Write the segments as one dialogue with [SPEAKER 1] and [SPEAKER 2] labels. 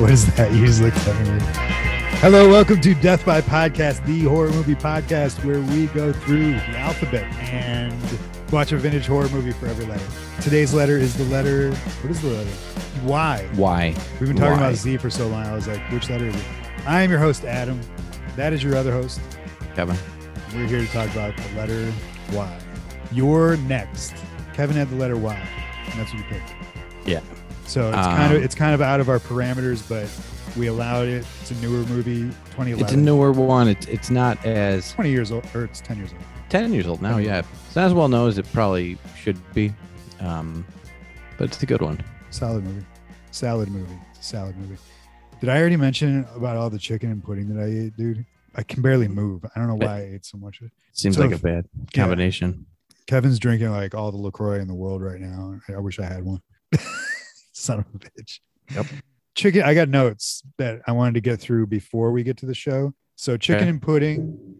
[SPEAKER 1] what is that? You just looked at me weird. Hello, welcome to Death by Podcast, the horror movie podcast where we go through the alphabet and watch a vintage horror movie for every letter. Today's letter is the letter. What is the letter? Y.
[SPEAKER 2] Why?
[SPEAKER 1] We've been talking
[SPEAKER 2] Y.
[SPEAKER 1] about Z for so long. I was like, which letter is it? I am your host, Adam. That is your other host.
[SPEAKER 2] Kevin.
[SPEAKER 1] We're here to talk about the letter Y. You're next. Kevin had the letter Y, and that's what you picked.
[SPEAKER 2] Yeah.
[SPEAKER 1] So it's kind of
[SPEAKER 2] Um,
[SPEAKER 1] it's kind of out of our parameters, but we allowed it. It's a newer movie, 2011.
[SPEAKER 2] It's a newer one. It's it's not as
[SPEAKER 1] 20 years old, or it's 10 years old.
[SPEAKER 2] ten years old now. Yeah, it's not as well known as it probably should be, um, but it's a good one.
[SPEAKER 1] Solid movie. Salad movie. Salad movie. Did I already mention about all the chicken and pudding that I ate, dude? I can barely move. I don't know why I ate so much. of it.
[SPEAKER 2] Seems
[SPEAKER 1] So
[SPEAKER 2] like a
[SPEAKER 1] if-
[SPEAKER 2] bad combination.
[SPEAKER 1] Kevin's drinking like all the LaCroix in the world right now. I wish I had one. Son of a bitch.
[SPEAKER 2] Yep.
[SPEAKER 1] Chicken. I got notes that I wanted to get through before we get to the show. So chicken
[SPEAKER 2] Okay.
[SPEAKER 1] and pudding.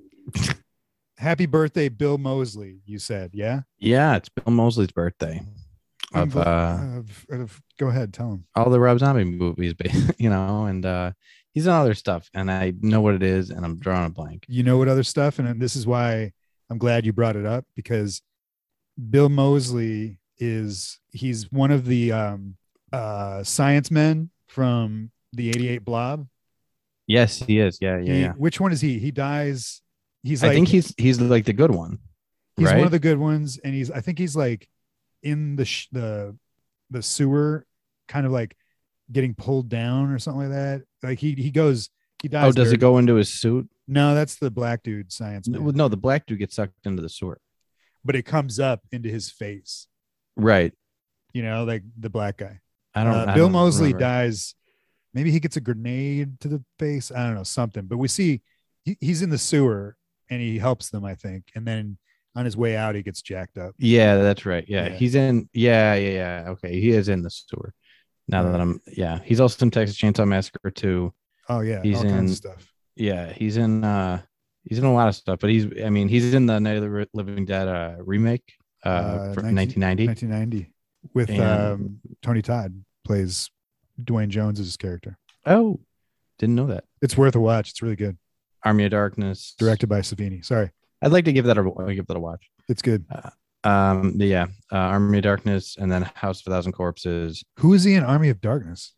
[SPEAKER 1] Happy birthday, Bill Mosley. You said, yeah.
[SPEAKER 2] Yeah, it's Bill Mosley's birthday. Of
[SPEAKER 1] Unbel-
[SPEAKER 2] uh,
[SPEAKER 1] of- of- go ahead, tell him.
[SPEAKER 2] all the Rob Zombie movies, ba- you know, and uh, he's done other stuff, and I know what it is, and I'm drawing a blank.
[SPEAKER 1] You know what other stuff, and this is why I'm glad you brought it up because Bill Mosley is he's one of the um, uh, science men from the '88 Blob.
[SPEAKER 2] Yes, he is. Yeah, yeah,
[SPEAKER 1] He-
[SPEAKER 2] yeah.
[SPEAKER 1] Which one is he? He dies. He's
[SPEAKER 2] I
[SPEAKER 1] like
[SPEAKER 2] think he's he's like the good one.
[SPEAKER 1] he's
[SPEAKER 2] right?
[SPEAKER 1] one of the good ones, and he's I think he's like in the sh- the the sewer, kind of like getting pulled down or something like that. Like he he goes he dies.
[SPEAKER 2] Oh, does
[SPEAKER 1] there.
[SPEAKER 2] it go into his suit?
[SPEAKER 1] No, that's the black dude science man.
[SPEAKER 2] No, no, the black dude gets sucked into the sewer.
[SPEAKER 1] but it comes up into his face.
[SPEAKER 2] Right.
[SPEAKER 1] You know, like the black guy.
[SPEAKER 2] I don't.
[SPEAKER 1] Uh,
[SPEAKER 2] I
[SPEAKER 1] Bill
[SPEAKER 2] don't
[SPEAKER 1] Mosley
[SPEAKER 2] remember.
[SPEAKER 1] dies. Maybe he gets a grenade to the face. I don't know something. But we see he, he's in the sewer and he helps them, I think. And then on his way out, he gets jacked up.
[SPEAKER 2] Yeah, that's right. Yeah,
[SPEAKER 1] Yeah.
[SPEAKER 2] he's in. Yeah, yeah, yeah. Okay, he is in the sewer. Now
[SPEAKER 1] Right.
[SPEAKER 2] that I'm, yeah, he's also in Texas Chainsaw Massacre too.
[SPEAKER 1] Oh yeah,
[SPEAKER 2] He's
[SPEAKER 1] all kinds
[SPEAKER 2] in-
[SPEAKER 1] of stuff.
[SPEAKER 2] Yeah, he's in. uh He's in a lot of stuff, but he's. I mean, he's in the Night of the Ri- Living Dead uh, remake uh,
[SPEAKER 1] Uh,
[SPEAKER 2] from
[SPEAKER 1] 19-
[SPEAKER 2] 1990.
[SPEAKER 1] 1990 with
[SPEAKER 2] And-
[SPEAKER 1] um, Tony Todd plays Dwayne Jones's character.
[SPEAKER 2] Oh, didn't know that.
[SPEAKER 1] It's worth a watch. It's really good.
[SPEAKER 2] Army of Darkness
[SPEAKER 1] Directed by Savini. Sorry,
[SPEAKER 2] I'd like to give that a I'll give that a watch.
[SPEAKER 1] it's good.
[SPEAKER 2] Um, yeah, uh, Army of Darkness, and then House of a Thousand Corpses.
[SPEAKER 1] Who is he in Army of Darkness?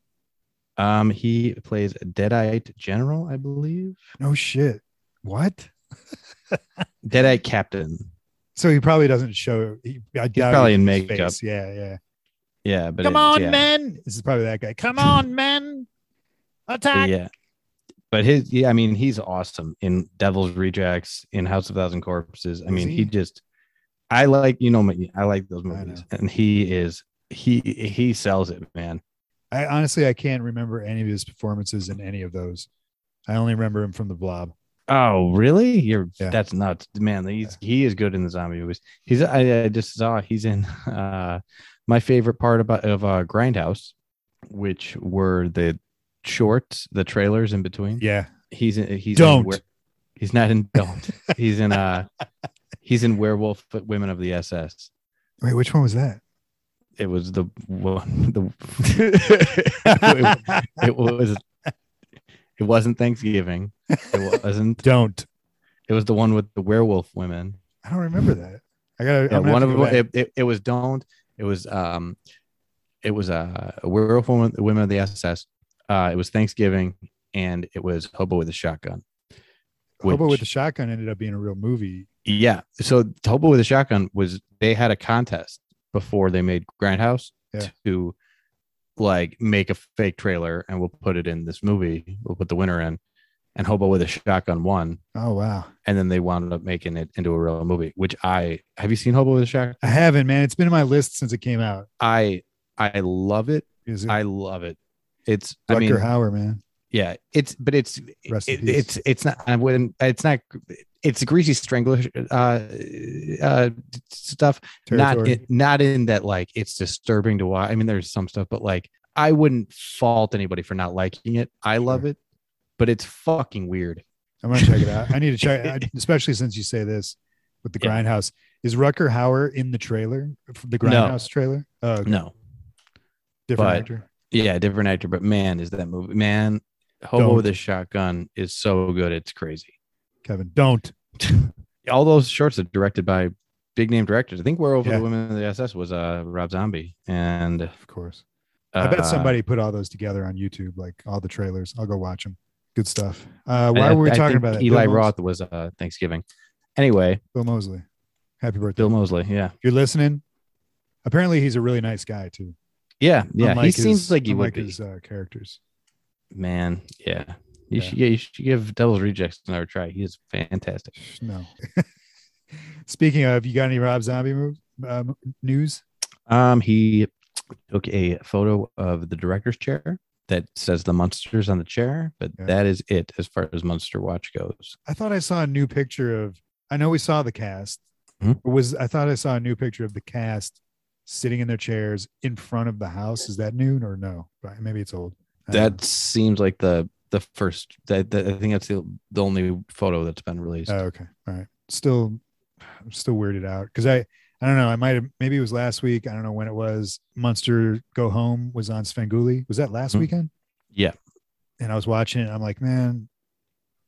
[SPEAKER 2] Um, he plays a Deadite General, I believe.
[SPEAKER 1] No shit. What?
[SPEAKER 2] Deadite Captain.
[SPEAKER 1] So he probably doesn't show. He, I doubt
[SPEAKER 2] probably
[SPEAKER 1] he-
[SPEAKER 2] in
[SPEAKER 1] his
[SPEAKER 2] makeup.
[SPEAKER 1] face. Yeah, yeah.
[SPEAKER 2] Yeah, but
[SPEAKER 1] Come
[SPEAKER 2] it-
[SPEAKER 1] on,
[SPEAKER 2] yeah.
[SPEAKER 1] men! This is probably that guy. Come on, men! Attack!
[SPEAKER 2] Yeah. But his, yeah, I mean, he's awesome in Devil's Rejects, in House of Thousand Corpses. I
[SPEAKER 1] Is
[SPEAKER 2] mean,
[SPEAKER 1] he?
[SPEAKER 2] he? just, I like, you know, me, I like those
[SPEAKER 1] I
[SPEAKER 2] movies, and he is, he he sells it, man.
[SPEAKER 1] I honestly, I can't remember any of his performances in any of those. I only remember him from The Blob.
[SPEAKER 2] Oh, really? You're
[SPEAKER 1] Yeah.
[SPEAKER 2] that's nuts, man. He's he is good in the zombie movies. He's I, I just saw he's in uh my favorite part about of uh Grindhouse, which were the shorts, the trailers in between.
[SPEAKER 1] Yeah,
[SPEAKER 2] he's in he's
[SPEAKER 1] Don't.
[SPEAKER 2] in where, he's not in don't he's in uh he's in werewolf but women of the ss
[SPEAKER 1] Wait, which one was that?
[SPEAKER 2] it was the one the it, was it wasn't thanksgiving it wasn't
[SPEAKER 1] Don't.
[SPEAKER 2] it was the one with the werewolf women
[SPEAKER 1] I don't remember that. I gotta.
[SPEAKER 2] yeah,
[SPEAKER 1] I'm gonna
[SPEAKER 2] one
[SPEAKER 1] have
[SPEAKER 2] of
[SPEAKER 1] to go
[SPEAKER 2] them
[SPEAKER 1] back.
[SPEAKER 2] it, it, it was don't it was um it was uh, a werewolf woman women of the ss uh it was thanksgiving and it was hobo with a shotgun
[SPEAKER 1] Hobo with
[SPEAKER 2] which-
[SPEAKER 1] the Shotgun ended up being a real movie.
[SPEAKER 2] Yeah. So Hobo with a Shotgun was they had a contest before they made Grindhouse
[SPEAKER 1] Yeah.
[SPEAKER 2] to like make a fake trailer and we'll put it in this movie. We'll put the winner in. And Hobo with a Shotgun won.
[SPEAKER 1] Oh wow,
[SPEAKER 2] And then they wound up making it into a real movie, which I have you seen Hobo with a Shotgun?
[SPEAKER 1] I haven't, man. It's been in my list since it came out.
[SPEAKER 2] I I love it.
[SPEAKER 1] Is it
[SPEAKER 2] I love it. It's I
[SPEAKER 1] Rutger
[SPEAKER 2] mean
[SPEAKER 1] Hauer, man?
[SPEAKER 2] yeah, it's but it's
[SPEAKER 1] Rest in
[SPEAKER 2] it,
[SPEAKER 1] peace.
[SPEAKER 2] it's it's not I wouldn't it's not it's greasy strangler uh uh stuff not
[SPEAKER 1] Territory.
[SPEAKER 2] in, not in that like it's disturbing to watch. I mean, there's some stuff, but like I wouldn't fault anybody for not liking it. I love
[SPEAKER 1] Sure.
[SPEAKER 2] it, but it's fucking weird.
[SPEAKER 1] I'm gonna check it out. I need to check, I- especially since you say this with the
[SPEAKER 2] Yeah.
[SPEAKER 1] Grindhouse. Is Rucker Hauer in the trailer, the Grindhouse trailer? Uh,
[SPEAKER 2] No,
[SPEAKER 1] different
[SPEAKER 2] but-
[SPEAKER 1] actor.
[SPEAKER 2] yeah, different actor, but man, is that movie man? Hobo
[SPEAKER 1] Don't.
[SPEAKER 2] with a shotgun is so good, it's crazy.
[SPEAKER 1] Kevin, don't.
[SPEAKER 2] All those shorts are directed by big name directors. I think "Where Over
[SPEAKER 1] Yeah.
[SPEAKER 2] the Women of the SS" was uh Rob Zombie, and uh,
[SPEAKER 1] Of course. I bet somebody put all those together on YouTube, like all the trailers. I'll go watch them. Good stuff. Uh, why
[SPEAKER 2] I-
[SPEAKER 1] were we
[SPEAKER 2] I
[SPEAKER 1] talking
[SPEAKER 2] think
[SPEAKER 1] about that?
[SPEAKER 2] Eli
[SPEAKER 1] Bill Mos-
[SPEAKER 2] Roth was uh Thanksgiving. Anyway,
[SPEAKER 1] Bill Mosley. Happy birthday.
[SPEAKER 2] Bill Mosley, yeah,
[SPEAKER 1] If you're listening, apparently he's a really nice guy too.
[SPEAKER 2] yeah, yeah.
[SPEAKER 1] Unlike
[SPEAKER 2] he
[SPEAKER 1] his-
[SPEAKER 2] seems like he would
[SPEAKER 1] unlike
[SPEAKER 2] be.
[SPEAKER 1] his uh, characters.
[SPEAKER 2] man yeah you
[SPEAKER 1] Yeah.
[SPEAKER 2] should yeah you should give devil's rejects another try he is fantastic
[SPEAKER 1] No. Speaking of, you got any Rob Zombie moves, um, news?
[SPEAKER 2] um he took a photo of the director's chair that says the monsters on the chair but
[SPEAKER 1] Yeah.
[SPEAKER 2] that is it as far as monster watch goes
[SPEAKER 1] I thought I saw a new picture of. I know we saw the cast.
[SPEAKER 2] Mhm.
[SPEAKER 1] But was I thought I saw a new picture of the cast sitting in their chairs in front of the house? Is that new or no? Right, Maybe it's old. I don't know.
[SPEAKER 2] that seems like the the first that, that- i think that's the, the only photo that's been released
[SPEAKER 1] Oh, okay. All right. Still, I'm still weirded out because I, I don't know. I might have, maybe it was last week. I don't know when it was. Munster Go Home was on Svengoolie. Was that last
[SPEAKER 2] Mhm.
[SPEAKER 1] weekend?
[SPEAKER 2] Yeah.
[SPEAKER 1] And I was watching it. I'm like, man,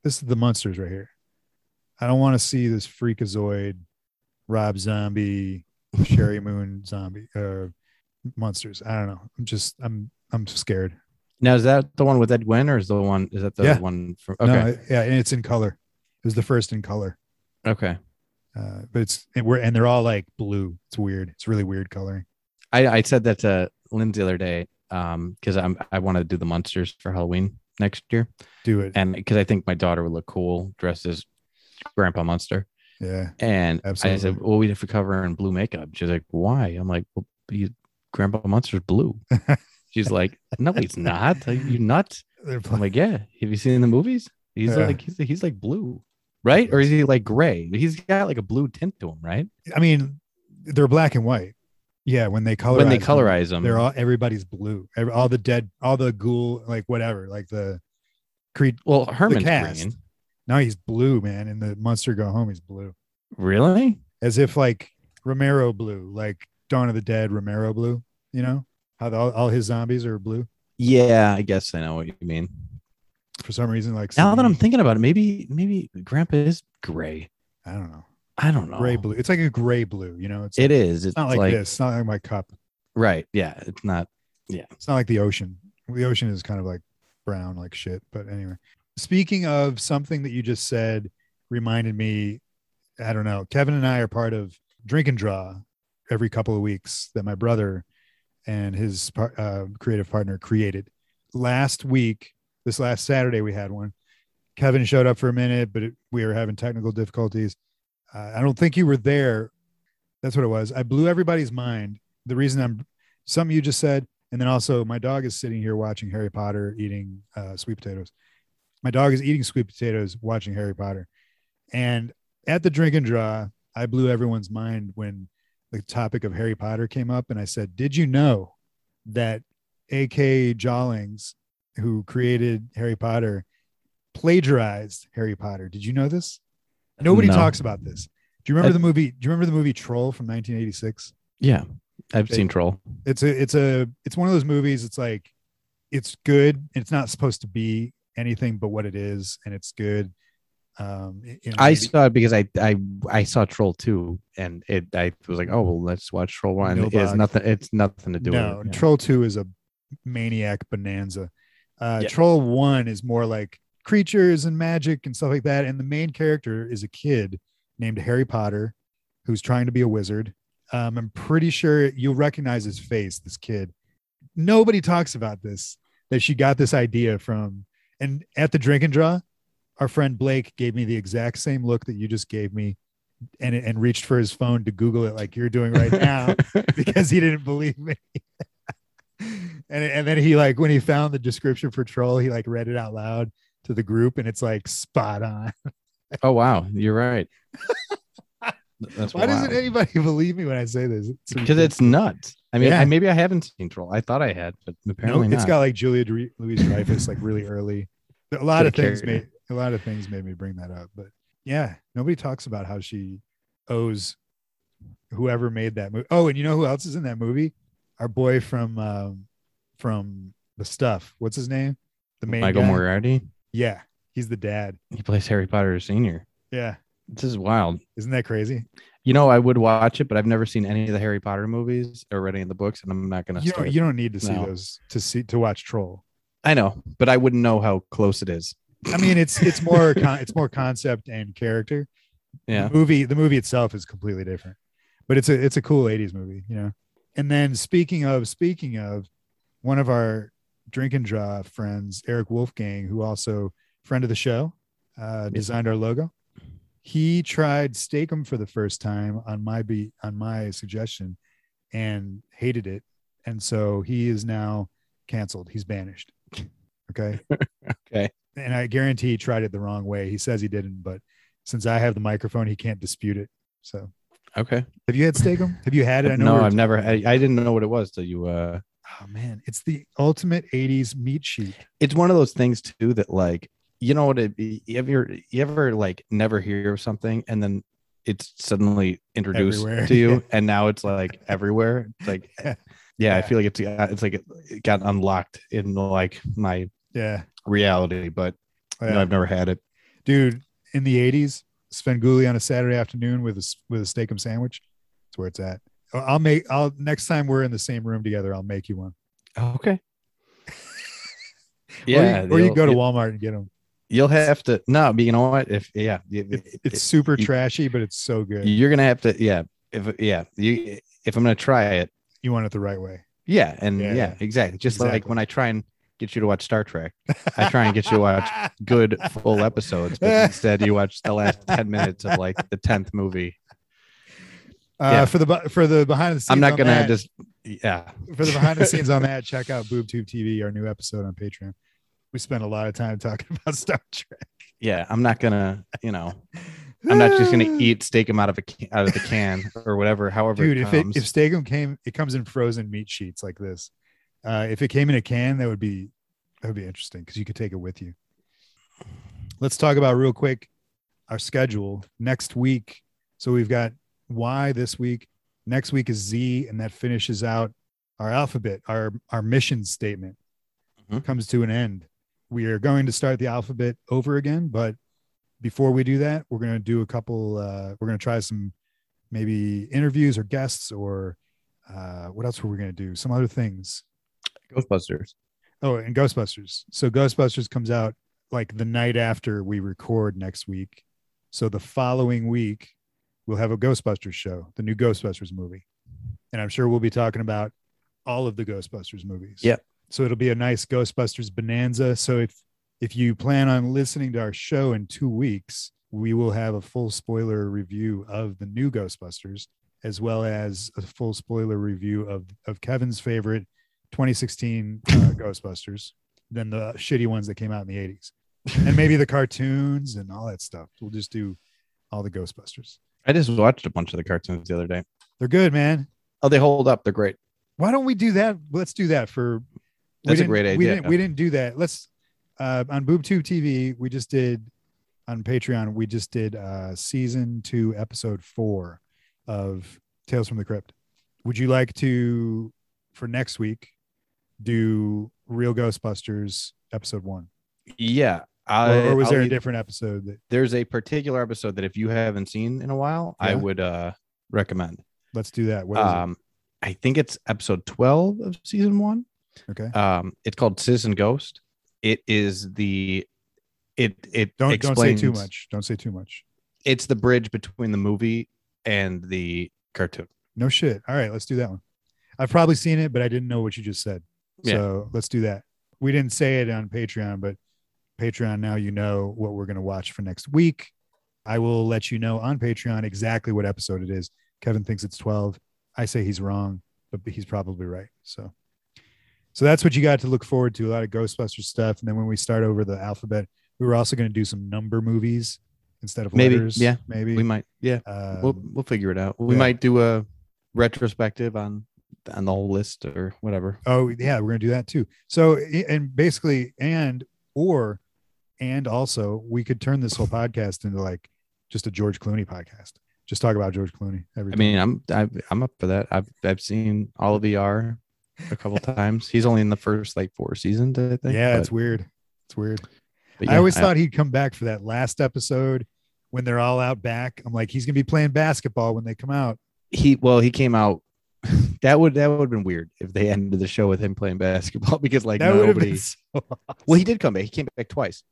[SPEAKER 1] this is the Munsters right here. I don't want to see this Freakazoid, Rob Zombie, Sherry Moon Zombie, uh, Monsters. I don't know. I'm just, I'm, I'm scared.
[SPEAKER 2] now is that the one with ed gwynn or is the one is that the
[SPEAKER 1] Yeah.
[SPEAKER 2] one from
[SPEAKER 1] No,
[SPEAKER 2] okay
[SPEAKER 1] I- yeah. And it's in color. It was the first in color.
[SPEAKER 2] okay
[SPEAKER 1] uh, but it's and we're and they're all like blue. It's weird. It's really weird coloring.
[SPEAKER 2] I, I said that to Lindsay the other day um because i'm i want to do the monsters for halloween next year
[SPEAKER 1] Do it.
[SPEAKER 2] and because I think my daughter would look cool dressed as Grandpa Munster.
[SPEAKER 1] Yeah,
[SPEAKER 2] And I said,
[SPEAKER 1] Absolutely.
[SPEAKER 2] "Well, we have to cover her in blue makeup." She's like, "Why?" I'm like, "Well, he, Grandpa Munster's blue." She's like, "No, he's not. Are you nuts?"
[SPEAKER 1] they're
[SPEAKER 2] I'm
[SPEAKER 1] playing.
[SPEAKER 2] like, "Yeah. Have you seen the movies? He's
[SPEAKER 1] Yeah.
[SPEAKER 2] like he's he's like blue, right? Or is he like gray? He's got like a blue tint to him, right?
[SPEAKER 1] I mean, they're black and white. Yeah, when they colorize,
[SPEAKER 2] when they
[SPEAKER 1] them,
[SPEAKER 2] colorize him,
[SPEAKER 1] they're all everybody's blue. Every, all the dead, all the ghoul, like whatever, like the Creed.
[SPEAKER 2] well, Herman's
[SPEAKER 1] cast.
[SPEAKER 2] green.
[SPEAKER 1] Now he's blue, man, and the monster go home. He's blue,
[SPEAKER 2] Really?
[SPEAKER 1] as if like Romero blue, like Dawn of the Dead Romero blue. You know how the, all, all his zombies are blue
[SPEAKER 2] Yeah, I guess I know what you mean.
[SPEAKER 1] for some reason. Like
[SPEAKER 2] Now that I'm
[SPEAKER 1] Savini-
[SPEAKER 2] thinking about it, maybe maybe Grandpa is gray.
[SPEAKER 1] I don't know,
[SPEAKER 2] I don't know.
[SPEAKER 1] gray blue. It's like a gray blue. You know, it's
[SPEAKER 2] It is. It's
[SPEAKER 1] not like, this. It's not like my cup.
[SPEAKER 2] Right. Yeah. It's not.
[SPEAKER 1] It's not like the ocean. The ocean is kind of like brown, like shit. But anyway, speaking of something that you just said, reminded me. I don't know. Kevin and I are part of Drink and Draw every couple of weeks that my brother and his par- uh, creative partner created. Last week, this last Saturday, we had one. Kevin showed up for a minute, but it, we were having technical difficulties. Uh, I don't think you were there. That's what it was. I blew everybody's mind. The reason I'm something you just said, and then also my dog is sitting here watching Harry Potter, eating uh, sweet potatoes. My dog is eating sweet potatoes, watching Harry Potter. And at the drink and draw, I blew everyone's mind when the topic of Harry Potter came up. And I said, Did you know that A.K. Jolings, who created Harry Potter, plagiarized Harry Potter? Did you know this? Nobody
[SPEAKER 2] No.
[SPEAKER 1] talks about this. Do you remember
[SPEAKER 2] I-
[SPEAKER 1] the movie? Do you remember the movie Troll from 1986?
[SPEAKER 2] Yeah. I've
[SPEAKER 1] They-
[SPEAKER 2] seen Troll.
[SPEAKER 1] it's a it's a it's one of those movies it's like it's good it's not supposed to be anything but what it is and it's good um i- in
[SPEAKER 2] I
[SPEAKER 1] maybe
[SPEAKER 2] saw it because I I I saw Troll two, and it I was like, oh well, let's watch Troll one.
[SPEAKER 1] No
[SPEAKER 2] it has
[SPEAKER 1] bug.
[SPEAKER 2] nothing. It's nothing to do
[SPEAKER 1] no
[SPEAKER 2] with. it. Yeah.
[SPEAKER 1] troll 2 is a maniac bonanza uh
[SPEAKER 2] Yeah.
[SPEAKER 1] troll 1 is more like creatures and magic and stuff like that and the main character is a kid named harry potter who's trying to be a wizard um i'm pretty sure you'll recognize his face this kid nobody talks about this that she got this idea from and at the drink and draw our friend blake gave me the exact same look that you just gave me and and reached for his phone to google it like you're doing right now because he didn't believe me. and and then he like when he found the description for troll, he like read it out loud to the group, and it's like spot on.
[SPEAKER 2] oh wow, you're right. That's
[SPEAKER 1] Why doesn't anybody believe me when I say this?
[SPEAKER 2] Because it's nuts. I mean,
[SPEAKER 1] Yeah.
[SPEAKER 2] I, maybe I haven't seen Troll. I thought I had, but apparently
[SPEAKER 1] Nope,
[SPEAKER 2] not.
[SPEAKER 1] it's got like Julia Dre- Louise Dreyfus like really early. A lot
[SPEAKER 2] Should've
[SPEAKER 1] of things
[SPEAKER 2] carried
[SPEAKER 1] made a lot of things made me bring that up, but yeah, nobody talks about how she owes whoever made that movie. Oh, and you know who else is in that movie? Our boy from um, from the stuff. What's his name? The main
[SPEAKER 2] Michael
[SPEAKER 1] guy?
[SPEAKER 2] Moriarty.
[SPEAKER 1] Yeah, he's the dad.
[SPEAKER 2] He plays Harry Potter Senior.
[SPEAKER 1] Yeah,
[SPEAKER 2] This is wild.
[SPEAKER 1] isn't that crazy?
[SPEAKER 2] You know, I would watch it, but I've never seen any of the Harry Potter movies or read any of the books, and I'm not gonna.
[SPEAKER 1] You
[SPEAKER 2] start.
[SPEAKER 1] don't, you don't need to see
[SPEAKER 2] No.
[SPEAKER 1] those to see to watch Troll.
[SPEAKER 2] I know, but I wouldn't know how close it is.
[SPEAKER 1] I mean, it's it's more con- it's more concept and character.
[SPEAKER 2] Yeah,
[SPEAKER 1] The movie the movie itself is completely different, but it's a it's a cool '80s movie, you know. And then speaking of speaking of, one of our drink and draw friends, Eric Wolfgang, who also friend of the show, uh, designed our logo. He tried Steakum for the first time on my beat on my suggestion, and hated it, and so he is now canceled. He's banished. Okay
[SPEAKER 2] okay.
[SPEAKER 1] and I guarantee he tried it the wrong way. He says he didn't, but since I have the microphone, he can't dispute it. So,
[SPEAKER 2] Mm-hmm. Okay.
[SPEAKER 1] have you had steakum? Have you had it? I know.
[SPEAKER 2] no,
[SPEAKER 1] we're-
[SPEAKER 2] I've never. I, I didn't know what it was till you. uh
[SPEAKER 1] oh man, it's the ultimate '80s meat sheet.
[SPEAKER 2] It's one of those things too that like you know what it. You ever you ever like never hear of something and then it's suddenly introduced
[SPEAKER 1] Everywhere.
[SPEAKER 2] to
[SPEAKER 1] Yeah.
[SPEAKER 2] you and now it's like everywhere. It's like yeah, I
[SPEAKER 1] Yeah.
[SPEAKER 2] feel like it's uh, it's like it got unlocked in like my
[SPEAKER 1] Yeah,
[SPEAKER 2] reality, but
[SPEAKER 1] Oh,
[SPEAKER 2] no,
[SPEAKER 1] yeah.
[SPEAKER 2] I've never had it.
[SPEAKER 1] dude. In the '80s, Svengoolie on a Saturday afternoon with a s- with a steakum sandwich. That's where it's at. I- I'll make. I'll next time we're in the same room together. I'll make you one.
[SPEAKER 2] Okay.
[SPEAKER 1] Or you-
[SPEAKER 2] Yeah,
[SPEAKER 1] or you,
[SPEAKER 2] you'll-
[SPEAKER 1] go to
[SPEAKER 2] you-
[SPEAKER 1] Walmart and get them.
[SPEAKER 2] You'll have to no, but you know what? If yeah, you-
[SPEAKER 1] It's super
[SPEAKER 2] you-
[SPEAKER 1] trashy, but it's so good. You,
[SPEAKER 2] you're gonna have to yeah if yeah you if i'm gonna try it
[SPEAKER 1] want it the right way.
[SPEAKER 2] yeah and
[SPEAKER 1] Yeah,
[SPEAKER 2] yeah,
[SPEAKER 1] yeah.
[SPEAKER 2] exactly just like
[SPEAKER 1] Exactly.
[SPEAKER 2] when i try and get you to watch star trek i try and get you to watch
[SPEAKER 1] Ah, uh,
[SPEAKER 2] good full episodes but instead you watch the last 10 minutes of like the 10th movie
[SPEAKER 1] Uh,
[SPEAKER 2] Yeah.
[SPEAKER 1] For the bu- for the behind the scenes,
[SPEAKER 2] i'm not
[SPEAKER 1] on
[SPEAKER 2] gonna
[SPEAKER 1] that-
[SPEAKER 2] just yeah
[SPEAKER 1] for the behind the scenes on that, check out BoobTube TV, our new episode on Patreon. We spent a lot of time talking about Star Trek.
[SPEAKER 2] yeah i'm not gonna you know i'm not just gonna eat steak him out of a can, out of the can or whatever however
[SPEAKER 1] dude.
[SPEAKER 2] it
[SPEAKER 1] If it,
[SPEAKER 2] comes
[SPEAKER 1] if Steakum came, it comes in frozen meat sheets like this. Uh, if it came in a can, that would be that would be interesting because you could take it with you. Let's talk about real quick our schedule next week. So we've got Y this week. Next week is Z, and that finishes out our alphabet, our our mission statement
[SPEAKER 2] Mhm.
[SPEAKER 1] comes to an end. We are going to start the alphabet over again, but before we do that, we're going to do a couple. Uh, we're going to try some maybe interviews or guests or uh, what else were we going to do? Some other things.
[SPEAKER 2] ghostbusters
[SPEAKER 1] Oh, and Ghostbusters. So Ghostbusters comes out like the night after we record next week. So the following week, we'll have a Ghostbusters show, the new Ghostbusters movie. And I'm sure we'll be talking about all of the Ghostbusters movies.
[SPEAKER 2] Yep.
[SPEAKER 1] So it'll be a nice Ghostbusters bonanza. So if if you plan on listening to our show in 2 weeks, we will have a full spoiler review of the new Ghostbusters as well as a full spoiler review of of Kevin's favorite 2016 uh, Ghostbusters than the shitty ones that came out in the 80s. And maybe the cartoons and all that stuff. We'll just do all the Ghostbusters.
[SPEAKER 2] i just watched a bunch of the cartoons the other day
[SPEAKER 1] They're good, man.
[SPEAKER 2] oh they hold up they're great
[SPEAKER 1] Why don't we do that? Let's do that for. we
[SPEAKER 2] That's a
[SPEAKER 1] didn't-
[SPEAKER 2] great
[SPEAKER 1] We
[SPEAKER 2] idea.
[SPEAKER 1] didn't, we didn't do that. Let's uh, on BoobTube TV. We just did on Patreon. We just did uh, season two, episode four of Tales from the Crypt. Would you like to for next week do Real Ghostbusters episode one,
[SPEAKER 2] yeah I,
[SPEAKER 1] or, or was
[SPEAKER 2] I'll
[SPEAKER 1] there a
[SPEAKER 2] eat-
[SPEAKER 1] different episode that?
[SPEAKER 2] there's a particular episode that if you haven't seen in a while, I
[SPEAKER 1] Yeah.
[SPEAKER 2] would uh recommend.
[SPEAKER 1] Let's do that. What is
[SPEAKER 2] Um I think it's episode 12 of season 1.
[SPEAKER 1] it? Okay.
[SPEAKER 2] Um it's called Citizen Ghost. It is the it it
[SPEAKER 1] Don't don't
[SPEAKER 2] explains-
[SPEAKER 1] say too much. Don't say too much.
[SPEAKER 2] It's the bridge between the movie and the cartoon.
[SPEAKER 1] No shit. All right, let's do that one. I've probably seen it, but I didn't know what you just said.
[SPEAKER 2] Yeah.
[SPEAKER 1] So let's do that. We didn't say it on Patreon, but Patreon now you know what we're gonna watch for next week. I will let you know on Patreon exactly what episode it is. Kevin thinks it's 12. I say he's wrong, but he's probably right. So so that's what you got to look forward to. A lot of Ghostbuster stuff. And then when we start over the alphabet, we were also gonna do some number movies instead of
[SPEAKER 2] Maybe,
[SPEAKER 1] letters.
[SPEAKER 2] yeah.
[SPEAKER 1] Maybe.
[SPEAKER 2] We might yeah,
[SPEAKER 1] um,
[SPEAKER 2] we'll we'll figure it out. We
[SPEAKER 1] yeah.
[SPEAKER 2] might do a retrospective on on the whole list or whatever.
[SPEAKER 1] Oh yeah, we're gonna do that too. So i- and basically and or and also we could turn this whole podcast into like just a George Clooney podcast. Just talk about George Clooney every
[SPEAKER 2] I mean, I'm I, I'm up for that. I've I've seen all of ER. a couple times. He's only in the first like four seasons, I think.
[SPEAKER 1] yeah,
[SPEAKER 2] but-
[SPEAKER 1] it's weird. It's weird.
[SPEAKER 2] but
[SPEAKER 1] I
[SPEAKER 2] yeah,
[SPEAKER 1] always thought he'd come back for that last episode when they're all out back. I'm like, he's gonna be playing basketball when they come out.
[SPEAKER 2] he well he came out. That would that would have been weird if they ended the show with him playing basketball because like
[SPEAKER 1] that would have
[SPEAKER 2] nobody.
[SPEAKER 1] been so awesome.
[SPEAKER 2] Well, he did come back. He came back twice.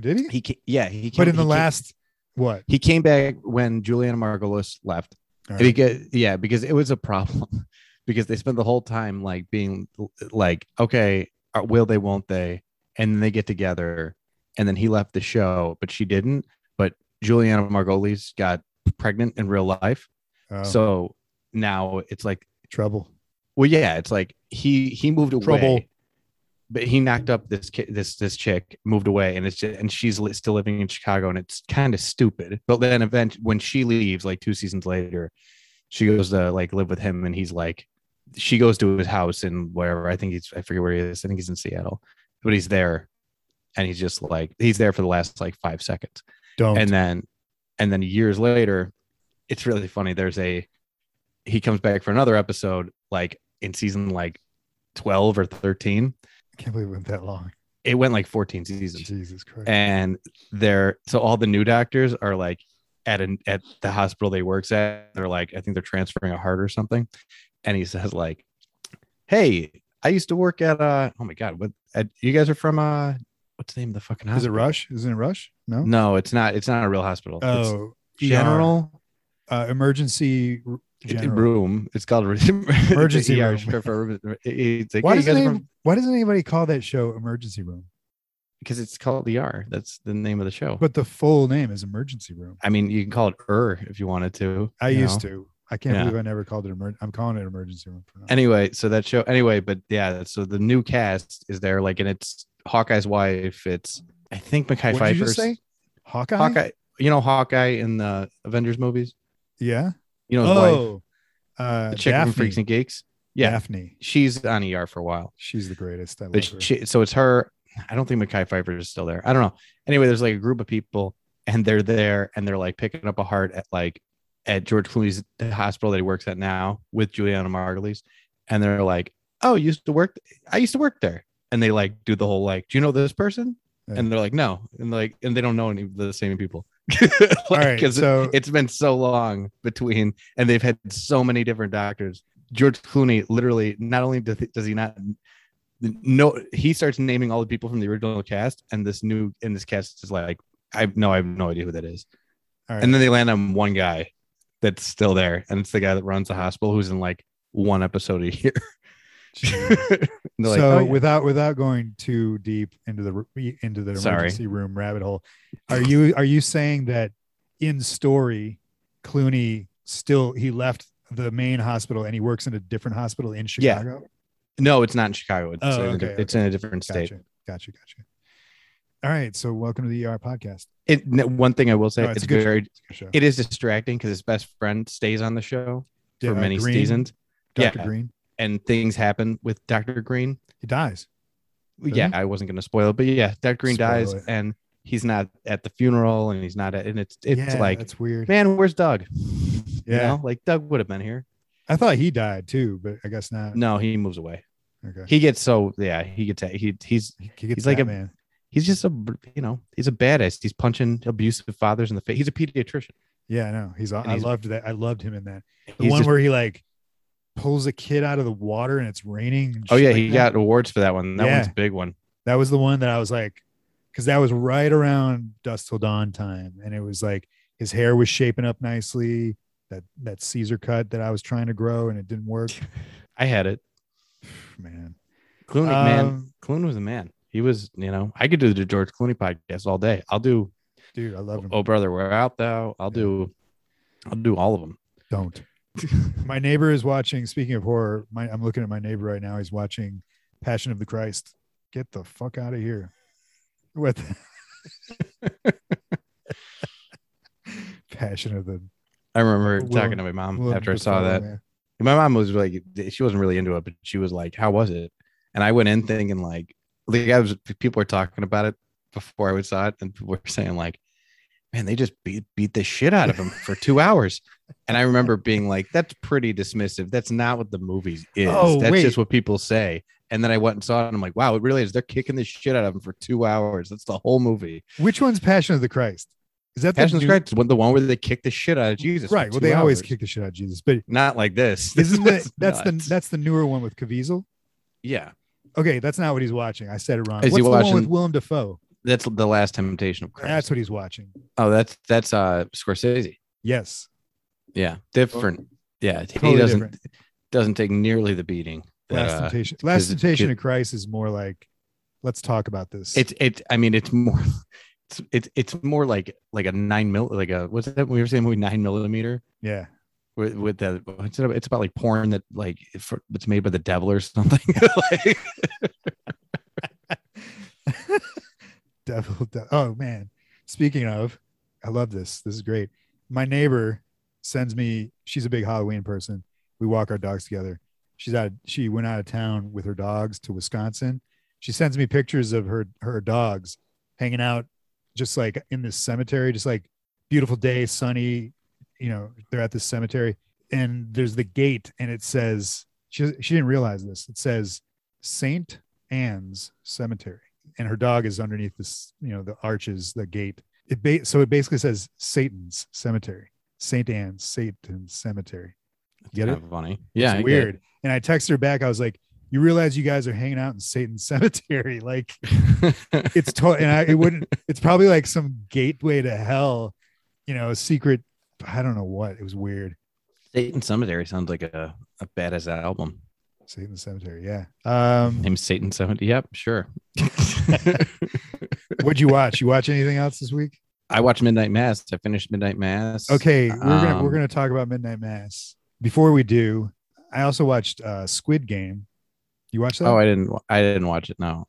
[SPEAKER 1] did he?
[SPEAKER 2] He ca- yeah he. Came,
[SPEAKER 1] but in the
[SPEAKER 2] he came-
[SPEAKER 1] last what?
[SPEAKER 2] he came back when Juliana Margulis left.
[SPEAKER 1] All right.
[SPEAKER 2] Because, yeah, because it was a problem because they spent the whole time like being like, okay, uh, will they, won't they? And then they get together, and then he left the show, but she didn't. But Juliana Margolis got pregnant in real life,
[SPEAKER 1] Oh,
[SPEAKER 2] so now it's like,
[SPEAKER 1] trouble.
[SPEAKER 2] well, yeah, it's like he he moved away,
[SPEAKER 1] Trouble.
[SPEAKER 2] but he knocked up this kid, this this chick, moved away, and it's just, and she's li- still living in Chicago, and it's kind of stupid. But then, event when she leaves, like two seasons later, she goes to like live with him, and he's like, she goes to his house and wherever. I think he's I forget where he is. I think he's in Seattle, but he's there, and he's just like he's there for the last like five seconds
[SPEAKER 1] Don't.
[SPEAKER 2] and then and then years later it's really funny there's a he comes back for another episode like in season like 12 or 13
[SPEAKER 1] I can't believe it went that long.
[SPEAKER 2] it went like 14 seasons
[SPEAKER 1] Jesus Christ.
[SPEAKER 2] and they're so all the new doctors are like at an at the hospital they works at they're like i think they're transferring a heart or something and he says like hey i used to work at uh oh my god what at, you guys are from uh what's the name of the fucking
[SPEAKER 1] Is it
[SPEAKER 2] hospital
[SPEAKER 1] Rush? Isn't it Rush? No.
[SPEAKER 2] no it's not it's not a real hospital it's
[SPEAKER 1] Oh, ER.
[SPEAKER 2] general
[SPEAKER 1] uh, emergency r- general.
[SPEAKER 2] room. It's called
[SPEAKER 1] Emergency
[SPEAKER 2] emergency
[SPEAKER 1] room.
[SPEAKER 2] room. E For, for- it's like,
[SPEAKER 1] Why
[SPEAKER 2] yeah, you
[SPEAKER 1] does
[SPEAKER 2] guys are
[SPEAKER 1] any,
[SPEAKER 2] from-
[SPEAKER 1] Why doesn't anybody call that show emergency room?
[SPEAKER 2] because it's called ER. That's the name of the show.
[SPEAKER 1] But the full name is emergency room.
[SPEAKER 2] I mean, you can call it ER if you wanted to.
[SPEAKER 1] I
[SPEAKER 2] you
[SPEAKER 1] used
[SPEAKER 2] know?
[SPEAKER 1] to. I can't
[SPEAKER 2] Yeah.
[SPEAKER 1] believe I never called it. Emer- I'm calling it emergency room for now.
[SPEAKER 2] Anyway, so that show. Anyway, but yeah, so the new cast is there, like, and it's Hawkeye's wife. It's I think Mackay
[SPEAKER 1] what did you
[SPEAKER 2] Pfeiffer.
[SPEAKER 1] just say? Hawkeye.
[SPEAKER 2] Hawkeye. You know Hawkeye in the Avengers movies.
[SPEAKER 1] Yeah.
[SPEAKER 2] You know his wife,
[SPEAKER 1] Oh. Uh,
[SPEAKER 2] the chick
[SPEAKER 1] Daphne.
[SPEAKER 2] from Freaks and Geeks. Yeah,
[SPEAKER 1] Daphne.
[SPEAKER 2] she's on ER for a while.
[SPEAKER 1] She's the greatest. I love
[SPEAKER 2] But
[SPEAKER 1] her.
[SPEAKER 2] she, so it's her. I don't think Mackay Pfeiffer is still there. I don't know. Anyway, there's like a group of people, and they're there, and they're like picking up a heart at like at George Clooney's hospital that he works at now with Juliana Margulies, and they're like, "Oh, you used to work. I used to work there." And they like do the whole like, "Do you know this person?"
[SPEAKER 1] Yeah.
[SPEAKER 2] And they're like, "No," and like, and they don't know any of the same people.
[SPEAKER 1] All right.
[SPEAKER 2] because
[SPEAKER 1] So
[SPEAKER 2] it's been so long between and they've had so many different doctors george clooney literally not only does, does he not no he starts naming all the people from the original cast and this new in this cast is like i have no i have no idea who that is
[SPEAKER 1] all right.
[SPEAKER 2] and then they land on one guy that's still there and it's the guy that runs the hospital who's in like one episode a year
[SPEAKER 1] Jeez.
[SPEAKER 2] And they're like,
[SPEAKER 1] so
[SPEAKER 2] "Oh, yeah."
[SPEAKER 1] without without going too deep into the r- into the
[SPEAKER 2] Sorry.
[SPEAKER 1] emergency room rabbit hole, are you are you saying that in story, Clooney still he left the main hospital and he works in a different hospital in
[SPEAKER 2] Yeah.
[SPEAKER 1] Chicago?
[SPEAKER 2] no it's not in chicago it's,
[SPEAKER 1] Oh,
[SPEAKER 2] in, a
[SPEAKER 1] okay,
[SPEAKER 2] di- it's in a different state
[SPEAKER 1] Gotcha, gotcha, gotcha. All right, so welcome to the ER podcast.
[SPEAKER 2] it, n- one thing i will say
[SPEAKER 1] No,
[SPEAKER 2] it's,
[SPEAKER 1] a good show.
[SPEAKER 2] very
[SPEAKER 1] It's a good show.
[SPEAKER 2] it is distracting because his best friend stays on the show
[SPEAKER 1] Yeah,
[SPEAKER 2] for
[SPEAKER 1] uh,
[SPEAKER 2] many
[SPEAKER 1] Green,
[SPEAKER 2] seasons
[SPEAKER 1] Dr.
[SPEAKER 2] Yeah.
[SPEAKER 1] Green,
[SPEAKER 2] and things happen with Dr. Green.
[SPEAKER 1] he dies. Doesn't
[SPEAKER 2] yeah,
[SPEAKER 1] he?
[SPEAKER 2] I wasn't going to spoil it, but yeah, Dr. Green
[SPEAKER 1] Spoil
[SPEAKER 2] dies
[SPEAKER 1] it.
[SPEAKER 2] and he's not at the funeral and he's not at, and it's, it's
[SPEAKER 1] Yeah,
[SPEAKER 2] like,
[SPEAKER 1] that's weird.
[SPEAKER 2] man, where's Doug?
[SPEAKER 1] Yeah.
[SPEAKER 2] You know, like Doug would have been here.
[SPEAKER 1] I thought he died too, but I guess not.
[SPEAKER 2] No, he moves away.
[SPEAKER 1] Okay,
[SPEAKER 2] He gets so, yeah, he gets, he, he's,
[SPEAKER 1] he, he gets
[SPEAKER 2] he's like a-
[SPEAKER 1] man.
[SPEAKER 2] he's just a, you know, he's a badass. He's punching abusive fathers in the face. He's a pediatrician.
[SPEAKER 1] Yeah, I know. He's I
[SPEAKER 2] And he's-
[SPEAKER 1] loved that. I loved him in that. The
[SPEAKER 2] He's
[SPEAKER 1] one
[SPEAKER 2] just-
[SPEAKER 1] where he like pulls a kid out of the water and it's raining. and
[SPEAKER 2] oh
[SPEAKER 1] shit
[SPEAKER 2] yeah,
[SPEAKER 1] like
[SPEAKER 2] he
[SPEAKER 1] that.
[SPEAKER 2] got awards for that one. That one's
[SPEAKER 1] Yeah.
[SPEAKER 2] a big one.
[SPEAKER 1] that was the one that I was like, because that was right around Dust Till Dawn time, and it was like his hair was shaping up nicely. That that Caesar cut that I was trying to grow and it didn't work.
[SPEAKER 2] I had it.
[SPEAKER 1] Man,
[SPEAKER 2] Clooney, man,
[SPEAKER 1] Um,
[SPEAKER 2] Clooney was a man. He was, you know, I could do the George Clooney podcast all day. I'll do
[SPEAKER 1] dude, I love him.
[SPEAKER 2] Oh, brother, we're out thou. I'll
[SPEAKER 1] Yeah.
[SPEAKER 2] do, I'll do all of them.
[SPEAKER 1] Don't. my neighbor is watching. Speaking of horror, my, I'm looking at my neighbor right now. He's watching Passion of the Christ. Get the fuck out of here. What? the- Passion of the
[SPEAKER 2] I remember
[SPEAKER 1] Will-
[SPEAKER 2] talking to my mom
[SPEAKER 1] Willem
[SPEAKER 2] Um, after I saw
[SPEAKER 1] Dafoe,
[SPEAKER 2] that.
[SPEAKER 1] man.
[SPEAKER 2] My mom was like, she wasn't really into it, but she was like, "How was it?" And I went in thinking like, like I was, people were talking about it before I was saw it, and people were saying like, "Man, they just beat beat the shit out of him for two hours." And I remember being like, that's pretty dismissive. That's not what the movie is.
[SPEAKER 1] Oh,
[SPEAKER 2] that's
[SPEAKER 1] wait.
[SPEAKER 2] just what people say. And then I went and saw it and I'm like, wow, it really is. They're kicking the shit out of him for two hours. That's the whole movie.
[SPEAKER 1] Which one's Passion of the Christ? Is that the
[SPEAKER 2] Passion of the
[SPEAKER 1] new-
[SPEAKER 2] Christ is one- the one where they kick the shit out of Jesus. for
[SPEAKER 1] Right. Well,
[SPEAKER 2] two
[SPEAKER 1] they always
[SPEAKER 2] hours.
[SPEAKER 1] kick the shit out of Jesus, but
[SPEAKER 2] Not like this. This
[SPEAKER 1] isn't that
[SPEAKER 2] was
[SPEAKER 1] that's the
[SPEAKER 2] nuts.
[SPEAKER 1] that's the newer one with Caviezel?
[SPEAKER 2] yeah.
[SPEAKER 1] Okay, that's not what he's watching. I said it wrong.
[SPEAKER 2] Is
[SPEAKER 1] What's
[SPEAKER 2] he
[SPEAKER 1] the one with
[SPEAKER 2] watching-
[SPEAKER 1] Willem Dafoe?
[SPEAKER 2] That's the last temptation of Christ.
[SPEAKER 1] That's what he's watching.
[SPEAKER 2] oh, that's that's uh Scorsese.
[SPEAKER 1] Yes.
[SPEAKER 2] Yeah, different. Yeah,
[SPEAKER 1] Totally
[SPEAKER 2] he doesn't
[SPEAKER 1] different.
[SPEAKER 2] doesn't take nearly the beating. that,
[SPEAKER 1] Last
[SPEAKER 2] uh,
[SPEAKER 1] Temptation. Last
[SPEAKER 2] is it-
[SPEAKER 1] Temptation of
[SPEAKER 2] did-
[SPEAKER 1] Christ is more like, let's talk about this.
[SPEAKER 2] it's it's. I mean, it's more. It's it's it's more like like a nine mil like a what's that we were saying movie nine millimeter
[SPEAKER 1] yeah.
[SPEAKER 2] with with the what's it about- it's about like porn that like for, it's made by the devil or something. like,
[SPEAKER 1] Devil, de- oh man. Speaking of, I love this. This is great. My neighbor sends me, she's a big Halloween person. We walk our dogs together. She's out, she went out of town with her dogs to Wisconsin. She sends me pictures of her her dogs hanging out just like in this cemetery, just like beautiful day, sunny. You know, they're at this cemetery and there's the gate and it says she she didn't realize this. It says Saint Anne's Cemetery and her dog is underneath this, you know, the arches, the gate. It ba- so it basically says Satan's Cemetery, Saint Anne's Satan's Cemetery. Get
[SPEAKER 2] kind
[SPEAKER 1] it?
[SPEAKER 2] of funny. Yeah, I
[SPEAKER 1] it's
[SPEAKER 2] get it.
[SPEAKER 1] weird. And I texted her back. I was like, "You realize you guys are hanging out in Satan's Cemetery? Like it's to- and I, it wouldn't. It's probably like some gateway to hell, you know, a secret. I don't know what. It was weird.
[SPEAKER 2] Satan Cemetery sounds like a a badass album.
[SPEAKER 1] Satan's Cemetery. Yeah. Um,
[SPEAKER 2] Named Satan Cemetery. Yep, sure.
[SPEAKER 1] what'd you watch? You watch anything else this week?
[SPEAKER 2] I watched Midnight Mass. I finished Midnight Mass.
[SPEAKER 1] Okay, we're gonna we're
[SPEAKER 2] Um,
[SPEAKER 1] gonna talk about Midnight Mass. Before we do, I also watched uh, Squid Game. You watch that?
[SPEAKER 2] Oh, I didn't. I didn't watch it. No,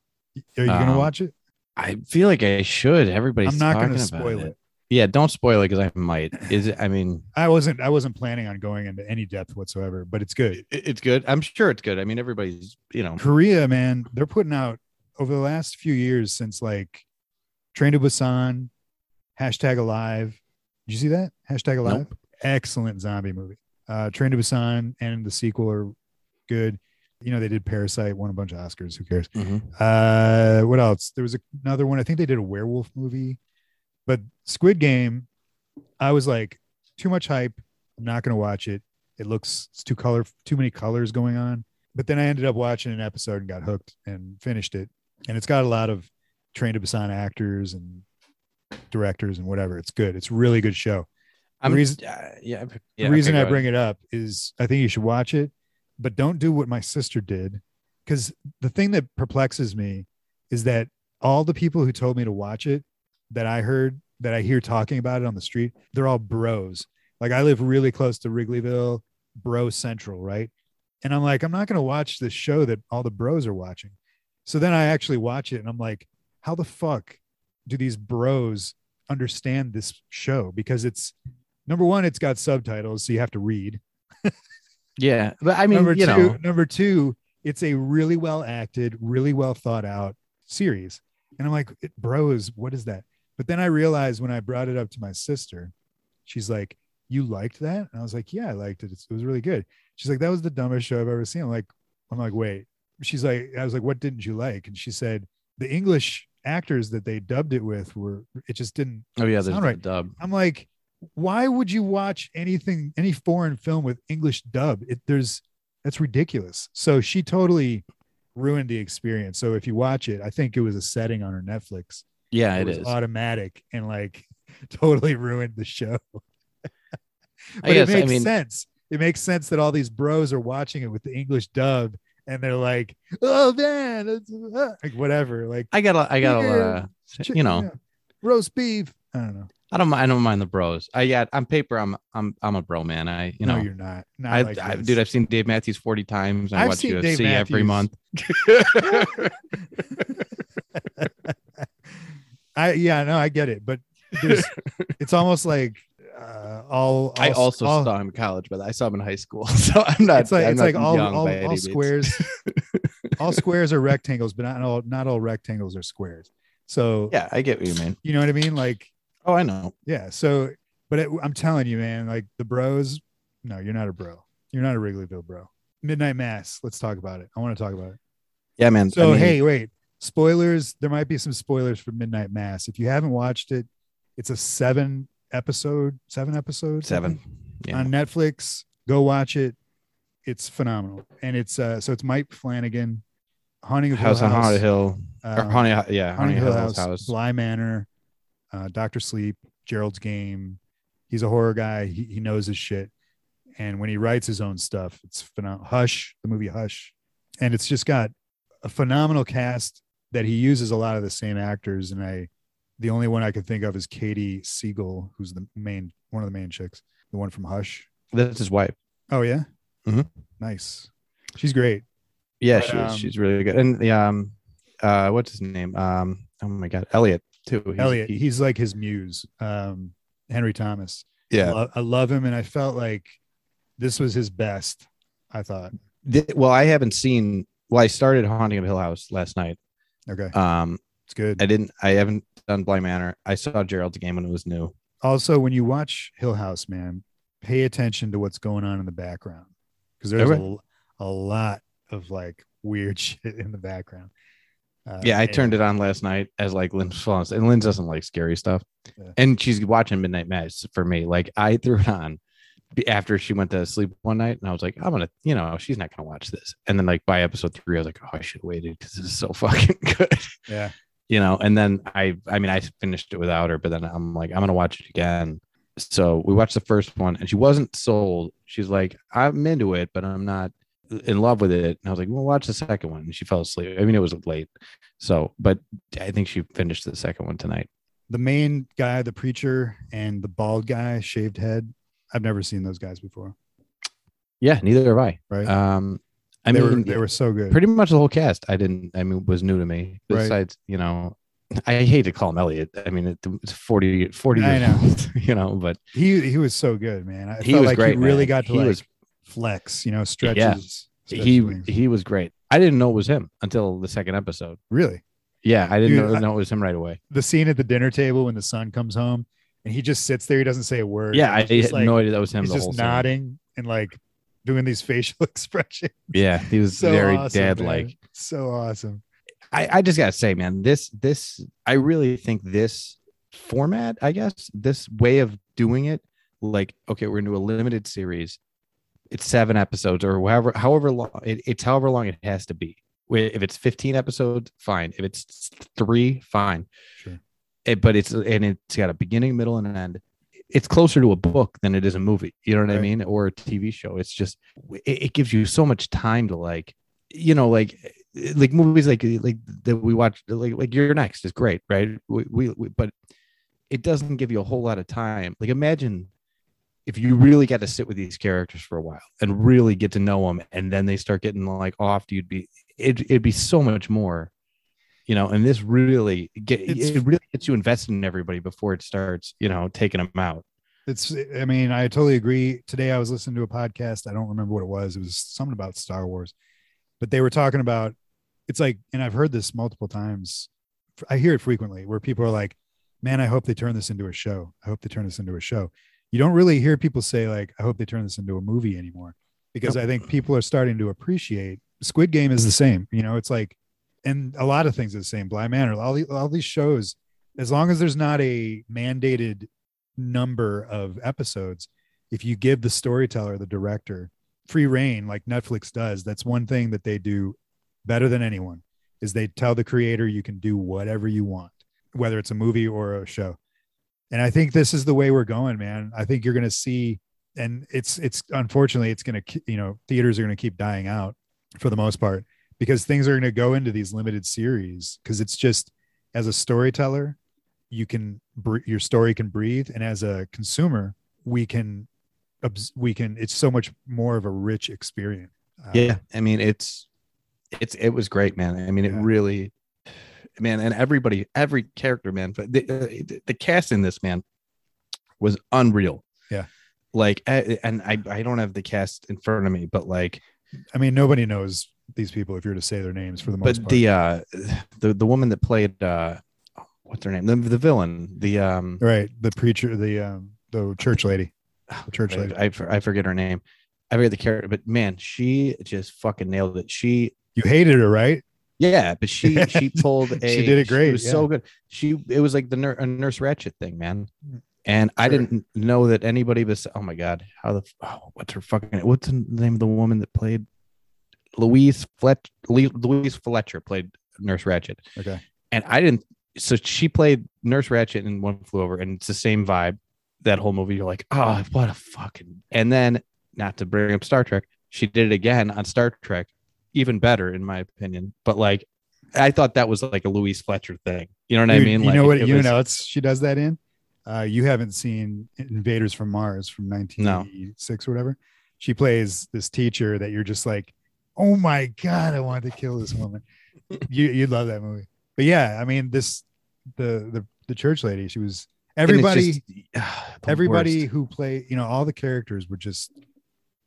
[SPEAKER 1] Are you gonna
[SPEAKER 2] um,
[SPEAKER 1] watch it?
[SPEAKER 2] I feel like I should. Everybody's.
[SPEAKER 1] I'm not
[SPEAKER 2] talking
[SPEAKER 1] gonna
[SPEAKER 2] about
[SPEAKER 1] spoil it.
[SPEAKER 2] Yeah, don't spoil it because I might. Is it? I mean,
[SPEAKER 1] I wasn't I wasn't planning on going into any depth whatsoever, but it's good.
[SPEAKER 2] it, it's good. I'm sure it's good. I mean, everybody's. You know.
[SPEAKER 1] Korea, man, they're putting out over the last few years since like Train to Busan, hashtag Alive. Did you see that hashtag Alive? Excellent zombie movie. Uh, Train to Busan and the sequel are good. You know they did Parasite, won a bunch of Oscars. Who cares?
[SPEAKER 2] Mhm.
[SPEAKER 1] Uh, what else? There was another one. I think they did a werewolf movie, but Squid Game. I was like, too much hype. I'm not gonna watch it. It looks it's too color, too many colors going on. But then I ended up watching an episode and got hooked and finished it. And it's got a lot of trained to Busan actors and directors and whatever. It's good. It's a really good show.
[SPEAKER 2] I'm.
[SPEAKER 1] reason-
[SPEAKER 2] uh, yeah. yeah,
[SPEAKER 1] the reason
[SPEAKER 2] okay,
[SPEAKER 1] I
[SPEAKER 2] go ahead.
[SPEAKER 1] bring it up is I think you should watch it, but don't do what my sister did. Because the thing that perplexes me is that all the people who told me to watch it that I heard that I hear talking about it on the street, they're all bros. Like I live really close to Wrigleyville, Bro Central, right? And I'm like, I'm not going to watch this show that all the bros are watching. So then I actually watch it and I'm like, how the fuck do these bros understand this show? Because it's number one, it's got subtitles, so you have to read.
[SPEAKER 2] Yeah, but I mean,
[SPEAKER 1] number
[SPEAKER 2] you
[SPEAKER 1] two,
[SPEAKER 2] know,
[SPEAKER 1] number two, it's a really well acted, really well thought out series. And I'm like, it, bros, what is that? But then I realized when I brought it up to my sister, she's like, You liked that? And I was like, Yeah, I liked it. It's, it was really good. She's like, That was the dumbest show I've ever seen. I'm like, I'm like, wait. She's like, I was like, What didn't you like? And she said, The English actors that they dubbed it with were it just didn't
[SPEAKER 2] oh yeah, there's
[SPEAKER 1] sound
[SPEAKER 2] the
[SPEAKER 1] right.
[SPEAKER 2] dub.
[SPEAKER 1] I'm like, why would you watch anything, any foreign film with English dub? It, there's that's ridiculous. So she totally ruined the experience. So if you watch it, I think it was a setting on her Netflix.
[SPEAKER 2] Yeah,
[SPEAKER 1] it
[SPEAKER 2] it
[SPEAKER 1] was
[SPEAKER 2] is.
[SPEAKER 1] automatic and like totally ruined the show.
[SPEAKER 2] I
[SPEAKER 1] But
[SPEAKER 2] guess.
[SPEAKER 1] it
[SPEAKER 2] I
[SPEAKER 1] makes
[SPEAKER 2] mean,
[SPEAKER 1] sense. It makes sense that all these bros are watching it with the English dub and they're like, oh man, it's, uh," like whatever. Like
[SPEAKER 2] I got. A, I got a lot
[SPEAKER 1] Yeah.
[SPEAKER 2] of. you know.
[SPEAKER 1] roast beef. I don't know.
[SPEAKER 2] I don't. I don't mind the bros. I yeah. On paper, I'm. I'm. I'm a bro man. I. You
[SPEAKER 1] no,
[SPEAKER 2] know.
[SPEAKER 1] you're not. Not
[SPEAKER 2] I,
[SPEAKER 1] like
[SPEAKER 2] I,
[SPEAKER 1] this.
[SPEAKER 2] dude, I've seen Dave Matthews 40 times. I
[SPEAKER 1] I've
[SPEAKER 2] watch
[SPEAKER 1] seen
[SPEAKER 2] UFC
[SPEAKER 1] Dave
[SPEAKER 2] every
[SPEAKER 1] Matthews.
[SPEAKER 2] month.
[SPEAKER 1] I yeah, no, I get it, but there's, it's almost like uh, all, all.
[SPEAKER 2] I also
[SPEAKER 1] all,
[SPEAKER 2] saw him in college, but I saw him in high school. So I'm not.
[SPEAKER 1] It's like
[SPEAKER 2] I'm
[SPEAKER 1] it's
[SPEAKER 2] not
[SPEAKER 1] like all
[SPEAKER 2] young
[SPEAKER 1] all,
[SPEAKER 2] by any
[SPEAKER 1] all
[SPEAKER 2] means.
[SPEAKER 1] squares. all squares are rectangles, but not all not all rectangles are squares. So
[SPEAKER 2] Yeah, I get what you mean.
[SPEAKER 1] you know what I mean, like
[SPEAKER 2] Oh, I know.
[SPEAKER 1] yeah. So But it, I'm telling you, man, like the bros, no, you're not a bro. You're not a Wrigleyville bro. Midnight Mass. Let's talk about it. I want to talk about it.
[SPEAKER 2] Yeah, man. I
[SPEAKER 1] So
[SPEAKER 2] mean,
[SPEAKER 1] hey, wait. Spoilers. There might be some spoilers for Midnight Mass. If you haven't watched it, it's a seven episode, seven episodes, I
[SPEAKER 2] seven.
[SPEAKER 1] think,
[SPEAKER 2] Yeah.
[SPEAKER 1] on Netflix. Go watch it. It's phenomenal, and it's uh, so it's Mike Flanagan, Haunting of
[SPEAKER 2] House
[SPEAKER 1] Hill
[SPEAKER 2] on
[SPEAKER 1] House,
[SPEAKER 2] Haunted Hill.
[SPEAKER 1] uh,
[SPEAKER 2] or Haunted, yeah,
[SPEAKER 1] Haunting
[SPEAKER 2] Haunted
[SPEAKER 1] Hill
[SPEAKER 2] Hill's
[SPEAKER 1] House,
[SPEAKER 2] house.
[SPEAKER 1] Bly Manor, uh, Doctor Sleep, Gerald's Game. He's a horror guy. He, he knows his shit, and when he writes his own stuff, it's phenomenal. Hush, the movie Hush, and it's just got a phenomenal cast that he uses a lot of the same actors. And I, the only one I could think of is Katie Siegel, who's the main one of the main chicks, the one from Hush.
[SPEAKER 2] That's his wife.
[SPEAKER 1] Oh yeah,
[SPEAKER 2] Mhm.
[SPEAKER 1] nice. She's great.
[SPEAKER 2] Yeah,
[SPEAKER 1] But,
[SPEAKER 2] she is.
[SPEAKER 1] um,
[SPEAKER 2] she's really good. And the um, uh, what's his name? Um, oh my god, Elliot too. He's-
[SPEAKER 1] Elliot,
[SPEAKER 2] he-
[SPEAKER 1] he's like his muse. Um, Henry Thomas.
[SPEAKER 2] yeah.
[SPEAKER 1] Lo- I love him, and I felt like this was his best. I thought,
[SPEAKER 2] Th- well, I haven't seen. Well, I started Haunting of Hill House last night.
[SPEAKER 1] okay,
[SPEAKER 2] Um,
[SPEAKER 1] it's good.
[SPEAKER 2] I didn't. I haven't done Bly Manor. I saw Gerald's game when it was new.
[SPEAKER 1] also, when you watch Hill House, man, pay attention to what's going on in the background because there's
[SPEAKER 2] Okay.
[SPEAKER 1] a, l- a lot of like weird shit in the background. Uh,
[SPEAKER 2] Yeah, I
[SPEAKER 1] and-
[SPEAKER 2] turned it on last night as like Lynn's falls, and Lynn doesn't like scary stuff,
[SPEAKER 1] Yeah.
[SPEAKER 2] and she's watching Midnight Mass for me. Like I threw it on b- after she went to sleep one night, and I was like, I'm gonna, you know, she's not gonna watch this. And then like by episode three, I was like, oh, I should have waited because this is so fucking good,
[SPEAKER 1] Yeah,
[SPEAKER 2] you know. And then I, I mean, I finished it without her, but then I'm like, I'm gonna watch it again. So we watched the first one, and she wasn't sold. She's like, I'm into it, but I'm not in love with it. And I was like, well, watch the second one. And she fell asleep. I mean, it was late. So, but I think she finished the second one tonight.
[SPEAKER 1] the main guy, the preacher, and the bald guy, shaved head. I've never seen those guys before.
[SPEAKER 2] Yeah, neither have I.
[SPEAKER 1] Right?
[SPEAKER 2] Um, I
[SPEAKER 1] they
[SPEAKER 2] mean,
[SPEAKER 1] were they were so good.
[SPEAKER 2] pretty much the whole cast. I didn't, I mean, was new to me.
[SPEAKER 1] Right.
[SPEAKER 2] Besides, you know, I hate to call him Elliot. I mean, it, it's 40, 40
[SPEAKER 1] I
[SPEAKER 2] years
[SPEAKER 1] know.
[SPEAKER 2] old, you know, but
[SPEAKER 1] he he was so good, man. I
[SPEAKER 2] he
[SPEAKER 1] felt
[SPEAKER 2] was
[SPEAKER 1] like
[SPEAKER 2] great.
[SPEAKER 1] he really
[SPEAKER 2] man.
[SPEAKER 1] got to
[SPEAKER 2] he
[SPEAKER 1] like
[SPEAKER 2] was,
[SPEAKER 1] flex, you know, stretches. stretch
[SPEAKER 2] he,
[SPEAKER 1] wings.
[SPEAKER 2] he was great. I didn't know it was him until the second episode.
[SPEAKER 1] really
[SPEAKER 2] Yeah, I didn't
[SPEAKER 1] Dude,
[SPEAKER 2] know,
[SPEAKER 1] I-
[SPEAKER 2] know it was him right away.
[SPEAKER 1] the scene at the dinner table when the son comes home and he just sits there. He doesn't say a word.
[SPEAKER 2] Yeah, I
[SPEAKER 1] He's just,
[SPEAKER 2] had
[SPEAKER 1] like,
[SPEAKER 2] no idea that was him.
[SPEAKER 1] He's
[SPEAKER 2] the
[SPEAKER 1] just
[SPEAKER 2] whole time.
[SPEAKER 1] nodding and like doing these facial expressions.
[SPEAKER 2] Yeah, he was
[SPEAKER 1] So
[SPEAKER 2] very
[SPEAKER 1] awesome,
[SPEAKER 2] dad
[SPEAKER 1] man.
[SPEAKER 2] like.
[SPEAKER 1] So awesome.
[SPEAKER 2] I, I just gotta say, man, this this I really think this format, I guess, this way of doing it, like, okay, we're gonna do a limited series. It's seven episodes or however however long it, it's however long it has to be. Where- If it's 15 episodes, fine. If it's three, fine.
[SPEAKER 1] Sure.
[SPEAKER 2] It, but it's and it's got a beginning, middle, and an end. It's closer to a book than it is a movie. You know what I
[SPEAKER 1] Right.
[SPEAKER 2] mean? Or a TV show. It's just it, it gives you so much time to like, you know, like like movies like like that we watch like like You're Next is great, right? We, we, we but it doesn't give you a whole lot of time. Like imagine if you really got to sit with these characters for a while and really get to know them, and then they start getting like off, you'd be it it'd be so much more, you know. And this really get
[SPEAKER 1] It's-
[SPEAKER 2] it really gets you invested in everybody before it starts, you know, taking them out.
[SPEAKER 1] It's, I mean, I totally agree. Today I was listening to a podcast. I don't remember what it was. It was something about Star Wars, but they were talking about it's like, and I've heard this multiple times. I hear it frequently where people are like, man, I hope they turn this into a show. I hope they turn this into a show. You don't really hear people say, like, I hope they turn this into a movie anymore because I think people are starting to appreciate Squid Game is the same. You know, it's like, and a lot of things are the same. Blind Manor, all, the, all these shows, as long as there's not a mandated number of episodes, if you give the storyteller, the director, free reign like Netflix does, that's one thing that they do better than anyone is they tell the creator you can do whatever you want, whether it's a movie or a show. And I think this is the way we're going, man. I think you're going to see, and it's it's unfortunately it's going to you know theaters are going to keep dying out for the most part because things are going to go into these limited series because it's just as a storyteller you can br- your story can breathe and as a consumer we can obs- we can it's so much more of a rich experience Uh,
[SPEAKER 2] yeah i mean it's it's it was great man i mean it
[SPEAKER 1] Yeah.
[SPEAKER 2] really man and everybody every character man but the, the, the cast in this man was unreal
[SPEAKER 1] Yeah.
[SPEAKER 2] like a- and i i don't have the cast in front of me but like
[SPEAKER 1] i mean nobody knows these people if you're to say their names for the most
[SPEAKER 2] but
[SPEAKER 1] part
[SPEAKER 2] the uh the the woman that played uh what's her name the, the villain the um
[SPEAKER 1] right the preacher the um the church lady, the church lady.
[SPEAKER 2] I, I, for- I forget her name. I forget the character, but man, she just fucking nailed it. She
[SPEAKER 1] You hated her, right?
[SPEAKER 2] yeah, but she she pulled a
[SPEAKER 1] She did it great,
[SPEAKER 2] It was
[SPEAKER 1] yeah.
[SPEAKER 2] so good. She it was like the nur- a nurse ratchet thing, man.
[SPEAKER 1] Mm,
[SPEAKER 2] And I
[SPEAKER 1] sure.
[SPEAKER 2] didn't know that anybody was. Oh my god, how the f- oh, what's her fucking what's the name of the woman that played Louise Fletcher? Louise Fletcher played Nurse Ratchet.
[SPEAKER 1] Okay.
[SPEAKER 2] and I didn't. So she played Nurse Ratchet in One Flew Over, and it's the same vibe. That whole movie, you're like, oh, what a fucking. And then, not to bring up Star Trek, she did it again on Star Trek, even better in my opinion. But like, I thought that was like a Louise Fletcher thing. You know what I
[SPEAKER 1] Dude,
[SPEAKER 2] mean?
[SPEAKER 1] you
[SPEAKER 2] like,
[SPEAKER 1] know what?
[SPEAKER 2] it
[SPEAKER 1] You
[SPEAKER 2] was-
[SPEAKER 1] know, it's she does that in. Uh, you haven't seen Invaders from Mars from 1986 or whatever. She plays this teacher that you're just like, oh my god, I want to kill this woman. you you'd love that movie. But yeah, I mean this the the the church lady. She was
[SPEAKER 2] and it's
[SPEAKER 1] everybody.
[SPEAKER 2] just, ah, the
[SPEAKER 1] everybody
[SPEAKER 2] worst.
[SPEAKER 1] who played, you know, all the characters were just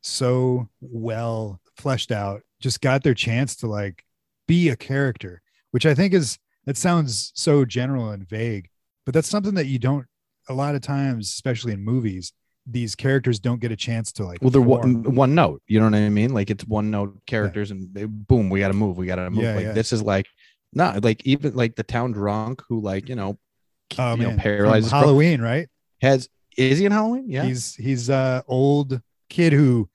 [SPEAKER 1] so well fleshed out, just got their chance to like be a character, which I think is that sounds so general and vague, but that's something that you don't a lot of times, especially in movies, these characters don't get a chance to like
[SPEAKER 2] Well, they're
[SPEAKER 1] form.
[SPEAKER 2] one, one note. You know what I mean? Like it's one note characters, and they- boom, we got to move. We got to move.
[SPEAKER 1] Yeah,
[SPEAKER 2] like
[SPEAKER 1] yeah.
[SPEAKER 2] this is like not like even like the town drunk who like you know,
[SPEAKER 1] oh,
[SPEAKER 2] you know,
[SPEAKER 1] man. From
[SPEAKER 2] paralyzes bro-
[SPEAKER 1] Halloween, right?
[SPEAKER 2] has is he in Halloween? Yeah,
[SPEAKER 1] He's he's a old kid who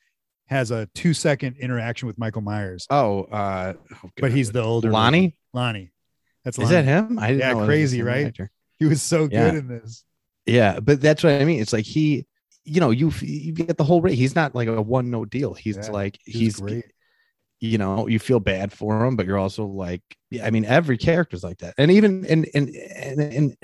[SPEAKER 1] has a two second interaction with Michael Myers,
[SPEAKER 2] Oh, uh, oh,
[SPEAKER 1] but
[SPEAKER 2] God.
[SPEAKER 1] he's the older
[SPEAKER 2] Lonnie.
[SPEAKER 1] Lonnie. That's
[SPEAKER 2] Is
[SPEAKER 1] Lonnie.
[SPEAKER 2] that him? I didn't
[SPEAKER 1] Yeah,
[SPEAKER 2] know it was the
[SPEAKER 1] crazy,
[SPEAKER 2] same
[SPEAKER 1] right?
[SPEAKER 2] actor.
[SPEAKER 1] He was so good
[SPEAKER 2] Yeah.
[SPEAKER 1] in this.
[SPEAKER 2] Yeah, but that's what I mean. It's like he, you know, you you get the whole rate. He's not like a one note deal. He's
[SPEAKER 1] Yeah,
[SPEAKER 2] like
[SPEAKER 1] He was
[SPEAKER 2] he's
[SPEAKER 1] great.
[SPEAKER 2] you know you feel bad for him, but you're also like, yeah, I mean, every character's like that, and even and and and. and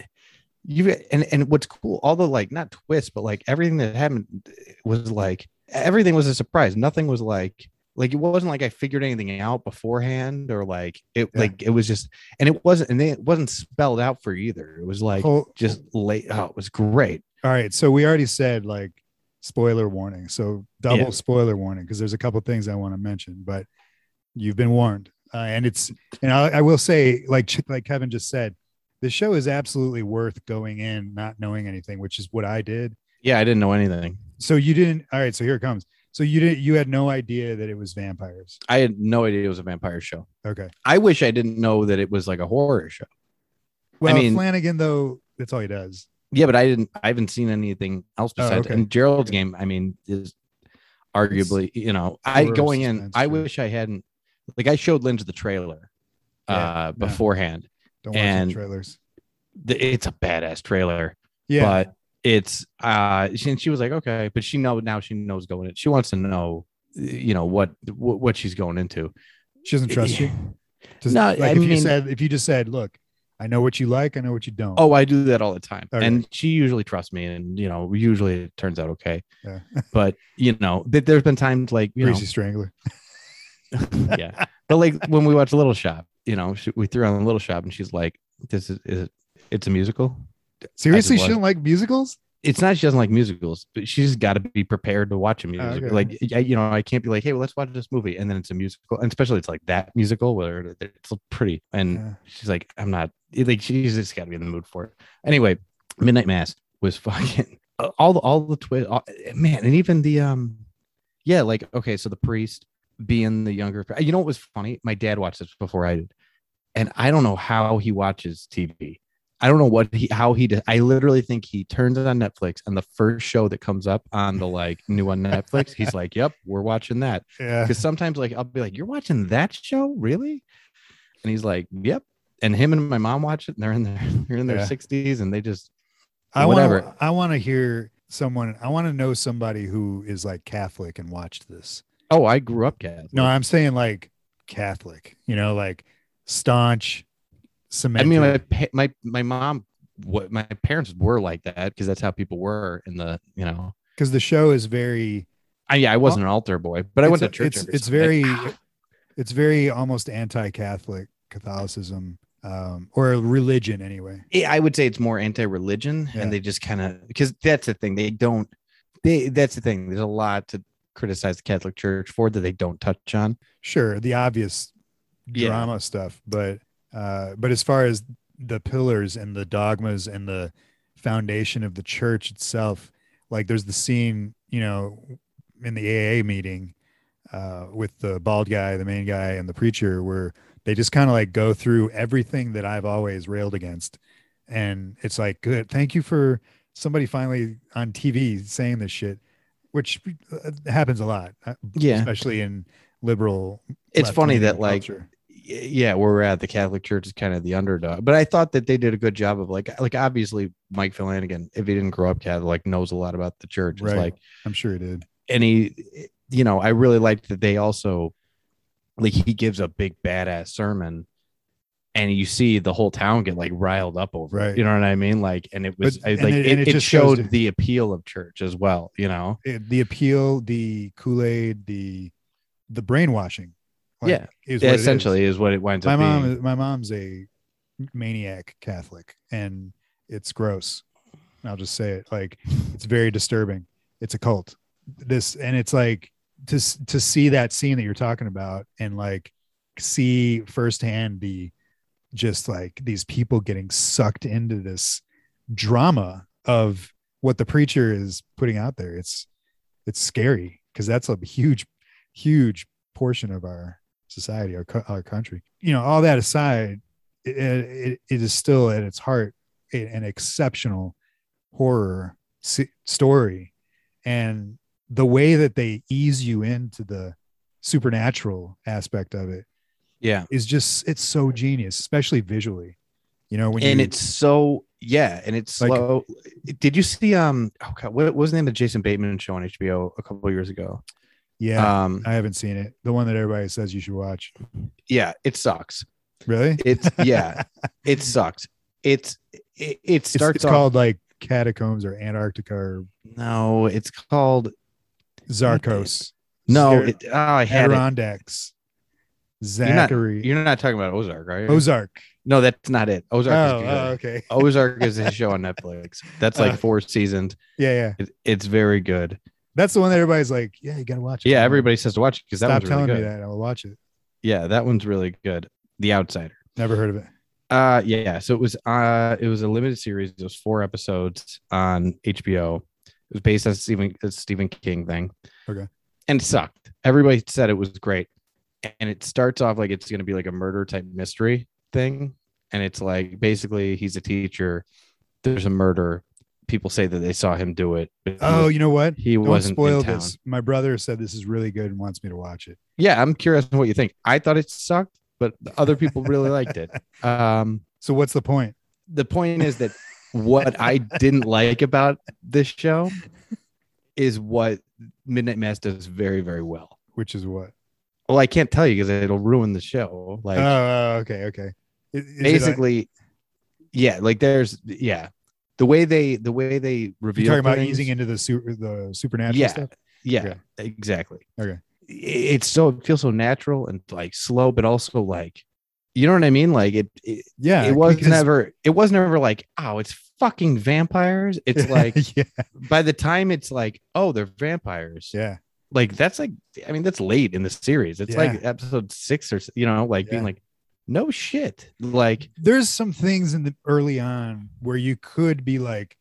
[SPEAKER 2] you and and what's cool, all the like not twists, but like everything that happened was like everything was a surprise. Nothing was like like it wasn't like I figured anything out beforehand or like it
[SPEAKER 1] Yeah.
[SPEAKER 2] like it was just and it wasn't and it wasn't spelled out for you either. It was like
[SPEAKER 1] Col-
[SPEAKER 2] just late. Oh, it was great.
[SPEAKER 1] all right. So we already said like spoiler warning. So double
[SPEAKER 2] Yeah.
[SPEAKER 1] spoiler warning because there's a couple things I want to mention, but you've been warned. Uh, and it's and I, I will say like Ch- like Kevin just said, the show is absolutely worth going in not knowing anything, which is what I did.
[SPEAKER 2] Yeah, I didn't know anything.
[SPEAKER 1] So you didn't. All right. So here it comes. So you didn't. You had no idea that it was vampires.
[SPEAKER 2] I had no idea it was a vampire show.
[SPEAKER 1] Okay.
[SPEAKER 2] I wish I didn't know that it was like a horror show.
[SPEAKER 1] Well,
[SPEAKER 2] mean-
[SPEAKER 1] Flanagan though, that's all he does.
[SPEAKER 2] Yeah, but I didn't. I haven't seen anything else
[SPEAKER 1] Oh,
[SPEAKER 2] besides.
[SPEAKER 1] okay.
[SPEAKER 2] And Gerald's
[SPEAKER 1] Okay.
[SPEAKER 2] game, I mean, is arguably, you know, I
[SPEAKER 1] horror
[SPEAKER 2] going in.
[SPEAKER 1] suspense,
[SPEAKER 2] I
[SPEAKER 1] yeah.
[SPEAKER 2] wish I hadn't. Like I showed Linda the trailer
[SPEAKER 1] Yeah,
[SPEAKER 2] uh,
[SPEAKER 1] no.
[SPEAKER 2] beforehand.
[SPEAKER 1] Don't watch
[SPEAKER 2] And-
[SPEAKER 1] the trailers.
[SPEAKER 2] The- It's a badass trailer,
[SPEAKER 1] Yeah.
[SPEAKER 2] but it's uh, she, and she was like, okay, but she know now she knows going in. She wants to know, you know, what what, what she's going into.
[SPEAKER 1] she doesn't trust you. Does-
[SPEAKER 2] No,
[SPEAKER 1] like
[SPEAKER 2] I
[SPEAKER 1] if you
[SPEAKER 2] mean-
[SPEAKER 1] said if you just said, "Look, I know what you like, I know what you don't."
[SPEAKER 2] Oh, I do that all the time.
[SPEAKER 1] Okay.
[SPEAKER 2] And she usually trusts me and you know, usually it turns out okay.
[SPEAKER 1] Yeah.
[SPEAKER 2] but you know, th- there's been times like you
[SPEAKER 1] greasy strangler.
[SPEAKER 2] know yeah. But like when we watch Little Shop, you know, she, we threw on Little Shop and she's like, This is, is it, it's a musical.
[SPEAKER 1] Seriously, she
[SPEAKER 2] was.
[SPEAKER 1] didn't like musicals.
[SPEAKER 2] It's not she doesn't like musicals, but she's gotta be prepared to watch a musical.
[SPEAKER 1] okay.
[SPEAKER 2] Like I, you know, I can't be like, Hey, well, let's watch this movie and then it's a musical, and especially it's like that musical where it's pretty and
[SPEAKER 1] Yeah.
[SPEAKER 2] she's like, I'm not like she's just got to be in the mood for it. Anyway, Midnight Mass was fucking all the all the twist, man, and even the um, yeah, like okay, so the priest being the younger, you know what was funny? My dad watched this before I did, and I don't know how he watches TV. I don't know what he how he does. I literally think he turns it on Netflix, and the first show that comes up on the like new on Netflix, he's like, "Yep, we're watching that."
[SPEAKER 1] Yeah.
[SPEAKER 2] because sometimes like I'll be like, "You're watching that show, really?" And he's like, "Yep." And him and my mom watch it, and they're in their they're in
[SPEAKER 1] Yeah.
[SPEAKER 2] their sixties, and they just
[SPEAKER 1] I
[SPEAKER 2] whatever.
[SPEAKER 1] want I want to hear someone I want to know somebody who is like Catholic and watched this.
[SPEAKER 2] oh, I grew up Catholic.
[SPEAKER 1] No, I'm saying like Catholic, you know, like staunch
[SPEAKER 2] I
[SPEAKER 1] cemented.
[SPEAKER 2] mean my pa- my my mom, what my parents were like that because that's how people were in the you know.
[SPEAKER 1] cuz the show is very
[SPEAKER 2] I yeah, I wasn't an altar boy, but I went to
[SPEAKER 1] it's-
[SPEAKER 2] church.
[SPEAKER 1] It's,
[SPEAKER 2] every
[SPEAKER 1] it's
[SPEAKER 2] Sunday. Ah,
[SPEAKER 1] very it's very almost anti-Catholic Catholicism um or religion anyway.
[SPEAKER 2] Yeah, I would say it's more anti-religion,
[SPEAKER 1] Yeah.
[SPEAKER 2] and they just kind of because that's the thing they don't. They that's the thing. There's a lot to criticize the Catholic Church for that they don't touch on.
[SPEAKER 1] sure the obvious
[SPEAKER 2] Yeah.
[SPEAKER 1] drama stuff but uh but as far as the pillars and the dogmas and the foundation of the church itself Like there's the scene, you know, in the AA meeting uh, with the bald guy, the main guy, and the preacher, where they just kind of like go through everything that I've always railed against. And it's like, good. Thank you for somebody finally on TV saying this shit, which uh, happens a lot, uh,
[SPEAKER 2] Yeah.
[SPEAKER 1] especially in liberal.
[SPEAKER 2] It's funny
[SPEAKER 1] left-leaning
[SPEAKER 2] that, like,
[SPEAKER 1] culture.
[SPEAKER 2] yeah, where we're at, the Catholic Church is kind of the underdog. But I thought that they did a good job of like, like obviously Mike Flanagan, if he didn't grow up Catholic, knows a lot about the church. It's
[SPEAKER 1] Right.
[SPEAKER 2] like,
[SPEAKER 1] I'm sure it did.
[SPEAKER 2] and he, you know, I really liked that they also, like, he gives a big badass sermon, and you see the whole town get like riled up over. it.
[SPEAKER 1] Right.
[SPEAKER 2] You know what I mean? Like, and it was
[SPEAKER 1] But-
[SPEAKER 2] I,
[SPEAKER 1] and
[SPEAKER 2] like
[SPEAKER 1] it-
[SPEAKER 2] it,
[SPEAKER 1] and it
[SPEAKER 2] it
[SPEAKER 1] just shows
[SPEAKER 2] showed
[SPEAKER 1] that-
[SPEAKER 2] the appeal of church as well. You know?
[SPEAKER 1] It- the appeal, the Kool Aid, the the brainwashing.
[SPEAKER 2] Yeah.
[SPEAKER 1] is
[SPEAKER 2] Yeah,
[SPEAKER 1] what it is.
[SPEAKER 2] essentially, is. what it winds
[SPEAKER 1] my
[SPEAKER 2] up
[SPEAKER 1] mom
[SPEAKER 2] being.
[SPEAKER 1] is- my mom's a maniac catholic and it's gross i'll just say it like it's very disturbing it's a cult this and it's like to s- to see that scene that you're talking about and like see firsthand the just like these people getting sucked into this drama of what the preacher is putting out there it's it's scary because that's a huge huge portion of our society, our co- our country. You know, all that aside, it, it, it is still at its heart a- an exceptional horror s- story, and the way that they ease you into the supernatural aspect of it
[SPEAKER 2] Yeah.
[SPEAKER 1] is just it's so genius, especially visually. You know, when
[SPEAKER 2] and
[SPEAKER 1] you,
[SPEAKER 2] it's so yeah, and it's
[SPEAKER 1] Like-
[SPEAKER 2] slow. Did you see um? Oh God, what, what was the name of Jason Bateman show on HBO a couple of years ago?
[SPEAKER 1] yeah,
[SPEAKER 2] Um,
[SPEAKER 1] I haven't seen it. The one that everybody says you should watch.
[SPEAKER 2] yeah, it sucks.
[SPEAKER 1] Really?
[SPEAKER 2] It's yeah, it sucks. It's it, it
[SPEAKER 1] It's,
[SPEAKER 2] starts
[SPEAKER 1] it's
[SPEAKER 2] off-
[SPEAKER 1] called like Catacombs or Antarctica or
[SPEAKER 2] no, it's called
[SPEAKER 1] Zarkos.
[SPEAKER 2] no.
[SPEAKER 1] Scared-
[SPEAKER 2] It, oh, I had it.
[SPEAKER 1] Adirondacks. Zachary
[SPEAKER 2] You're not talking about Ozark, right?
[SPEAKER 1] Ozark.
[SPEAKER 2] no, that's not it.
[SPEAKER 1] Oh,
[SPEAKER 2] Ozark is
[SPEAKER 1] oh,
[SPEAKER 2] good.
[SPEAKER 1] okay.
[SPEAKER 2] Ozark is a show on Netflix. That's like
[SPEAKER 1] Uh,
[SPEAKER 2] four seasons.
[SPEAKER 1] Yeah, yeah.
[SPEAKER 2] It, it's very good.
[SPEAKER 1] That's the one that everybody's like, yeah, you gotta watch it.
[SPEAKER 2] Yeah,
[SPEAKER 1] I'm like,
[SPEAKER 2] everybody says to watch it because that
[SPEAKER 1] Stop
[SPEAKER 2] was really
[SPEAKER 1] telling
[SPEAKER 2] good.
[SPEAKER 1] me that. I'll watch it.
[SPEAKER 2] Yeah, that one's really good. The Outsider.
[SPEAKER 1] Never heard of it.
[SPEAKER 2] Uh yeah, so it was uh it was a limited series. It was four episodes on HBO. It was based on Stephen a Stephen King thing.
[SPEAKER 1] Okay.
[SPEAKER 2] And it sucked. Everybody said it was great. And it starts off like it's going to be like a murder type mystery thing and it's like basically he's a teacher. There's a murder. People say that they saw him do it. but he
[SPEAKER 1] Oh,
[SPEAKER 2] was-
[SPEAKER 1] you know what?
[SPEAKER 2] he
[SPEAKER 1] Don't
[SPEAKER 2] wasn't
[SPEAKER 1] spoil
[SPEAKER 2] in town.
[SPEAKER 1] this. My brother said this is really good and wants me to watch it.
[SPEAKER 2] Yeah, I'm curious on what you think. I thought it sucked, but other people really liked it. Um
[SPEAKER 1] So what's the point?
[SPEAKER 2] the point is that what I didn't like about this show is what Midnight Mass does very, very well.
[SPEAKER 1] Which is what?
[SPEAKER 2] Well, I can't tell you because it'll ruin the show. Like
[SPEAKER 1] oh, oh, okay, okay. I- is it on-
[SPEAKER 2] basically, yeah, like there's yeah. The way they the way they
[SPEAKER 1] you
[SPEAKER 2] reveal
[SPEAKER 1] talking about
[SPEAKER 2] things-
[SPEAKER 1] easing into the super the supernatural
[SPEAKER 2] Yeah.
[SPEAKER 1] stuff?
[SPEAKER 2] Yeah,
[SPEAKER 1] Okay.
[SPEAKER 2] exactly.
[SPEAKER 1] Okay.
[SPEAKER 2] I- It's so it feels so natural and like slow, but also like you know what I mean? Like it it,
[SPEAKER 1] Yeah.
[SPEAKER 2] it was
[SPEAKER 1] because-
[SPEAKER 2] never it was never like, oh, it's fucking vampires. It's like
[SPEAKER 1] yeah,
[SPEAKER 2] by the time it's like, oh, they're vampires.
[SPEAKER 1] yeah.
[SPEAKER 2] Like that's like, I mean, that's late in the series. It's like episode six or s- you know, like being
[SPEAKER 1] Yeah.
[SPEAKER 2] like, no shit. Like,
[SPEAKER 1] there's some things in the early on where you could be like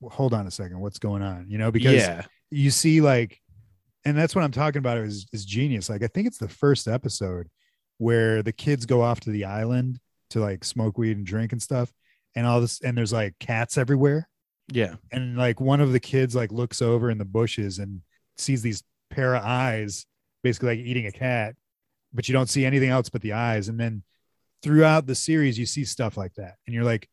[SPEAKER 1] well, hold on a second what's going on you know because
[SPEAKER 2] yeah,
[SPEAKER 1] you see like and that's what i'm talking about is, is genius like i think it's the first episode where the kids go off to the island to like smoke weed and drink and stuff and all this and there's like cats everywhere
[SPEAKER 2] yeah,
[SPEAKER 1] and like one of the kids like looks over in the bushes and sees these pair of eyes basically like eating a cat but you don't see anything else but the eyes and then throughout the series you see stuff like that and you're like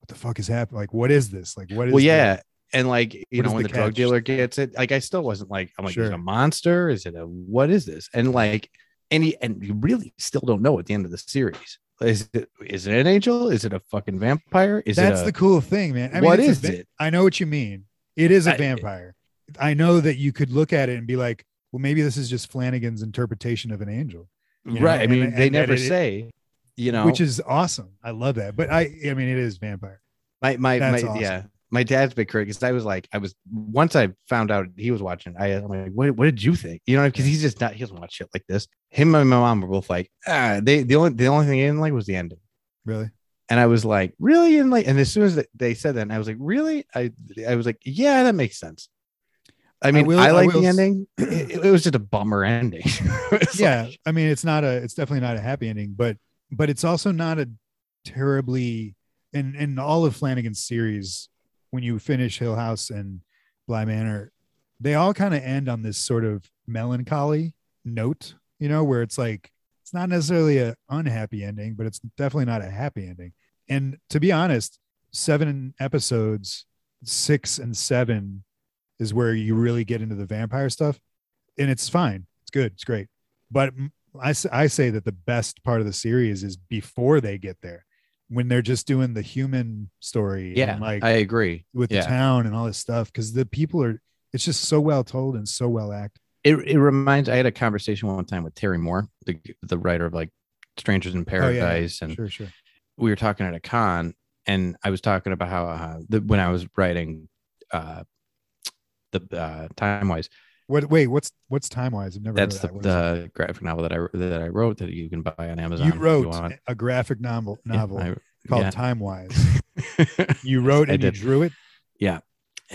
[SPEAKER 1] what the fuck is happening like what is this like what is
[SPEAKER 2] well,
[SPEAKER 1] the-
[SPEAKER 2] yeah. And like, you
[SPEAKER 1] What
[SPEAKER 2] know,
[SPEAKER 1] is
[SPEAKER 2] when
[SPEAKER 1] the
[SPEAKER 2] the, drug
[SPEAKER 1] catch?
[SPEAKER 2] dealer gets it, like, I still wasn't like, I'm like, is it
[SPEAKER 1] Sure.
[SPEAKER 2] a monster? Is it a what is this? And like, and he, and you really still don't know at the end of the series. Is it is it an angel? Is it a fucking vampire? Is
[SPEAKER 1] that's
[SPEAKER 2] it a,
[SPEAKER 1] the cool thing man I mean,
[SPEAKER 2] what
[SPEAKER 1] it's a
[SPEAKER 2] is
[SPEAKER 1] va-
[SPEAKER 2] it?
[SPEAKER 1] i know what you mean it is a
[SPEAKER 2] I-
[SPEAKER 1] vampire i know that you could look at it and be like well maybe this is just flanagan's interpretation of an angel you know,
[SPEAKER 2] right? I
[SPEAKER 1] and-
[SPEAKER 2] mean,
[SPEAKER 1] and
[SPEAKER 2] they
[SPEAKER 1] that
[SPEAKER 2] never
[SPEAKER 1] it-
[SPEAKER 2] say. You know,
[SPEAKER 1] which is awesome i love that but i i mean it is vampire
[SPEAKER 2] My my
[SPEAKER 1] That's
[SPEAKER 2] my
[SPEAKER 1] awesome.
[SPEAKER 2] yeah. My dad's big critic because I was like, I was once I found out he was watching, I, am like, what, what did you think? You know, because he's just not, he doesn't watch shit like this. Him and my mom were both like, ah, they, the only, the only thing they didn't like was the ending.
[SPEAKER 1] really
[SPEAKER 2] And I was like, really? And like, and as soon as they- they said that, and I was like, really? I I was like, yeah, that makes sense. I mean, I,
[SPEAKER 1] will- I
[SPEAKER 2] like
[SPEAKER 1] will
[SPEAKER 2] the
[SPEAKER 1] s-
[SPEAKER 2] ending. It, it was just a bummer ending. It's like-
[SPEAKER 1] yeah i mean it's not a it's definitely not a happy ending but but it's also not a terribly in in all of flanagan's series when you finish hill house and bly manor they all kind of end on this sort of melancholy note you know where it's like it's not necessarily a unhappy ending but it's definitely not a happy ending and to be honest seven episodes six and seven is where you really get into the vampire stuff and it's fine it's good it's great but m- I, s- I say that the best part of the series is before they get there when they're just doing the human story
[SPEAKER 2] yeah,
[SPEAKER 1] and like
[SPEAKER 2] I agree.
[SPEAKER 1] with
[SPEAKER 2] yeah.
[SPEAKER 1] the town and all this stuff because the people are it's just so well told and so well acted
[SPEAKER 2] It it reminds. I had a conversation one time with Terry Moore, the the writer of like Strangers in
[SPEAKER 1] Oh, yeah, yeah,
[SPEAKER 2] Paradise, and
[SPEAKER 1] sure sure
[SPEAKER 2] we were talking at a con and i was talking about how uh, the, when i was writing uh the uh time wise
[SPEAKER 1] what wait what's what's time wise i've never heard
[SPEAKER 2] that's
[SPEAKER 1] of that.
[SPEAKER 2] the,
[SPEAKER 1] What is it?
[SPEAKER 2] the graphic novel that i that i wrote that you can buy on amazon
[SPEAKER 1] you
[SPEAKER 2] if
[SPEAKER 1] wrote
[SPEAKER 2] want.
[SPEAKER 1] a graphic novel
[SPEAKER 2] Yeah,
[SPEAKER 1] novel
[SPEAKER 2] I-
[SPEAKER 1] called
[SPEAKER 2] yeah.
[SPEAKER 1] time wise you wrote
[SPEAKER 2] I
[SPEAKER 1] and you
[SPEAKER 2] did.
[SPEAKER 1] drew it
[SPEAKER 2] and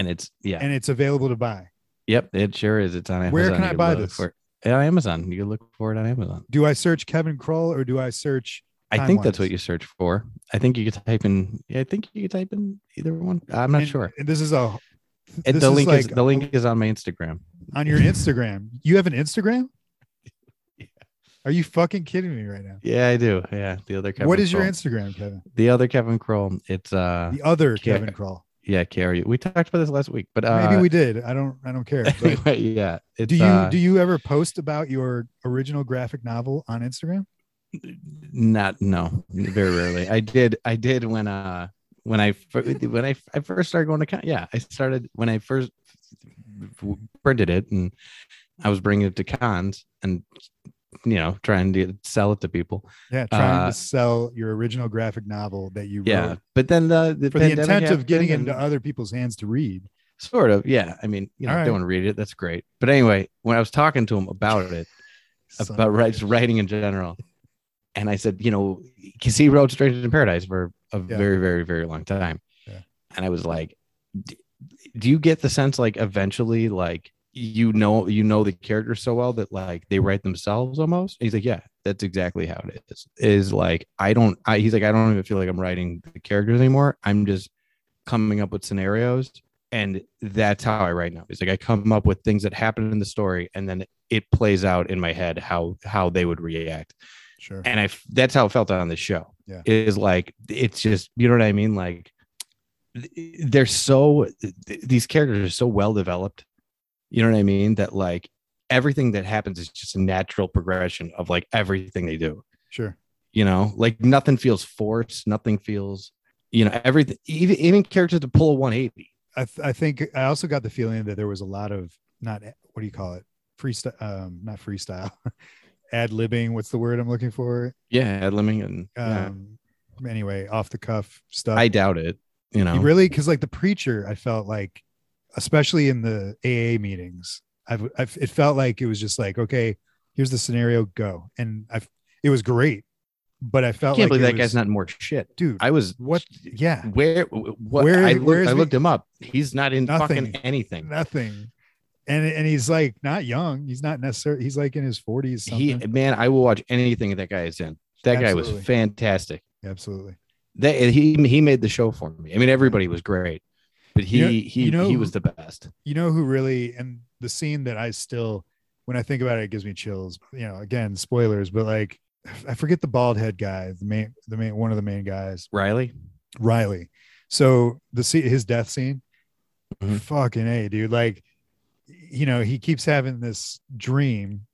[SPEAKER 2] it's yeah
[SPEAKER 1] and it's available to buy
[SPEAKER 2] yep it sure is it's on amazon
[SPEAKER 1] Where can I
[SPEAKER 2] You
[SPEAKER 1] buy
[SPEAKER 2] look
[SPEAKER 1] this?
[SPEAKER 2] for it. on amazon you can look for it on amazon
[SPEAKER 1] do i search kevin kroll or do i search
[SPEAKER 2] i think that's
[SPEAKER 1] Time-wise.
[SPEAKER 2] what you search for i think you could type in yeah, i think you could type in either one i'm not
[SPEAKER 1] and-
[SPEAKER 2] sure
[SPEAKER 1] and this is a
[SPEAKER 2] And
[SPEAKER 1] this
[SPEAKER 2] the link is
[SPEAKER 1] like
[SPEAKER 2] the link is on my instagram
[SPEAKER 1] on your instagram you have an instagram
[SPEAKER 2] Yeah.
[SPEAKER 1] are you fucking kidding me right now
[SPEAKER 2] yeah i do yeah the other Kevin
[SPEAKER 1] what is your
[SPEAKER 2] Kroll.
[SPEAKER 1] instagram kevin
[SPEAKER 2] the other Kevin Kroll. It's uh
[SPEAKER 1] the other
[SPEAKER 2] yeah.
[SPEAKER 1] kevin kroll
[SPEAKER 2] yeah, Carrie. We talked about this last week, but uh,
[SPEAKER 1] maybe we did i don't i don't care but-
[SPEAKER 2] anyway, yeah. It's,
[SPEAKER 1] do you
[SPEAKER 2] uh,
[SPEAKER 1] do you ever post about your original graphic novel on Instagram?
[SPEAKER 2] not no very rarely. I did I did when uh when I fir- when I, I first started going to con- yeah I started when I first printed it and I was bringing it to cons and you know trying to sell it to people.
[SPEAKER 1] Yeah, trying
[SPEAKER 2] Uh,
[SPEAKER 1] to sell your original graphic novel that you
[SPEAKER 2] Yeah,
[SPEAKER 1] wrote
[SPEAKER 2] but then the, the
[SPEAKER 1] for the
[SPEAKER 2] pandemic
[SPEAKER 1] intent of
[SPEAKER 2] happened
[SPEAKER 1] getting it
[SPEAKER 2] and-
[SPEAKER 1] into other people's hands to read.
[SPEAKER 2] Sort of, yeah. I mean, you know,
[SPEAKER 1] All
[SPEAKER 2] if
[SPEAKER 1] right.
[SPEAKER 2] they want to read it, that's great. But anyway, when I was talking to him about it,
[SPEAKER 1] Son
[SPEAKER 2] about
[SPEAKER 1] of a
[SPEAKER 2] wri-
[SPEAKER 1] bitch.
[SPEAKER 2] writing in general, and I said, you know, because he wrote Strangers in Paradise for a
[SPEAKER 1] Yeah.
[SPEAKER 2] very, very, very long time,
[SPEAKER 1] Yeah.
[SPEAKER 2] and I was like, D- do you get the sense like eventually, like you know, you know the characters so well that like they write themselves almost? And he's like, yeah, that's exactly how it is. Is like I don't, I he's like I don't even feel like I'm writing the characters anymore. I'm just coming up with scenarios and that's how I write now. It's like I come up with things that happen in the story, and then it plays out in my head how how they would react.
[SPEAKER 1] Sure.
[SPEAKER 2] And I f- that's how it felt on the show.
[SPEAKER 1] Yeah.
[SPEAKER 2] is like it's just you know what I mean. Like th- they're so th- these characters are so well developed. You know what I mean? That like everything that happens is just a natural progression of like everything they do
[SPEAKER 1] Sure.
[SPEAKER 2] you know like nothing feels forced nothing feels you know everything even, even characters to pull a 180
[SPEAKER 1] I th- I think I also got the feeling that there was a lot of not what do you call it? Freestyle um not freestyle. Ad libbing, what's the word I'm looking for?
[SPEAKER 2] yeah ad libbing and yeah.
[SPEAKER 1] Um anyway, off the cuff stuff.
[SPEAKER 2] i doubt it you know
[SPEAKER 1] You really because like the preacher i felt like especially in the aa meetings I've, I've it felt like it was just like okay here's the scenario go and i it was great but i
[SPEAKER 2] i
[SPEAKER 1] felt
[SPEAKER 2] can't
[SPEAKER 1] like
[SPEAKER 2] believe
[SPEAKER 1] it
[SPEAKER 2] that
[SPEAKER 1] was-
[SPEAKER 2] guy's not in more shit
[SPEAKER 1] dude
[SPEAKER 2] i was
[SPEAKER 1] what yeah
[SPEAKER 2] where what
[SPEAKER 1] Where-
[SPEAKER 2] i,
[SPEAKER 1] where
[SPEAKER 2] looked,
[SPEAKER 1] is
[SPEAKER 2] I
[SPEAKER 1] he?
[SPEAKER 2] looked him up he's not in
[SPEAKER 1] Nothing.
[SPEAKER 2] fucking anything
[SPEAKER 1] nothing and and he's like not young he's not necessarily he's like in his 40s
[SPEAKER 2] he
[SPEAKER 1] something.
[SPEAKER 2] man i will watch anything that guy is in that guy
[SPEAKER 1] Absolutely.
[SPEAKER 2] was fantastic
[SPEAKER 1] absolutely
[SPEAKER 2] that he he made the show for me i mean everybody was great but he
[SPEAKER 1] You know-
[SPEAKER 2] he
[SPEAKER 1] you know
[SPEAKER 2] he
[SPEAKER 1] who-
[SPEAKER 2] was the best
[SPEAKER 1] you know who really and the scene that I still when I think about it, it gives me chills. You know, again, spoilers, but like I forget the bald head guy, the main the main one of the main guys,
[SPEAKER 2] riley
[SPEAKER 1] Riley. So the se- his death scene,
[SPEAKER 2] Mhm.
[SPEAKER 1] fucking a dude. Like, you know, he keeps having this dream,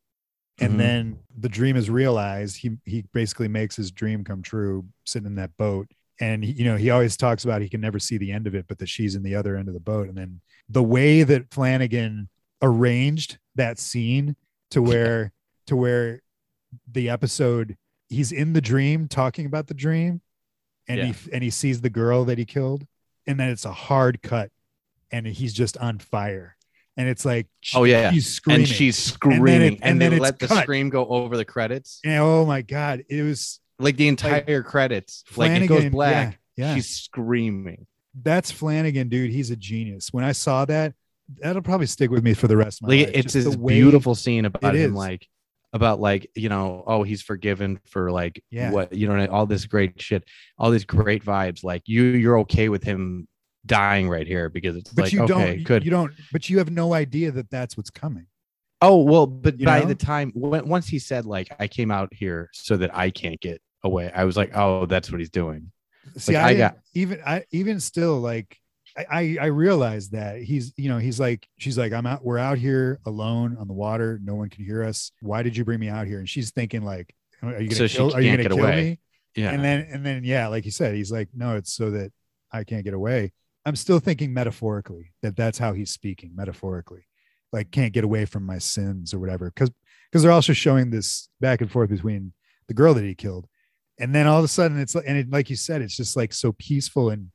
[SPEAKER 1] and
[SPEAKER 2] Mhm.
[SPEAKER 1] then the dream is realized. He he basically makes his dream come true, sitting in that boat. And he- you know, he always talks about he can never see the end of it, but that she's in the other end of the boat. And then the way that Flanagan arranged that scene to where to where the episode he's in the dream talking about the dream and he
[SPEAKER 2] Yeah.
[SPEAKER 1] f- and he sees the girl that he killed and then it's a hard cut and he's just on fire and it's like
[SPEAKER 2] Oh, yeah.
[SPEAKER 1] he's screaming
[SPEAKER 2] and she's screaming and,
[SPEAKER 1] and then
[SPEAKER 2] they
[SPEAKER 1] it's
[SPEAKER 2] let the
[SPEAKER 1] cut.
[SPEAKER 2] scream go over the credits
[SPEAKER 1] And, oh my god it was
[SPEAKER 2] like the entire credits, like it goes black.
[SPEAKER 1] Yeah, yeah.
[SPEAKER 2] She's screaming.
[SPEAKER 1] that's Flanagan, dude. He's a genius. When I saw that, that'll probably stick with me for the rest of my
[SPEAKER 2] Like
[SPEAKER 1] life.
[SPEAKER 2] it's
[SPEAKER 1] Uh, Just the
[SPEAKER 2] this
[SPEAKER 1] way-
[SPEAKER 2] beautiful scene about
[SPEAKER 1] it
[SPEAKER 2] him,
[SPEAKER 1] is.
[SPEAKER 2] like about like you know, oh, he's forgiven for like
[SPEAKER 1] Yeah.
[SPEAKER 2] what you know, all this great shit, all these great vibes. Like you, you're okay with him dying right here because it's
[SPEAKER 1] But
[SPEAKER 2] like
[SPEAKER 1] you
[SPEAKER 2] okay,
[SPEAKER 1] don't.
[SPEAKER 2] good.
[SPEAKER 1] You don't. But you have no idea that that's what's coming.
[SPEAKER 2] Oh well, but
[SPEAKER 1] You
[SPEAKER 2] by
[SPEAKER 1] know?
[SPEAKER 2] the time when, once he said like I came out here so that I can't get away, I was like, oh, that's what he's doing.
[SPEAKER 1] See,
[SPEAKER 2] Like,
[SPEAKER 1] I,
[SPEAKER 2] I
[SPEAKER 1] got even. I even still like. I, I I realized that he's you know he's like she's like I'm out we're out here alone on the water no one can hear us why did you bring me out here and she's thinking like are you gonna
[SPEAKER 2] So she
[SPEAKER 1] kill, are you
[SPEAKER 2] can't
[SPEAKER 1] gonna
[SPEAKER 2] get
[SPEAKER 1] kill
[SPEAKER 2] away.
[SPEAKER 1] me
[SPEAKER 2] Yeah,
[SPEAKER 1] and then and then yeah like you said he's like no it's so that i can't get away i'm still thinking metaphorically that that's how he's speaking metaphorically like can't get away from my sins or whatever because because they're also showing this back and forth between the girl that he killed and then all of a sudden it's like and it, like you said it's just like so peaceful and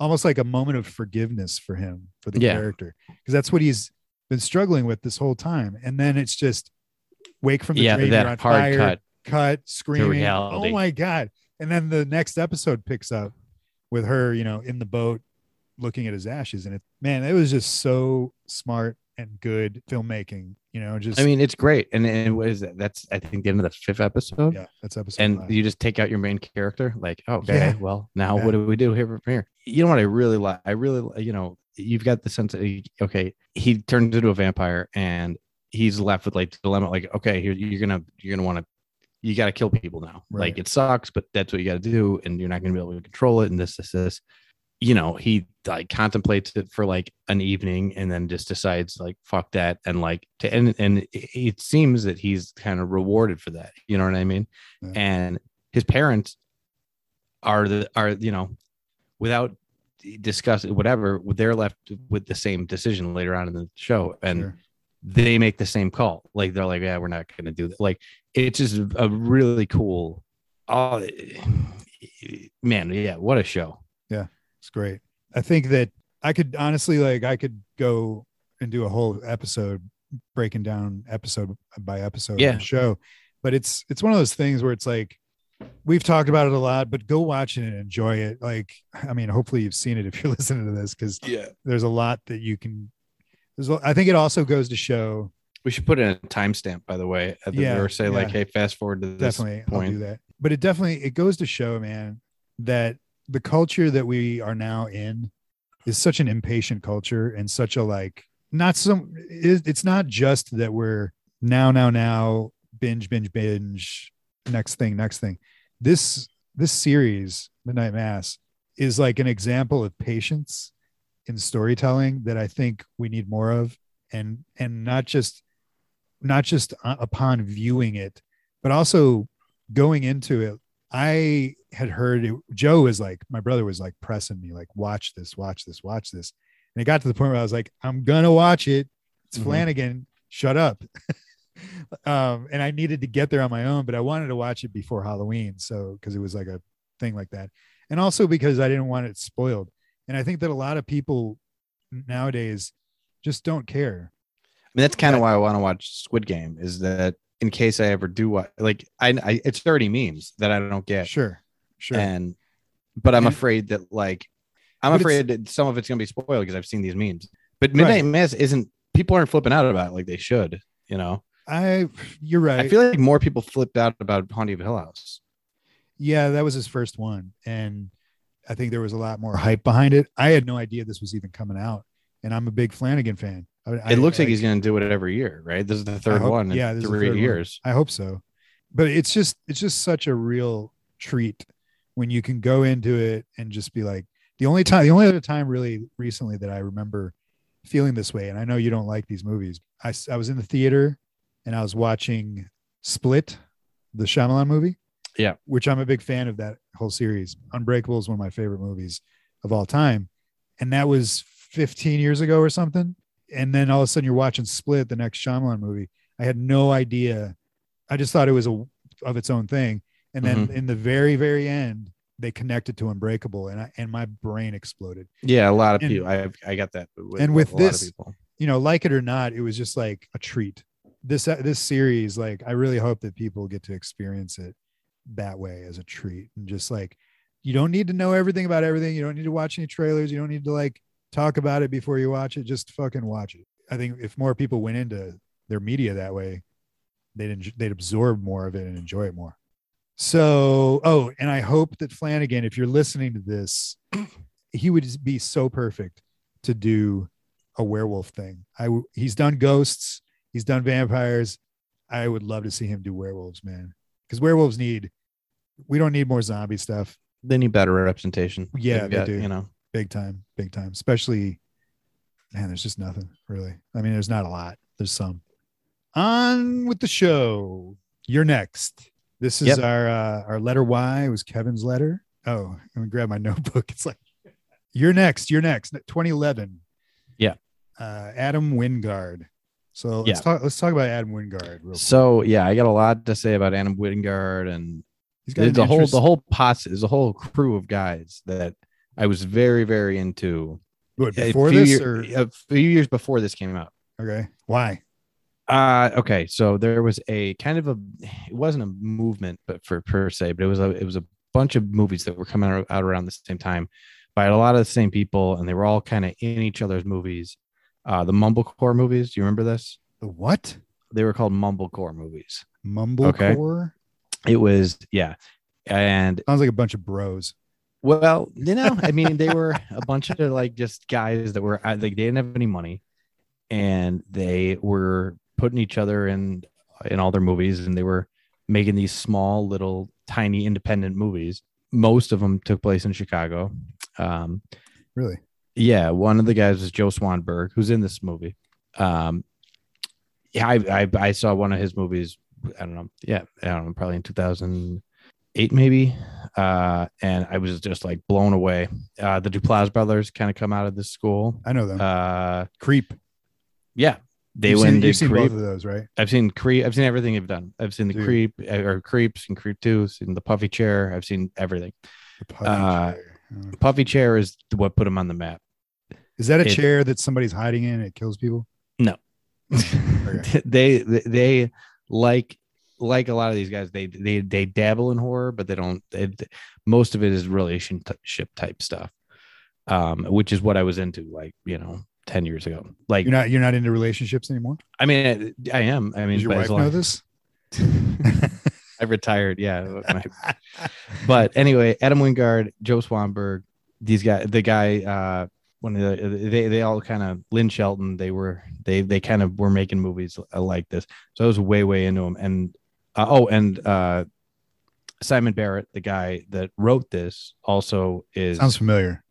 [SPEAKER 1] almost like a moment of forgiveness for him for the
[SPEAKER 2] Yeah.
[SPEAKER 1] character because that's what he's been struggling with this whole time and then it's just wake from the
[SPEAKER 2] yeah,
[SPEAKER 1] grave, you're on
[SPEAKER 2] that hard
[SPEAKER 1] fire,
[SPEAKER 2] cut.
[SPEAKER 1] cut screaming oh
[SPEAKER 2] reality.
[SPEAKER 1] my god and then the next episode picks up with her you know in the boat looking at his ashes and it man it was just so smart and good filmmaking you know just
[SPEAKER 2] I mean, it's great. And and what is that? That's I think the end of the fifth episode.
[SPEAKER 1] yeah that's episode
[SPEAKER 2] And
[SPEAKER 1] five.
[SPEAKER 2] you just take out your main character, like, oh, okay,
[SPEAKER 1] Yeah.
[SPEAKER 2] well, now
[SPEAKER 1] Yeah.
[SPEAKER 2] what do we do here from here? You know what I really like? I really, li- you know, you've got the sense that, he- okay, he turns into a vampire and he's left with like dilemma, like, okay, here you're gonna you're gonna want to, you got to kill people now.
[SPEAKER 1] Right.
[SPEAKER 2] Like it sucks, but that's what you got to do, and you're not gonna be able to control it, and this, this, this. You know, he like contemplates it for like an evening, and then just decides like, fuck that, and like to and and it- it seems that he's kind of rewarded for that. You know what I mean?
[SPEAKER 1] Yeah.
[SPEAKER 2] And his parents are the are you know without discuss whatever they're left with the same decision later on in the show and
[SPEAKER 1] Sure.
[SPEAKER 2] they make the same call like they're like yeah we're not going to do that like it's just a really cool oh man yeah what a show
[SPEAKER 1] it's great i think that i could honestly like i could go and do a whole episode breaking down episode by episode of
[SPEAKER 2] Yeah.
[SPEAKER 1] the show but it's it's one of those things where it's like we've talked about it a lot but go watch it and enjoy it like i mean hopefully you've seen it if you're listening to this because
[SPEAKER 2] yeah
[SPEAKER 1] there's a lot that you can there's a, i think it also goes to show
[SPEAKER 2] we should put in a timestamp by the way at the,
[SPEAKER 1] Yeah,
[SPEAKER 2] or say like
[SPEAKER 1] yeah.
[SPEAKER 2] hey fast forward to this
[SPEAKER 1] definitely i'll
[SPEAKER 2] point.
[SPEAKER 1] do that but it definitely it goes to show man that the culture that we are now in is such an impatient culture and such a like not some it, it's not just that we're now now now binge binge binge next thing next thing this this series midnight mass is like an example of patience in storytelling that i think we need more of and and not just not just u- upon viewing it but also going into it i had heard it, joe was like my brother was like pressing me like watch this watch this watch this and it got to the point where i was like i'm gonna watch it it's
[SPEAKER 2] Mhm.
[SPEAKER 1] flanagan shut up um and i needed to get there on my own but i wanted to watch it before halloween so because it was like a thing like that and also because i didn't want it spoiled and i think that a lot of people nowadays just don't care
[SPEAKER 2] I mean, that's kind of why I want to watch Squid Game is that in case I ever do what, like, I, I it's 30 memes that I don't get.
[SPEAKER 1] sure sure
[SPEAKER 2] And, but I'm
[SPEAKER 1] And-
[SPEAKER 2] afraid that, like, I'm
[SPEAKER 1] But it's-
[SPEAKER 2] afraid that some of it's going to be spoiled because I've seen these memes. But Midnight Mass isn't, people aren't flipping out about it like they should, you know?
[SPEAKER 1] i you're right
[SPEAKER 2] I feel like more people flipped out about Haunting of Hill House.
[SPEAKER 1] yeah that was his first one and i think there was a lot more hype behind it i had no idea this was even coming out and i'm a big flanagan fan I,
[SPEAKER 2] It looks like he's going to do it every year, right? This is the third
[SPEAKER 1] hope-
[SPEAKER 2] one in
[SPEAKER 1] yeah, this is the
[SPEAKER 2] three
[SPEAKER 1] third one.
[SPEAKER 2] years.
[SPEAKER 1] I hope so. But it's just it's just such a real treat when you can go into it and just be like the only time the only other time really recently that I remember feeling this way and I know you don't like these movies. I s- I was in the theater and I was watching Split, the Shyamalan movie.
[SPEAKER 2] Yeah.
[SPEAKER 1] Which I'm a big fan of that whole series. Unbreakable is one of my favorite movies of all time. And that was 15 years ago or something. And then all of a sudden you're watching Split, the next Shyamalan movie. I had no idea. I just thought it was a of its own thing. And then in the very, very end, they connected to Unbreakable, and I and my brain exploded.
[SPEAKER 2] Yeah, a lot of
[SPEAKER 1] And-
[SPEAKER 2] people. I've, I got that. With,
[SPEAKER 1] and with
[SPEAKER 2] a lot of
[SPEAKER 1] this-
[SPEAKER 2] people.
[SPEAKER 1] You know, like it or not, it was just uh, like a treat. This this series, like, I really hope that people get to experience it that way as a treat and just like you don't need to know everything about everything you don't need to watch any trailers you don't need to like talk about it before you watch it just fucking watch it i think if more people went into their media that way they'd enj- they'd absorb more of it and enjoy it more so oh and i hope that flanagan if you're listening to this he would be so perfect to do a werewolf thing i w- he's done ghosts he's done vampires i would love to see him do werewolves man because werewolves need we don't need more zombie stuff
[SPEAKER 2] They need better representation.
[SPEAKER 1] Yeah,
[SPEAKER 2] They've
[SPEAKER 1] they
[SPEAKER 2] got,
[SPEAKER 1] do.
[SPEAKER 2] You know,
[SPEAKER 1] big time big time especially man there's just nothing really i mean there's not a lot there's some on with the show you're next this is
[SPEAKER 2] Yep.
[SPEAKER 1] our uh, our letter y was kevin's letter oh let me grab my notebook it's like you're next you're next 2011
[SPEAKER 2] Yeah.
[SPEAKER 1] uh adam wingard so let's
[SPEAKER 2] Yeah.
[SPEAKER 1] talk let's talk about adam wingard real quick.
[SPEAKER 2] so yeah, I got a lot to say about Adam Wingard and
[SPEAKER 1] he's
[SPEAKER 2] the
[SPEAKER 1] an
[SPEAKER 2] whole
[SPEAKER 1] interest-
[SPEAKER 2] the whole posse is a whole crew of guys that I was very very into
[SPEAKER 1] what,
[SPEAKER 2] A
[SPEAKER 1] before
[SPEAKER 2] few
[SPEAKER 1] this
[SPEAKER 2] year-
[SPEAKER 1] or
[SPEAKER 2] a few years before this came out.
[SPEAKER 1] okay why
[SPEAKER 2] Uh okay, so there was a kind of a it wasn't a movement but for per se, but it was a it was a bunch of movies that were coming out, out around the same time by a lot of the same people and they were all kind of in each other's movies. Uh the mumblecore movies, do you remember this?
[SPEAKER 1] the what
[SPEAKER 2] They were called mumblecore movies.
[SPEAKER 1] mumblecore
[SPEAKER 2] It was yeah. And
[SPEAKER 1] sounds like a bunch of bros
[SPEAKER 2] well, you know, I mean they were a bunch of like just guys that were like they didn't have any money and they were putting each other in in all their movies and they were making these small little tiny independent movies most of them took place in chicago um
[SPEAKER 1] really
[SPEAKER 2] yeah one of the guys was joe swanberg who's in this movie um yeah i i, I saw one of his movies i don't know yeah i don't know probably in 2008 maybe uh and i was just like blown away uh the duplass brothers kind of come out of this school
[SPEAKER 1] I know them.
[SPEAKER 2] uh
[SPEAKER 1] Creep.
[SPEAKER 2] yeah they
[SPEAKER 1] you've
[SPEAKER 2] went
[SPEAKER 1] Seen,
[SPEAKER 2] to
[SPEAKER 1] you've seen
[SPEAKER 2] Creep.
[SPEAKER 1] both of those, right?
[SPEAKER 2] I've seen creep. I've seen everything you've done. I've seen the
[SPEAKER 1] Dude.
[SPEAKER 2] creep uh, or creeps and creep two. Seen the puffy chair. I've seen everything.
[SPEAKER 1] The puppy
[SPEAKER 2] Uh,
[SPEAKER 1] chair. Oh.
[SPEAKER 2] The puffy chair is what put him on the map.
[SPEAKER 1] Is that a
[SPEAKER 2] it-
[SPEAKER 1] chair that somebody's hiding in and it kills people?
[SPEAKER 2] they they like like a lot of these guys. They they they dabble in horror, but they don't. They, most of it is relationship type stuff, um, which is what I was into. Like you know, ten years ago. Like
[SPEAKER 1] You're not you're not into relationships anymore?
[SPEAKER 2] I mean, I, I am. I mean,
[SPEAKER 1] Does your
[SPEAKER 2] but as
[SPEAKER 1] wife know
[SPEAKER 2] long-
[SPEAKER 1] this?
[SPEAKER 2] I retired. Yeah. what can I- but anyway, Adam Wingard, Joe Swanberg, these guys, the guy, uh, one of the, they, they all kind of Lynn Shelton, they were, they, they kind of were making movies uh, like this. So I was way, way into them. And, uh, oh, and, uh, Simon Barrett, the guy that wrote this also is
[SPEAKER 1] Sounds familiar.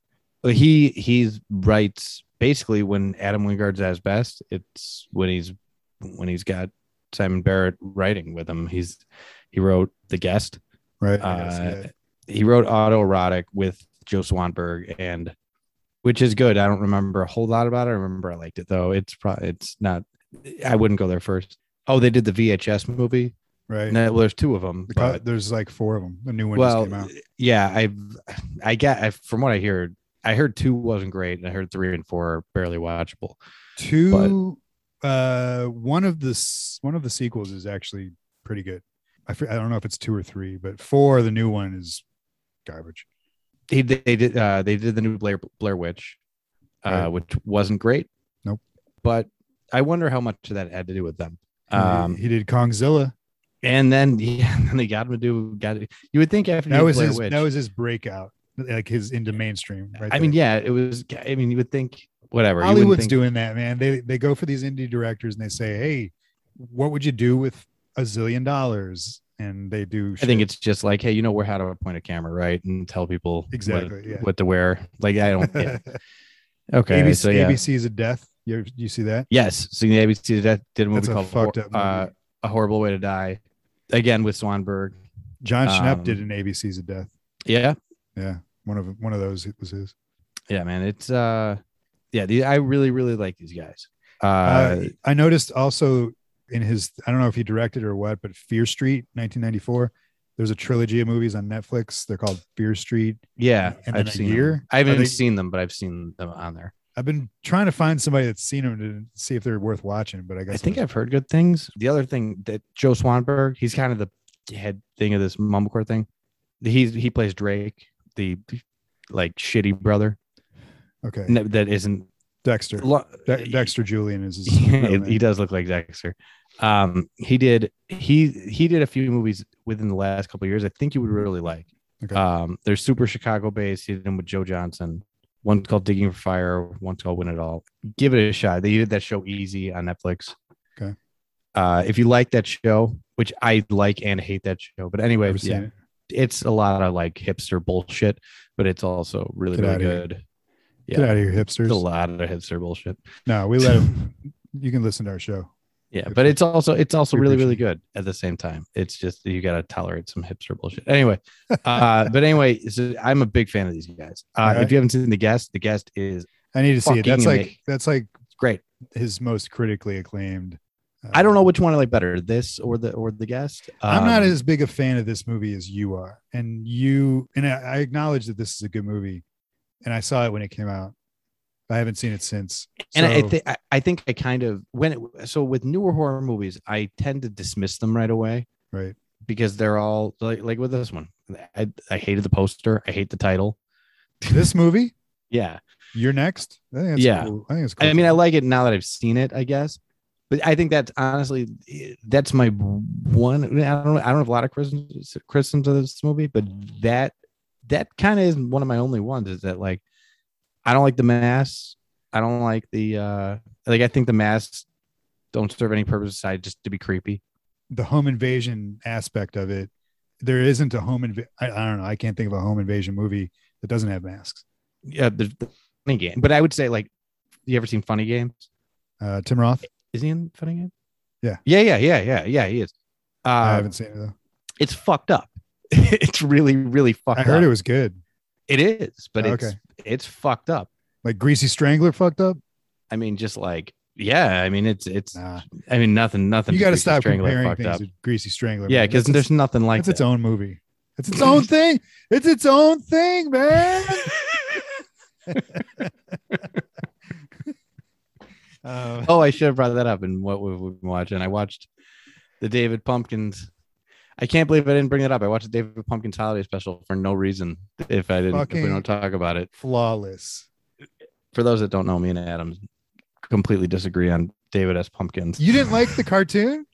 [SPEAKER 2] he, he's writes basically when Adam Wingard's at his best, it's when he's, when he's got Simon Barrett writing with him, he's, he wrote the guest
[SPEAKER 1] Right. I gotta see
[SPEAKER 2] uh,
[SPEAKER 1] that.
[SPEAKER 2] he wrote autoerotic with joe swanberg and which is good i don't remember a whole lot about it i remember i liked it though it's probably it's not i wouldn't go there first oh they did the vhs movie
[SPEAKER 1] right.
[SPEAKER 2] no, well there's two of them
[SPEAKER 1] The co-
[SPEAKER 2] but,
[SPEAKER 1] there's like four of them. The new one just came
[SPEAKER 2] well
[SPEAKER 1] out.
[SPEAKER 2] yeah i've i got I, from what i heard i heard two wasn't great and i heard three and four are barely watchable
[SPEAKER 1] Two uh one of the s- one of the sequels is actually pretty good. I, fr- I don't know if it's two or three, but four, the new one is garbage.
[SPEAKER 2] he they did uh they did the new Blair Blair Witch, uh,
[SPEAKER 1] Right.
[SPEAKER 2] which wasn't great.
[SPEAKER 1] Nope.
[SPEAKER 2] But I wonder how much of that had to do with them.
[SPEAKER 1] Um,
[SPEAKER 2] Um,
[SPEAKER 1] he, he did Kongzilla.
[SPEAKER 2] and then yeah, and then they got him to do got it. You would think after
[SPEAKER 1] That
[SPEAKER 2] doing
[SPEAKER 1] was
[SPEAKER 2] Blair
[SPEAKER 1] his
[SPEAKER 2] Witch,
[SPEAKER 1] that was his breakout, like his into mainstream. Right
[SPEAKER 2] I mean,
[SPEAKER 1] there.
[SPEAKER 2] yeah, it was. I mean, you would think whatever you wouldn't
[SPEAKER 1] Hollywood's
[SPEAKER 2] think-
[SPEAKER 1] doing that, man. They they go for these indie directors and they say, "Hey, what would you do with a zillion dollars?" And they do.
[SPEAKER 2] I think it's just like, hey, you know, we're how to point a camera, right, and tell people what-
[SPEAKER 1] Exactly, yeah.
[SPEAKER 2] what to wear. Like I don't. yeah. Okay,
[SPEAKER 1] ABC,
[SPEAKER 2] so yeah.
[SPEAKER 1] ABC's a death. You you see that?
[SPEAKER 2] Yes, so the ABC did, that- did a movie
[SPEAKER 1] That's a
[SPEAKER 2] called
[SPEAKER 1] fucked
[SPEAKER 2] Hor-
[SPEAKER 1] up.
[SPEAKER 2] uh,
[SPEAKER 1] movie.
[SPEAKER 2] a horrible way to die, again with Swanberg.
[SPEAKER 1] John Schnepp
[SPEAKER 2] um,
[SPEAKER 1] did an ABC's a death.
[SPEAKER 2] Yeah,
[SPEAKER 1] Yeah, one of one of those was his.
[SPEAKER 2] yeah man it's uh yeah the, i really really like these guys uh,
[SPEAKER 1] Uh, I noticed also in his I don't know if he directed or what, but Fear Street, 1994. There's a trilogy of movies on Netflix. They're called Fear Street.
[SPEAKER 2] yeah
[SPEAKER 1] and then
[SPEAKER 2] i've
[SPEAKER 1] a
[SPEAKER 2] seen
[SPEAKER 1] year?
[SPEAKER 2] them. i
[SPEAKER 1] Are
[SPEAKER 2] haven't
[SPEAKER 1] they-
[SPEAKER 2] seen them but i've seen them on there
[SPEAKER 1] I've been trying to find somebody that's seen them to see if they're worth watching, but I guess
[SPEAKER 2] i think i've heard good things the other thing that joe swanberg he's kind of the head thing of this mumblecore thing. He's he plays Drake, the like shitty brother
[SPEAKER 1] Okay.
[SPEAKER 2] n- that isn't
[SPEAKER 1] Dexter.
[SPEAKER 2] lo-
[SPEAKER 1] De- Dexter Julian is his
[SPEAKER 2] he
[SPEAKER 1] real
[SPEAKER 2] he
[SPEAKER 1] name.
[SPEAKER 2] does look like Dexter. Um, he did he he did a few movies within the last couple of years. I think you would really like.
[SPEAKER 1] Okay.
[SPEAKER 2] Um, they're super Chicago based. He did them with Joe Johnson. One's called Digging for Fire. One's called Win It All. Give it a shot. They did that show Easy on Netflix.
[SPEAKER 1] Okay.
[SPEAKER 2] Uh, if you like that show, which I like and hate that show, but anyway,
[SPEAKER 1] Never seen
[SPEAKER 2] yeah,
[SPEAKER 1] it.
[SPEAKER 2] it's a lot of like hipster bullshit, but it's also really
[SPEAKER 1] Get
[SPEAKER 2] really
[SPEAKER 1] outta here.
[SPEAKER 2] good.
[SPEAKER 1] Get out of here, hipsters.
[SPEAKER 2] It's a lot of hipster bullshit.
[SPEAKER 1] No, we let him. You can listen to our show.
[SPEAKER 2] Yeah,
[SPEAKER 1] Good
[SPEAKER 2] but
[SPEAKER 1] for-
[SPEAKER 2] it's also it's also
[SPEAKER 1] we
[SPEAKER 2] really really
[SPEAKER 1] appreciate
[SPEAKER 2] good at the same time. It's just that you got to tolerate some hipster bullshit. Anyway, uh, but anyway, so I'm a big fan of these guys. Uh,
[SPEAKER 1] Alright.
[SPEAKER 2] If you haven't seen the guest, the guest is
[SPEAKER 1] I need to see it. That's
[SPEAKER 2] Fucking
[SPEAKER 1] like
[SPEAKER 2] amazing.
[SPEAKER 1] that's like
[SPEAKER 2] great.
[SPEAKER 1] his most critically acclaimed. uh,
[SPEAKER 2] I don't know which one I like better, this or the or the guest.
[SPEAKER 1] I'm not
[SPEAKER 2] Um,
[SPEAKER 1] as big a fan of this movie as you are, and you and I, I acknowledge that this is a good movie, and I saw it when it came out. I haven't seen it since.
[SPEAKER 2] and I, I
[SPEAKER 1] So,
[SPEAKER 2] think I- I think I kind of when it, so with newer horror movies, I tend to dismiss them right away
[SPEAKER 1] right,
[SPEAKER 2] because they're all like like with this one. I, I hated the poster. I hate the title.
[SPEAKER 1] this movie,
[SPEAKER 2] Yeah,
[SPEAKER 1] you're next. I think that's
[SPEAKER 2] Yeah.
[SPEAKER 1] cool. I think it's. Cool.
[SPEAKER 2] I mean, I like it now that I've seen it, I guess. But I think that's honestly that's my one. I don't know, I don't have a lot of criticisms criticisms of this movie, but that that kind of is one of my only ones. Is that like I don't like the mass. I don't like the uh like I think the masks don't serve any purpose aside just to be creepy.
[SPEAKER 1] the home invasion aspect of it. There isn't a home invasion. I, I don't know. I can't think of a home invasion movie that doesn't have masks.
[SPEAKER 2] Yeah, the, the funny game. But I would say like you ever seen Funny Games?
[SPEAKER 1] Uh, Tim Roth.
[SPEAKER 2] Is he in Funny Games?
[SPEAKER 1] Yeah.
[SPEAKER 2] yeah, yeah, yeah, yeah, yeah. He is. Uh,
[SPEAKER 1] I haven't seen it though.
[SPEAKER 2] it's fucked up. it's really, really fucked
[SPEAKER 1] I heard
[SPEAKER 2] up.
[SPEAKER 1] it was good.
[SPEAKER 2] it is, but
[SPEAKER 1] Oh,
[SPEAKER 2] it's
[SPEAKER 1] okay.
[SPEAKER 2] it's fucked up.
[SPEAKER 1] Like Greasy Strangler fucked up.
[SPEAKER 2] I mean, just like yeah, I mean it's it's
[SPEAKER 1] Nah,
[SPEAKER 2] I mean nothing nothing.
[SPEAKER 1] you got to
[SPEAKER 2] Greasy
[SPEAKER 1] stop
[SPEAKER 2] Strangler
[SPEAKER 1] comparing
[SPEAKER 2] fucked
[SPEAKER 1] things
[SPEAKER 2] up.
[SPEAKER 1] to Greasy Strangler.
[SPEAKER 2] Yeah,
[SPEAKER 1] man.
[SPEAKER 2] because
[SPEAKER 1] That's
[SPEAKER 2] there's nothing like
[SPEAKER 1] it's its
[SPEAKER 2] that.
[SPEAKER 1] own movie. It's its own thing. It's its own thing, man. um,
[SPEAKER 2] oh, I should have brought that up. And what we've we've been watching, I watched the David Pumpkins. I can't believe I didn't bring that up. I watched the David Pumpkins holiday special for no reason. If I didn't, if
[SPEAKER 1] Fucking-
[SPEAKER 2] we don't talk about it,
[SPEAKER 1] flawless.
[SPEAKER 2] for those that don't know, me and Adam completely disagree on David S. Pumpkins.
[SPEAKER 1] You didn't like the cartoon,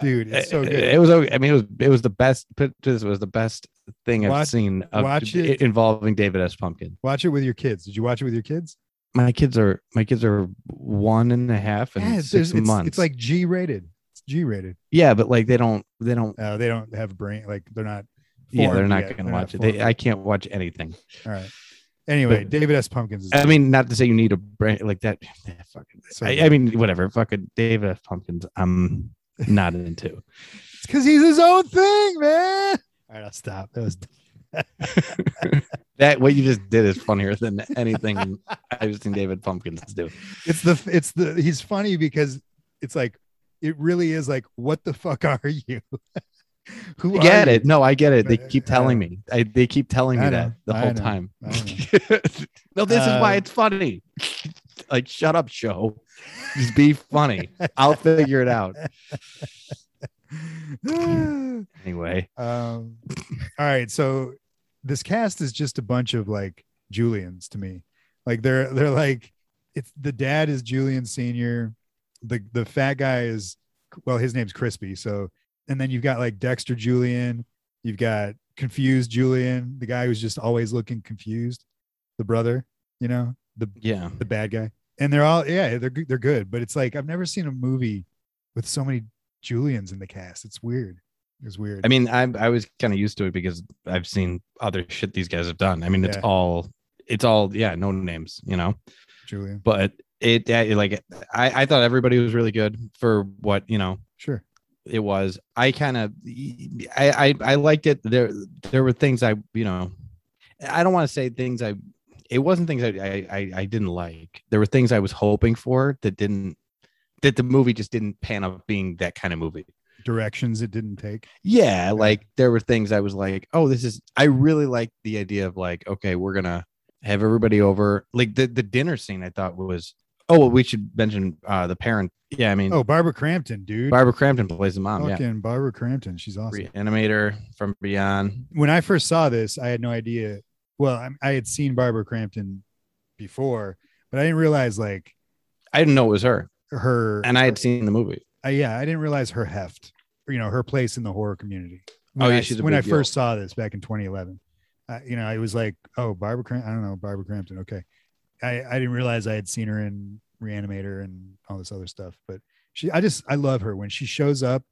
[SPEAKER 1] dude? It's so
[SPEAKER 2] it,
[SPEAKER 1] good.
[SPEAKER 2] it was. o- I mean, it was. It was the best. Put it this, way, it was the best thing I've
[SPEAKER 1] Watch-
[SPEAKER 2] seen of,
[SPEAKER 1] watch
[SPEAKER 2] i-
[SPEAKER 1] it.
[SPEAKER 2] involving David S. Pumpkin.
[SPEAKER 1] Watch it with your kids. Did you watch it with your kids?
[SPEAKER 2] My kids are. My kids are one and a half and
[SPEAKER 1] it's,
[SPEAKER 2] six
[SPEAKER 1] it's-
[SPEAKER 2] months.
[SPEAKER 1] it's like G rated. It's G rated.
[SPEAKER 2] yeah, but like they don't. They don't.
[SPEAKER 1] Uh, they don't have brain. Like they're not.
[SPEAKER 2] Yeah, they're
[SPEAKER 1] formed
[SPEAKER 2] not
[SPEAKER 1] yet.
[SPEAKER 2] going
[SPEAKER 1] not
[SPEAKER 2] to watch it. They,
[SPEAKER 1] formed.
[SPEAKER 2] I can't watch anything.
[SPEAKER 1] All right. Anyway,
[SPEAKER 2] But-
[SPEAKER 1] David S. Pumpkins. Is
[SPEAKER 2] I mean, not to say you need a brain like that. that fucking,
[SPEAKER 1] so
[SPEAKER 2] I, I mean, whatever. Fucking David S. Pumpkins. I'm not into.
[SPEAKER 1] because he's his own thing, man. All right, I'll stop. That was
[SPEAKER 2] That what you just did is funnier than anything I've seen David Pumpkins do.
[SPEAKER 1] it's the it's the he's funny because it's like it really is like what the fuck are you? Who
[SPEAKER 2] I get
[SPEAKER 1] are
[SPEAKER 2] it.
[SPEAKER 1] you?
[SPEAKER 2] No, I get it. They
[SPEAKER 1] But,
[SPEAKER 2] keep
[SPEAKER 1] uh, I
[SPEAKER 2] telling me. I, they keep telling
[SPEAKER 1] I
[SPEAKER 2] me
[SPEAKER 1] know.
[SPEAKER 2] that the
[SPEAKER 1] I
[SPEAKER 2] whole
[SPEAKER 1] know.
[SPEAKER 2] time.
[SPEAKER 1] I
[SPEAKER 2] no, this is why
[SPEAKER 1] Uh,
[SPEAKER 2] it's funny. like, shut up, show. Just be funny. I'll figure it out.
[SPEAKER 1] um,
[SPEAKER 2] Anyway,
[SPEAKER 1] all right, so this cast is just a bunch of like Julians to me. Like they're they're like it's the dad is Julian senior, the the fat guy is well his name's Crispy. So and then you've got like Dexter Julian, you've got confused Julian, the guy who's just always looking confused, the brother, you know, the
[SPEAKER 2] yeah.
[SPEAKER 1] the bad guy. And they're all yeah, they're good- they're good, but it's like I've never seen a movie with so many Julians in the cast. It's weird. It's weird.
[SPEAKER 2] I mean, I I was kind of used to it because I've seen other shit these guys have done. I mean, it's
[SPEAKER 1] Yeah.
[SPEAKER 2] all it's all yeah, no names, you know.
[SPEAKER 1] Julian.
[SPEAKER 2] But it I- like I I thought everybody was really good for what you know
[SPEAKER 1] Sure.
[SPEAKER 2] it was i kind of I, I i liked it there there were things i you know i don't want to say things i it wasn't things I, I i i didn't like there were things i was hoping for that didn't that the movie just didn't pan up being that kind of movie
[SPEAKER 1] Directions it didn't take.
[SPEAKER 2] yeah like there were things i was like oh this is i really liked the idea of like okay we're gonna have everybody over like the the dinner scene i thought was Oh, well, we should mention uh, the parent. Yeah, I mean,
[SPEAKER 1] Oh, Barbara Crampton, dude.
[SPEAKER 2] Barbara Crampton plays the mom. Yeah,
[SPEAKER 1] Fucking Barbara Crampton. She's awesome.
[SPEAKER 2] reanimator from beyond.
[SPEAKER 1] when I first saw this, I had no idea. Well, I, I had seen Barbara Crampton before, but I didn't realize like
[SPEAKER 2] I didn't know it was her,
[SPEAKER 1] her.
[SPEAKER 2] and I had seen the movie.
[SPEAKER 1] I- yeah, I didn't realize her heft. or, You know, her place in the horror community.
[SPEAKER 2] Oh, yeah,
[SPEAKER 1] I-
[SPEAKER 2] she's a
[SPEAKER 1] when
[SPEAKER 2] big
[SPEAKER 1] I first saw this back in 2011, uh, you know, I was like, oh, Barbara. Cramp- I don't know, Barbara Crampton. Okay, I I didn't realize I had seen her in Reanimator and all this other stuff, but she, I just, I love her when she shows up.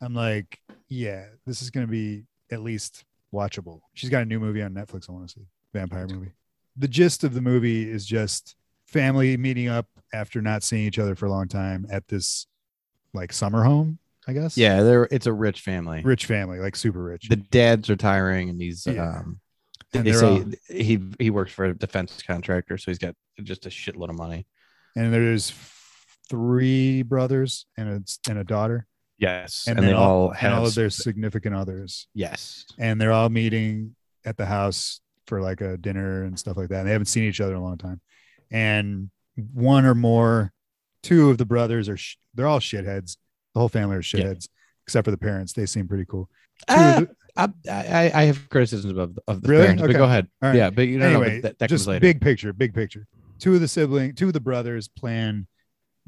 [SPEAKER 1] I'm like, yeah, this is going to be at least watchable. She's got a new movie on Netflix. I want to see vampire movie. The gist of the movie is just family meeting up after not seeing each other for a long time at this like summer home, I guess.
[SPEAKER 2] Yeah, they're it's a rich family.
[SPEAKER 1] Rich family, like super rich.
[SPEAKER 2] The dads are tiring, and he's
[SPEAKER 1] Yeah.
[SPEAKER 2] um,
[SPEAKER 1] And
[SPEAKER 2] they
[SPEAKER 1] they're
[SPEAKER 2] say
[SPEAKER 1] all-
[SPEAKER 2] he he works for a defense contractor, so he's got just a shitload of money.
[SPEAKER 1] and there's three brothers and a, and a daughter
[SPEAKER 2] Yes,
[SPEAKER 1] And
[SPEAKER 2] and,
[SPEAKER 1] then
[SPEAKER 2] they all,
[SPEAKER 1] all-
[SPEAKER 2] have
[SPEAKER 1] and all of their significant others
[SPEAKER 2] yes.
[SPEAKER 1] and they're all meeting at the house for like a dinner and stuff like that and they haven't seen each other in a long time and one or more two of the brothers are sh- they're all shitheads the whole family are
[SPEAKER 2] Yeah.
[SPEAKER 1] shitheads except for the parents they seem pretty cool Two of
[SPEAKER 2] Ah,
[SPEAKER 1] the-
[SPEAKER 2] I, I I have criticisms of of the
[SPEAKER 1] Really?
[SPEAKER 2] parents,
[SPEAKER 1] Okay.
[SPEAKER 2] but go ahead.
[SPEAKER 1] All right.
[SPEAKER 2] Yeah, but you know,
[SPEAKER 1] anyway,
[SPEAKER 2] but that, that
[SPEAKER 1] just
[SPEAKER 2] comes later.
[SPEAKER 1] big picture, big picture. Two of the sibling, two of the brothers plan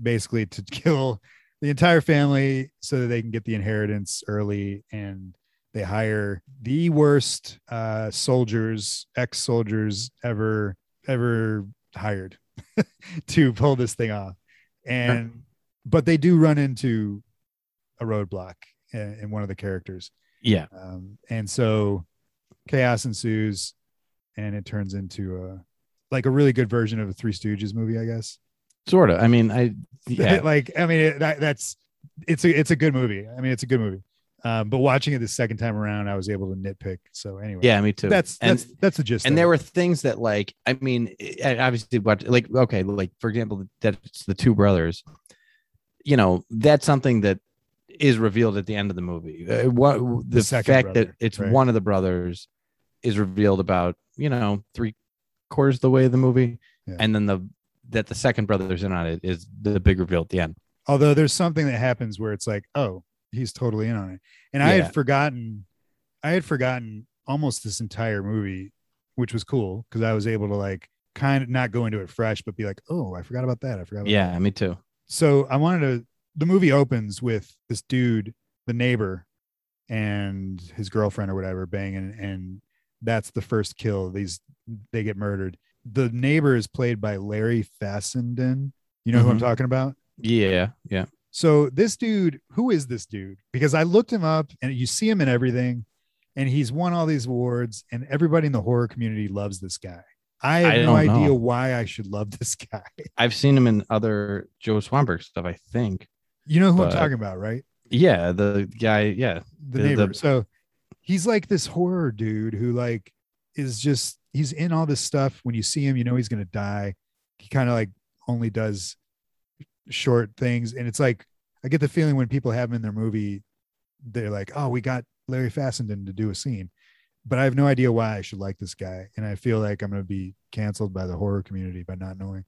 [SPEAKER 1] basically to kill the entire family so that they can get the inheritance early, and they hire the worst uh, soldiers, ex-soldiers ever ever hired to pull this thing off, and but they do run into a roadblock in, in one of the characters.
[SPEAKER 2] yeah,
[SPEAKER 1] Um, and so chaos ensues and it turns into a like a really good version of a Three Stooges movie, I guess.
[SPEAKER 2] sort of. I mean, I yeah.
[SPEAKER 1] like, I mean, it, that, that's it's a it's a good movie. I mean, it's a good movie. Um, but watching it the second time around, I was able to nitpick. So anyway,
[SPEAKER 2] Yeah, me too.
[SPEAKER 1] that's
[SPEAKER 2] and,
[SPEAKER 1] that's that's the gist.
[SPEAKER 2] and
[SPEAKER 1] of
[SPEAKER 2] there
[SPEAKER 1] it.
[SPEAKER 2] were things that like I mean, I obviously watch like okay, like for example, that's the two brothers. You know, that's something that is revealed at the end of the movie. Uh, what the, fact
[SPEAKER 1] second
[SPEAKER 2] that
[SPEAKER 1] brother,
[SPEAKER 2] it's
[SPEAKER 1] right.
[SPEAKER 2] one of the brothers is revealed about you know three quarters of the way of the movie,
[SPEAKER 1] Yeah.
[SPEAKER 2] and then the that the second brother's in on it is the big reveal at the end.
[SPEAKER 1] although there's something that happens where it's like, oh, he's totally in on it. And I
[SPEAKER 2] Yeah.
[SPEAKER 1] had forgotten, I had forgotten almost this entire movie, which was cool because I was able to like kind of not go into it fresh, but be like, oh, I forgot about that. I forgot. About that.
[SPEAKER 2] Yeah, me too.
[SPEAKER 1] So I wanted to. The movie opens with this dude, the neighbor, and his girlfriend or whatever banging, and that's the first kill. These they get murdered. The neighbor is played by Larry Fassenden. You know who I'm
[SPEAKER 2] Mhm.
[SPEAKER 1] talking about?
[SPEAKER 2] Yeah, yeah.
[SPEAKER 1] So this dude, who is this dude? Because I looked him up and you see him in everything, and he's won all these awards, and everybody in the horror community loves this guy. I have
[SPEAKER 2] I
[SPEAKER 1] no
[SPEAKER 2] don't know.
[SPEAKER 1] idea why I should love this guy.
[SPEAKER 2] I've seen him in other Joe Swanberg stuff. I think.
[SPEAKER 1] You know who I'm
[SPEAKER 2] But-
[SPEAKER 1] talking about, right?
[SPEAKER 2] Yeah, the guy. Yeah,
[SPEAKER 1] The,
[SPEAKER 2] The- the-
[SPEAKER 1] neighbor. so he's like this horror dude who like is just he's in all this stuff. When you see him, you know he's gonna die. He kind of like only does short things, and it's like I get the feeling when people have him in their movie, they're like, "Oh, we got Larry Fassenden to do a scene," but I have no idea why I should like this guy, and I feel like I'm gonna be canceled by the horror community by not knowing.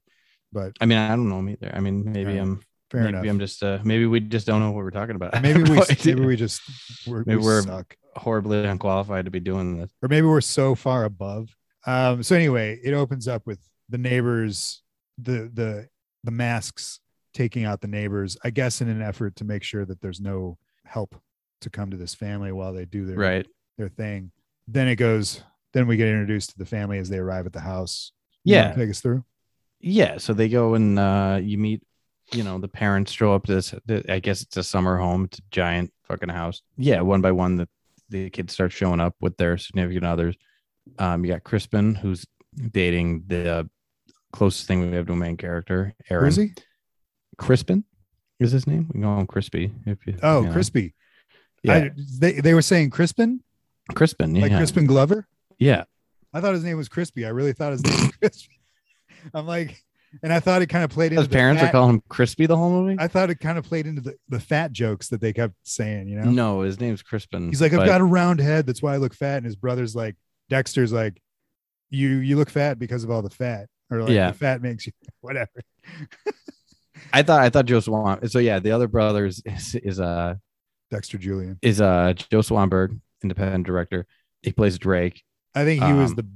[SPEAKER 1] But
[SPEAKER 2] I mean, I don't know him either. I mean, maybe
[SPEAKER 1] Fair
[SPEAKER 2] I'm
[SPEAKER 1] fair
[SPEAKER 2] maybe
[SPEAKER 1] enough.
[SPEAKER 2] I'm just uh, maybe we just don't know what we're talking about.
[SPEAKER 1] maybe we
[SPEAKER 2] No
[SPEAKER 1] maybe
[SPEAKER 2] idea.
[SPEAKER 1] we just we're,
[SPEAKER 2] Maybe
[SPEAKER 1] we
[SPEAKER 2] we're-
[SPEAKER 1] suck.
[SPEAKER 2] horribly unqualified to be doing this.
[SPEAKER 1] or maybe we're so far above. Um, so anyway, it opens up with the neighbors, the the the masks taking out the neighbors. I guess in an effort to make sure that there's no help to come to this family while they do their
[SPEAKER 2] Right.
[SPEAKER 1] their thing. Then it goes. Then we get introduced to the family as they arrive at the house. You wanna
[SPEAKER 2] Yeah.
[SPEAKER 1] take us through.
[SPEAKER 2] Yeah. So they go and uh, you meet, you know, the parents show up to this. th- I guess it's a summer home. It's a giant fucking house. Yeah. One by one, the, the kids start showing up with their significant others. Um, you got Crispin, who's dating the uh, closest thing we have to a main character, Aaron.
[SPEAKER 1] Who is he?
[SPEAKER 2] Crispin is his name. We can call him Crispy. If you,
[SPEAKER 1] Oh,
[SPEAKER 2] you know.
[SPEAKER 1] Crispy.
[SPEAKER 2] Yeah.
[SPEAKER 1] I, they they were saying Crispin,
[SPEAKER 2] Crispin. Yeah.
[SPEAKER 1] like Crispin Glover.
[SPEAKER 2] Yeah.
[SPEAKER 1] I thought his name was Crispy. I really thought his name was Crispy. I'm like, and I thought it kind of played into
[SPEAKER 2] His
[SPEAKER 1] the
[SPEAKER 2] parents
[SPEAKER 1] fat-
[SPEAKER 2] are calling him Crispy the whole movie.
[SPEAKER 1] I thought it kind of played into the, the fat jokes that they kept saying, you know?
[SPEAKER 2] No, his name's Crispin.
[SPEAKER 1] He's like, I've
[SPEAKER 2] but-
[SPEAKER 1] got a round head. That's why I look fat. And his brother's like, Dexter's like, you you look fat because of all the fat. or like
[SPEAKER 2] Yeah.
[SPEAKER 1] if that makes you whatever.
[SPEAKER 2] I thought I thought Joe Swan. So yeah, the other brothers is is uh
[SPEAKER 1] Dexter Julian.
[SPEAKER 2] is uh Joe Swanberg, independent director. He plays Drake.
[SPEAKER 1] I think he was
[SPEAKER 2] Um,
[SPEAKER 1] the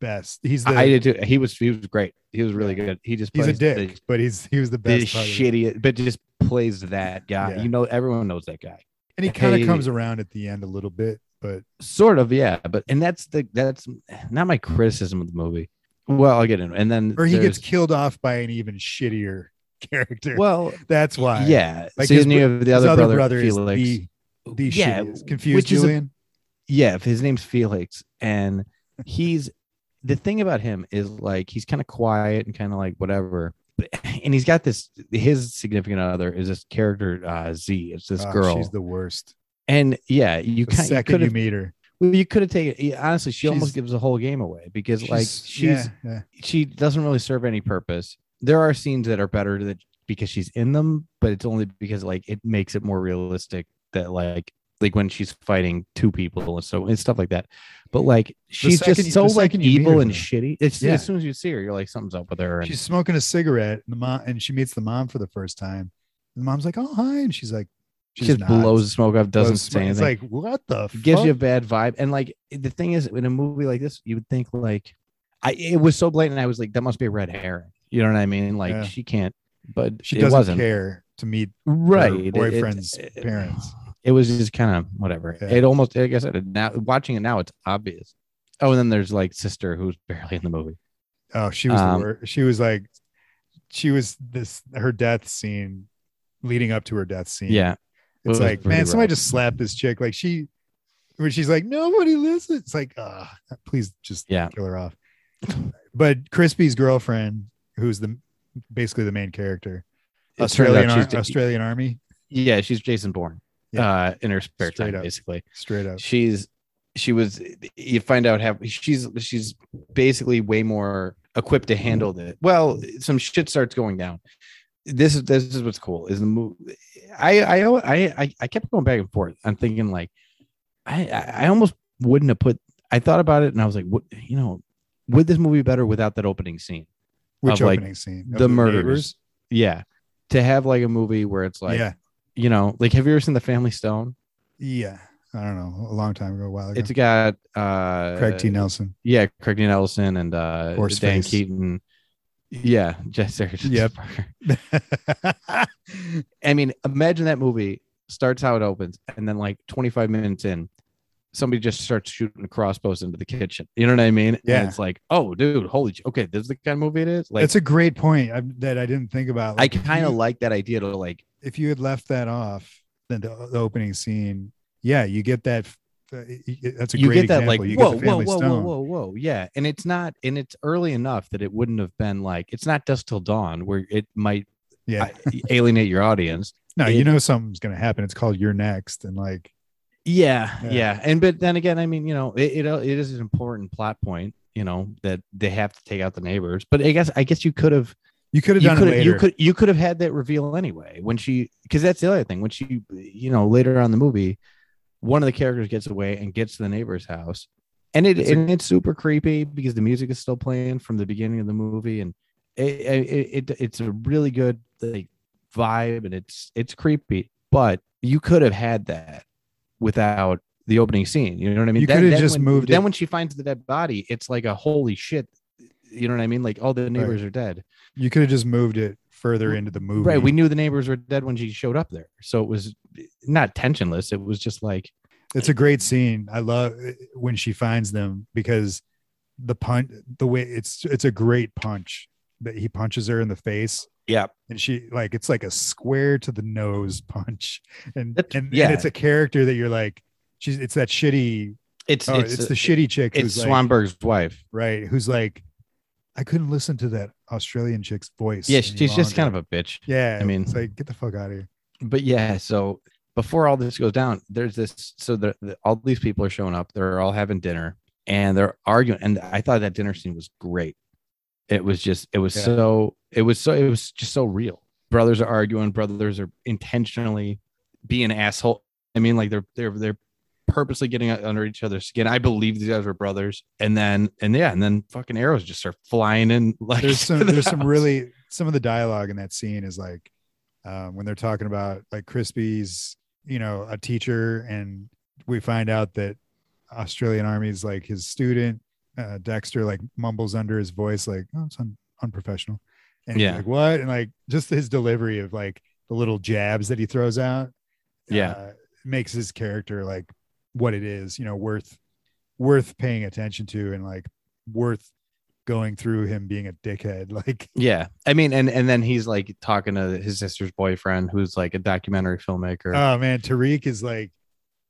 [SPEAKER 1] best. He's the
[SPEAKER 2] I did too. He was he was great. He was really good. He just
[SPEAKER 1] he's
[SPEAKER 2] plays
[SPEAKER 1] a dick,
[SPEAKER 2] the-
[SPEAKER 1] but he's he was the
[SPEAKER 2] the,
[SPEAKER 1] best. part of it.
[SPEAKER 2] shittiest, but just plays that guy.
[SPEAKER 1] Yeah.
[SPEAKER 2] You know, everyone knows that guy.
[SPEAKER 1] And he kind
[SPEAKER 2] Hey.
[SPEAKER 1] of comes around at the end a little bit, but
[SPEAKER 2] Sort of, yeah. But and that's the that's not my criticism of the movie. Well, I'll get into it. And then
[SPEAKER 1] or he gets
[SPEAKER 2] there's-
[SPEAKER 1] killed off by an even shittier character.
[SPEAKER 2] well,
[SPEAKER 1] That's why.
[SPEAKER 2] yeah.
[SPEAKER 1] Like
[SPEAKER 2] so
[SPEAKER 1] his
[SPEAKER 2] then you have the
[SPEAKER 1] His
[SPEAKER 2] other, brother,
[SPEAKER 1] is
[SPEAKER 2] Felix.
[SPEAKER 1] the, the
[SPEAKER 2] yeah,
[SPEAKER 1] shittiest. Confused
[SPEAKER 2] which is a-
[SPEAKER 1] Julian.
[SPEAKER 2] yeah, if his name's Felix, and he's the thing about him is like he's kind of quiet and kind of like whatever. But, and he's got this his significant other is this character uh Z. It's this
[SPEAKER 1] Oh,
[SPEAKER 2] girl.
[SPEAKER 1] She's the worst.
[SPEAKER 2] and yeah, you
[SPEAKER 1] The
[SPEAKER 2] kind you
[SPEAKER 1] second
[SPEAKER 2] could
[SPEAKER 1] you
[SPEAKER 2] have
[SPEAKER 1] meet her,
[SPEAKER 2] well, you could have taken yeah, honestly, she
[SPEAKER 1] She's-
[SPEAKER 2] almost gives the whole game away because like she's
[SPEAKER 1] yeah, yeah.
[SPEAKER 2] she doesn't really serve any purpose. There are scenes that are better that because she's in them, but it's only because like it makes it more realistic that like like when she's fighting two people and so and stuff like that. But like she's
[SPEAKER 1] second you-
[SPEAKER 2] just so
[SPEAKER 1] the
[SPEAKER 2] like
[SPEAKER 1] second you meet her,
[SPEAKER 2] evil and
[SPEAKER 1] though.
[SPEAKER 2] shitty. It's
[SPEAKER 1] Yeah.
[SPEAKER 2] as soon as you see her, you're like something's up with her. And
[SPEAKER 1] she's smoking a cigarette and the mom and she meets the mom for the first time the mom's like oh hi and she's like
[SPEAKER 2] she just blows the smoke up, doesn't say
[SPEAKER 1] it's
[SPEAKER 2] anything.
[SPEAKER 1] like what the
[SPEAKER 2] It gives
[SPEAKER 1] fuck?
[SPEAKER 2] you a bad vibe. And like the thing is, in a movie like this, you would think like I it was so blatant. I was like, that must be a red herring. You know what I mean? Like
[SPEAKER 1] Yeah.
[SPEAKER 2] she can't, but
[SPEAKER 1] she
[SPEAKER 2] it
[SPEAKER 1] doesn't
[SPEAKER 2] wasn't.
[SPEAKER 1] care to meet her
[SPEAKER 2] right It- it-
[SPEAKER 1] boyfriend's
[SPEAKER 2] it-
[SPEAKER 1] parents
[SPEAKER 2] it was just kind of whatever
[SPEAKER 1] Yeah.
[SPEAKER 2] it almost like i said now watching it now it's obvious oh and then there's like sister who's barely in the movie
[SPEAKER 1] oh she was
[SPEAKER 2] um,
[SPEAKER 1] the worst. she was like she was this her death scene leading up to her death scene
[SPEAKER 2] yeah
[SPEAKER 1] it's
[SPEAKER 2] was
[SPEAKER 1] like
[SPEAKER 2] pretty
[SPEAKER 1] man somebody
[SPEAKER 2] rough.
[SPEAKER 1] just slapped this chick like she when she's like nobody listens it's like ah please just
[SPEAKER 2] Yeah.
[SPEAKER 1] kill her off but crispy's girlfriend who's the basically the main character
[SPEAKER 2] It turns
[SPEAKER 1] australian
[SPEAKER 2] out
[SPEAKER 1] Ar-
[SPEAKER 2] she's-
[SPEAKER 1] australian army
[SPEAKER 2] yeah she's jason bourne
[SPEAKER 1] Yeah.
[SPEAKER 2] uh in her spare
[SPEAKER 1] Straight
[SPEAKER 2] time
[SPEAKER 1] up.
[SPEAKER 2] basically
[SPEAKER 1] straight up
[SPEAKER 2] she's she was you find out how she's she's basically way more equipped
[SPEAKER 1] Mm-hmm.
[SPEAKER 2] to handle it well some shit starts going down this is this is what's cool is the movie i i i i, I kept going back and forth i'm thinking like I- i i almost wouldn't have put i thought about it and i was like what you know would this movie be better without that opening scene
[SPEAKER 1] which
[SPEAKER 2] of, like,
[SPEAKER 1] opening scene
[SPEAKER 2] the,
[SPEAKER 1] Of
[SPEAKER 2] murders
[SPEAKER 1] neighbors?
[SPEAKER 2] yeah to have like a movie where it's like
[SPEAKER 1] yeah
[SPEAKER 2] you know like have you ever seen the family stone
[SPEAKER 1] yeah i don't know a long time ago a while ago
[SPEAKER 2] it's got uh
[SPEAKER 1] Oh, craig t nelson
[SPEAKER 2] Yeah, Craig Dean Ellison and uh,
[SPEAKER 1] Horse
[SPEAKER 2] Dan
[SPEAKER 1] face.
[SPEAKER 2] Keaton. Yeah, Jess Sarah-
[SPEAKER 1] Yep.
[SPEAKER 2] I mean, imagine that movie starts how it opens, and then like 25 minutes in, somebody just starts shooting crossbows into the kitchen. You know what I mean? And
[SPEAKER 1] Yeah.
[SPEAKER 2] it's like, oh, dude, holy, sh- okay, this is the kind of movie it is. Like,
[SPEAKER 1] that's a great point I, that i didn't think about
[SPEAKER 2] I
[SPEAKER 1] Like, if
[SPEAKER 2] kind of
[SPEAKER 1] you-
[SPEAKER 2] like that idea to like,
[SPEAKER 1] if you had left that off then the, the opening scene yeah you get that uh, that's a
[SPEAKER 2] you
[SPEAKER 1] great
[SPEAKER 2] get that
[SPEAKER 1] example.
[SPEAKER 2] like,
[SPEAKER 1] you
[SPEAKER 2] whoa,
[SPEAKER 1] get the
[SPEAKER 2] whoa,
[SPEAKER 1] family
[SPEAKER 2] whoa, whoa,
[SPEAKER 1] stone
[SPEAKER 2] whoa, whoa, yeah. And it's not, and it's early enough that it wouldn't have been like, it's not Dust Till Dawn where it might
[SPEAKER 1] yeah
[SPEAKER 2] I- alienate your audience.
[SPEAKER 1] no
[SPEAKER 2] it-
[SPEAKER 1] you know something's gonna happen it's called you're next and like
[SPEAKER 2] Yeah,
[SPEAKER 1] Yeah.
[SPEAKER 2] yeah, and but then again, I mean, you know, it, it it is an important plot point, you know, that they have to take out the neighbors. But I guess I guess you could have
[SPEAKER 1] you could have
[SPEAKER 2] you
[SPEAKER 1] done it
[SPEAKER 2] could
[SPEAKER 1] later
[SPEAKER 2] you could you could have had that reveal anyway when she because that's the other thing when she you know later on in the movie, one of the characters gets away and gets to the neighbor's house, and it
[SPEAKER 1] It's a-
[SPEAKER 2] and it's super creepy because the music is still playing from the beginning of the movie, and it it, it it's a really good like vibe and it's it's creepy, but you could have had that without the opening scene. You know what I mean?
[SPEAKER 1] You
[SPEAKER 2] Then-
[SPEAKER 1] could have
[SPEAKER 2] then
[SPEAKER 1] just
[SPEAKER 2] when-
[SPEAKER 1] moved
[SPEAKER 2] Then
[SPEAKER 1] it-
[SPEAKER 2] when she finds the dead body, it's like a holy shit. You know what I mean? Like all the neighbors are dead.
[SPEAKER 1] you could have just moved it further into the movie
[SPEAKER 2] Right. We knew the neighbors were dead when she showed up there. So it was not tensionless. It was just like,
[SPEAKER 1] it's a great scene i love uh, when she finds them because the punch the way it's it's a great punch that he punches her in the face
[SPEAKER 2] yeah.
[SPEAKER 1] and she like it's like a square to the nose punch and
[SPEAKER 2] That's-
[SPEAKER 1] and, and
[SPEAKER 2] yeah.
[SPEAKER 1] it's a character that you're like she's it's that shitty
[SPEAKER 2] It's
[SPEAKER 1] oh, it's,
[SPEAKER 2] it's,
[SPEAKER 1] the shitty chick
[SPEAKER 2] it's
[SPEAKER 1] who's like,
[SPEAKER 2] Swanberg's wife.
[SPEAKER 1] right who's like i couldn't listen to that australian chick's voice
[SPEAKER 2] Yeah,
[SPEAKER 1] any
[SPEAKER 2] she's just kind
[SPEAKER 1] longer."
[SPEAKER 2] of a bitch.
[SPEAKER 1] yeah
[SPEAKER 2] I mean-
[SPEAKER 1] it's like get the fuck out of here
[SPEAKER 2] but yeah, so before all this goes down, there's this. So the, the, all these people are showing up. They're all having dinner and they're arguing. And I thought that dinner scene was great. It was just, it was
[SPEAKER 1] Yeah.
[SPEAKER 2] so, it was so, it was just so real. Brothers are arguing. Brothers are intentionally being asshole. I mean, like they're they're they're purposely getting under each other's skin. I believe these guys were brothers. And then, and yeah, and then fucking arrows just start flying in. Like
[SPEAKER 1] there's some
[SPEAKER 2] to the
[SPEAKER 1] there's some
[SPEAKER 2] house.
[SPEAKER 1] really some of the dialogue in that scene is like um, when they're talking about like Crispy's you know a teacher and we find out that Australian Army's like his student uh, Dexter like mumbles under his voice like oh it's un- unprofessional and he's
[SPEAKER 2] Yeah.
[SPEAKER 1] like what and like just his delivery of like the little jabs that he throws out
[SPEAKER 2] Yeah.
[SPEAKER 1] uh, makes his character like what it is you know worth worth paying attention to and like worth going through him being a dickhead. Like,
[SPEAKER 2] Yeah. I mean, and and then he's like talking to his sister's boyfriend who's like a documentary filmmaker.
[SPEAKER 1] oh man, Tariq is like,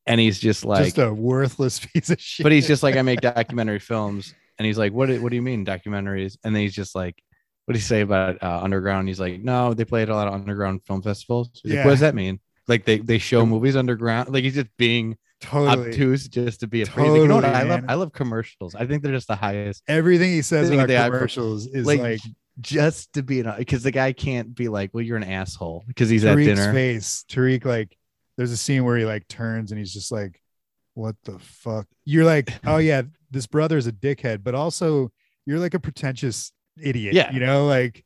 [SPEAKER 2] and he's just like
[SPEAKER 1] just a worthless piece of shit.
[SPEAKER 2] but he's just like, I make documentary films. And he's like, what, do- what do you mean documentaries? And then he's just like, what do you say about uh, underground? He's like, no, they play at a lot of underground film festivals. He's like,
[SPEAKER 1] Yeah.
[SPEAKER 2] what does that mean? Like they, they show movies underground. Like he's just being
[SPEAKER 1] totally
[SPEAKER 2] obtuse just to be a prick. He's like, you know what?
[SPEAKER 1] Totally,
[SPEAKER 2] I love
[SPEAKER 1] man.
[SPEAKER 2] I love commercials. I think they're just the highest
[SPEAKER 1] everything he says
[SPEAKER 2] Thing
[SPEAKER 1] about
[SPEAKER 2] they- I-
[SPEAKER 1] commercials is like,
[SPEAKER 2] like, just to be an because the guy can't be like, well, you're an asshole because he's at
[SPEAKER 1] Tariq's
[SPEAKER 2] dinner.
[SPEAKER 1] face. Tariq, like, there's a scene where he like turns and he's just like, what the fuck? You're like, oh yeah, this brother's a dickhead, but also you're like a pretentious idiot.
[SPEAKER 2] Yeah.
[SPEAKER 1] You know, like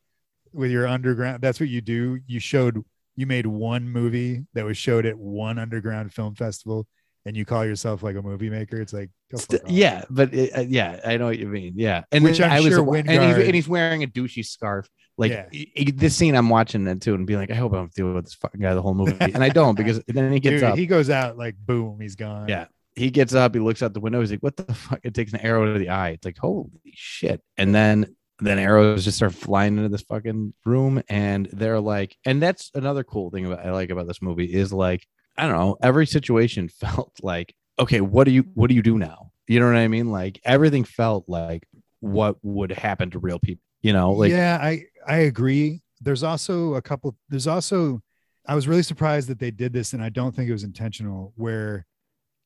[SPEAKER 1] with your underground, that's what you do. You showed, you made one movie that was showed at one underground film festival and you call yourself like a movie maker. It's like, go
[SPEAKER 2] St-
[SPEAKER 1] fuck off.
[SPEAKER 2] yeah, but it, uh, yeah, I know what you mean. Yeah, and
[SPEAKER 1] Which
[SPEAKER 2] then
[SPEAKER 1] I'm
[SPEAKER 2] I was,
[SPEAKER 1] sure
[SPEAKER 2] and, he's,
[SPEAKER 1] Wingard-
[SPEAKER 2] and he's wearing a douchey scarf. Like
[SPEAKER 1] Yeah.
[SPEAKER 2] i- i- this scene, I'm watching that too, and being like, I hope I don't deal with this fucking guy the whole movie, and I don't because then he gets
[SPEAKER 1] Dude,
[SPEAKER 2] up,
[SPEAKER 1] he goes out like, boom, he's gone.
[SPEAKER 2] Yeah. he gets up, he looks out the window, he's like, what the fuck? It takes an arrow to the eye. It's like, holy shit! And then then arrows just start flying into this fucking room, and they're like, and that's another cool thing about I like about this movie is like, I don't know, every situation felt like, okay, what do you what do you do now? You know what I mean? Like everything felt like what would happen to real people. You know, like
[SPEAKER 1] yeah i i agree there's also a couple there's also i was really surprised that they did this and i don't think it was intentional where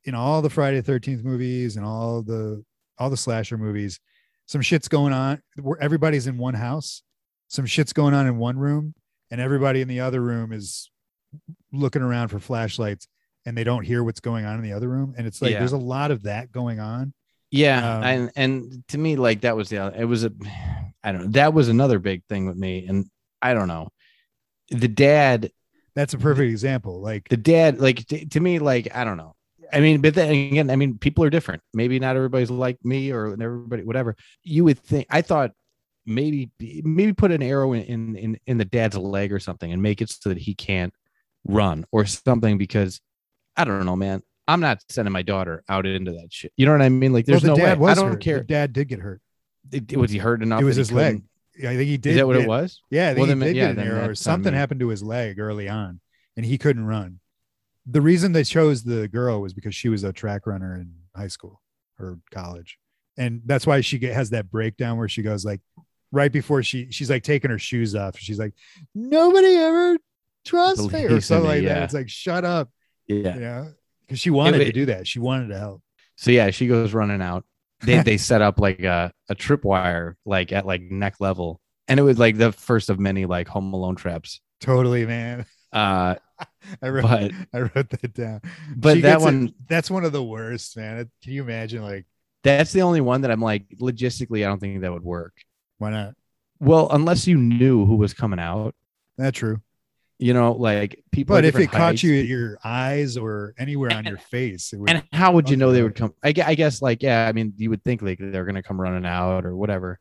[SPEAKER 1] in all the friday 13th movies and all the all the slasher movies some shit's going on where everybody's in one house some shit's going on in one room and everybody in the other room is looking around for flashlights and they don't hear what's going on in the other room and it's like
[SPEAKER 2] Yeah.
[SPEAKER 1] there's a lot of that going on
[SPEAKER 2] Yeah,
[SPEAKER 1] Um,
[SPEAKER 2] and and to me, like that was the other- it was a, I don't know, that was another big thing with me, and I don't know, the dad,
[SPEAKER 1] that's a perfect example like
[SPEAKER 2] the dad, like t- to me, like I don't know, I mean, but then again, I mean, people are different. Maybe not everybody's like me or everybody, whatever. You would think I thought maybe maybe put an arrow in in in, in the dad's leg or something and make it so that he can't run or something because I don't know, man. I'm not sending my daughter out into that shit. You know what I mean? Like,
[SPEAKER 1] well,
[SPEAKER 2] there's
[SPEAKER 1] the
[SPEAKER 2] no way.
[SPEAKER 1] dad was
[SPEAKER 2] I don't
[SPEAKER 1] hurt. The
[SPEAKER 2] care.
[SPEAKER 1] dad did get hurt
[SPEAKER 2] It, it- was he hurt enough?
[SPEAKER 1] It was
[SPEAKER 2] that he
[SPEAKER 1] his leg.
[SPEAKER 2] couldn't-
[SPEAKER 1] Yeah, I think he did.
[SPEAKER 2] Is that what
[SPEAKER 1] get-
[SPEAKER 2] it was?
[SPEAKER 1] Yeah, I think
[SPEAKER 2] Well,
[SPEAKER 1] he
[SPEAKER 2] then-
[SPEAKER 1] did
[SPEAKER 2] yeah,
[SPEAKER 1] get an
[SPEAKER 2] then
[SPEAKER 1] arrow. Or
[SPEAKER 2] that's on
[SPEAKER 1] something
[SPEAKER 2] me.
[SPEAKER 1] happened to his leg early on, and he couldn't run. The reason they chose the girl was because she was a track runner in high school or college, and that's why she get, has that breakdown where she goes like, right before she she's like taking her shoes off. She's like, nobody ever trusts me
[SPEAKER 2] Believes
[SPEAKER 1] or
[SPEAKER 2] in
[SPEAKER 1] something
[SPEAKER 2] me,
[SPEAKER 1] like that.
[SPEAKER 2] yeah.
[SPEAKER 1] It's like shut up,
[SPEAKER 2] Yeah.
[SPEAKER 1] you know, because she wanted to
[SPEAKER 2] it-
[SPEAKER 1] do that. She wanted to help.
[SPEAKER 2] So yeah, she goes running out. They they set up like a a tripwire like at like neck level, and it was like the first of many like Home Alone traps.
[SPEAKER 1] Totally, man.
[SPEAKER 2] Uh,
[SPEAKER 1] I wrote,
[SPEAKER 2] but
[SPEAKER 1] I wrote that down.
[SPEAKER 2] but
[SPEAKER 1] She
[SPEAKER 2] that
[SPEAKER 1] gets it-
[SPEAKER 2] one
[SPEAKER 1] that's one of the worst, man. It- Can you imagine? Like,
[SPEAKER 2] that's the only one that I'm like logistically I don't think that would work.
[SPEAKER 1] why not?
[SPEAKER 2] Well, unless you knew who was coming out,
[SPEAKER 1] That's true.
[SPEAKER 2] you know, like people.
[SPEAKER 1] But
[SPEAKER 2] at
[SPEAKER 1] if it
[SPEAKER 2] different
[SPEAKER 1] caught
[SPEAKER 2] heights,
[SPEAKER 1] you at your eyes or anywhere on your face, it would,
[SPEAKER 2] and how would you know they would
[SPEAKER 1] Unfair.
[SPEAKER 2] come? I, gue- I guess like yeah, I mean you would think like they're gonna come running out or whatever.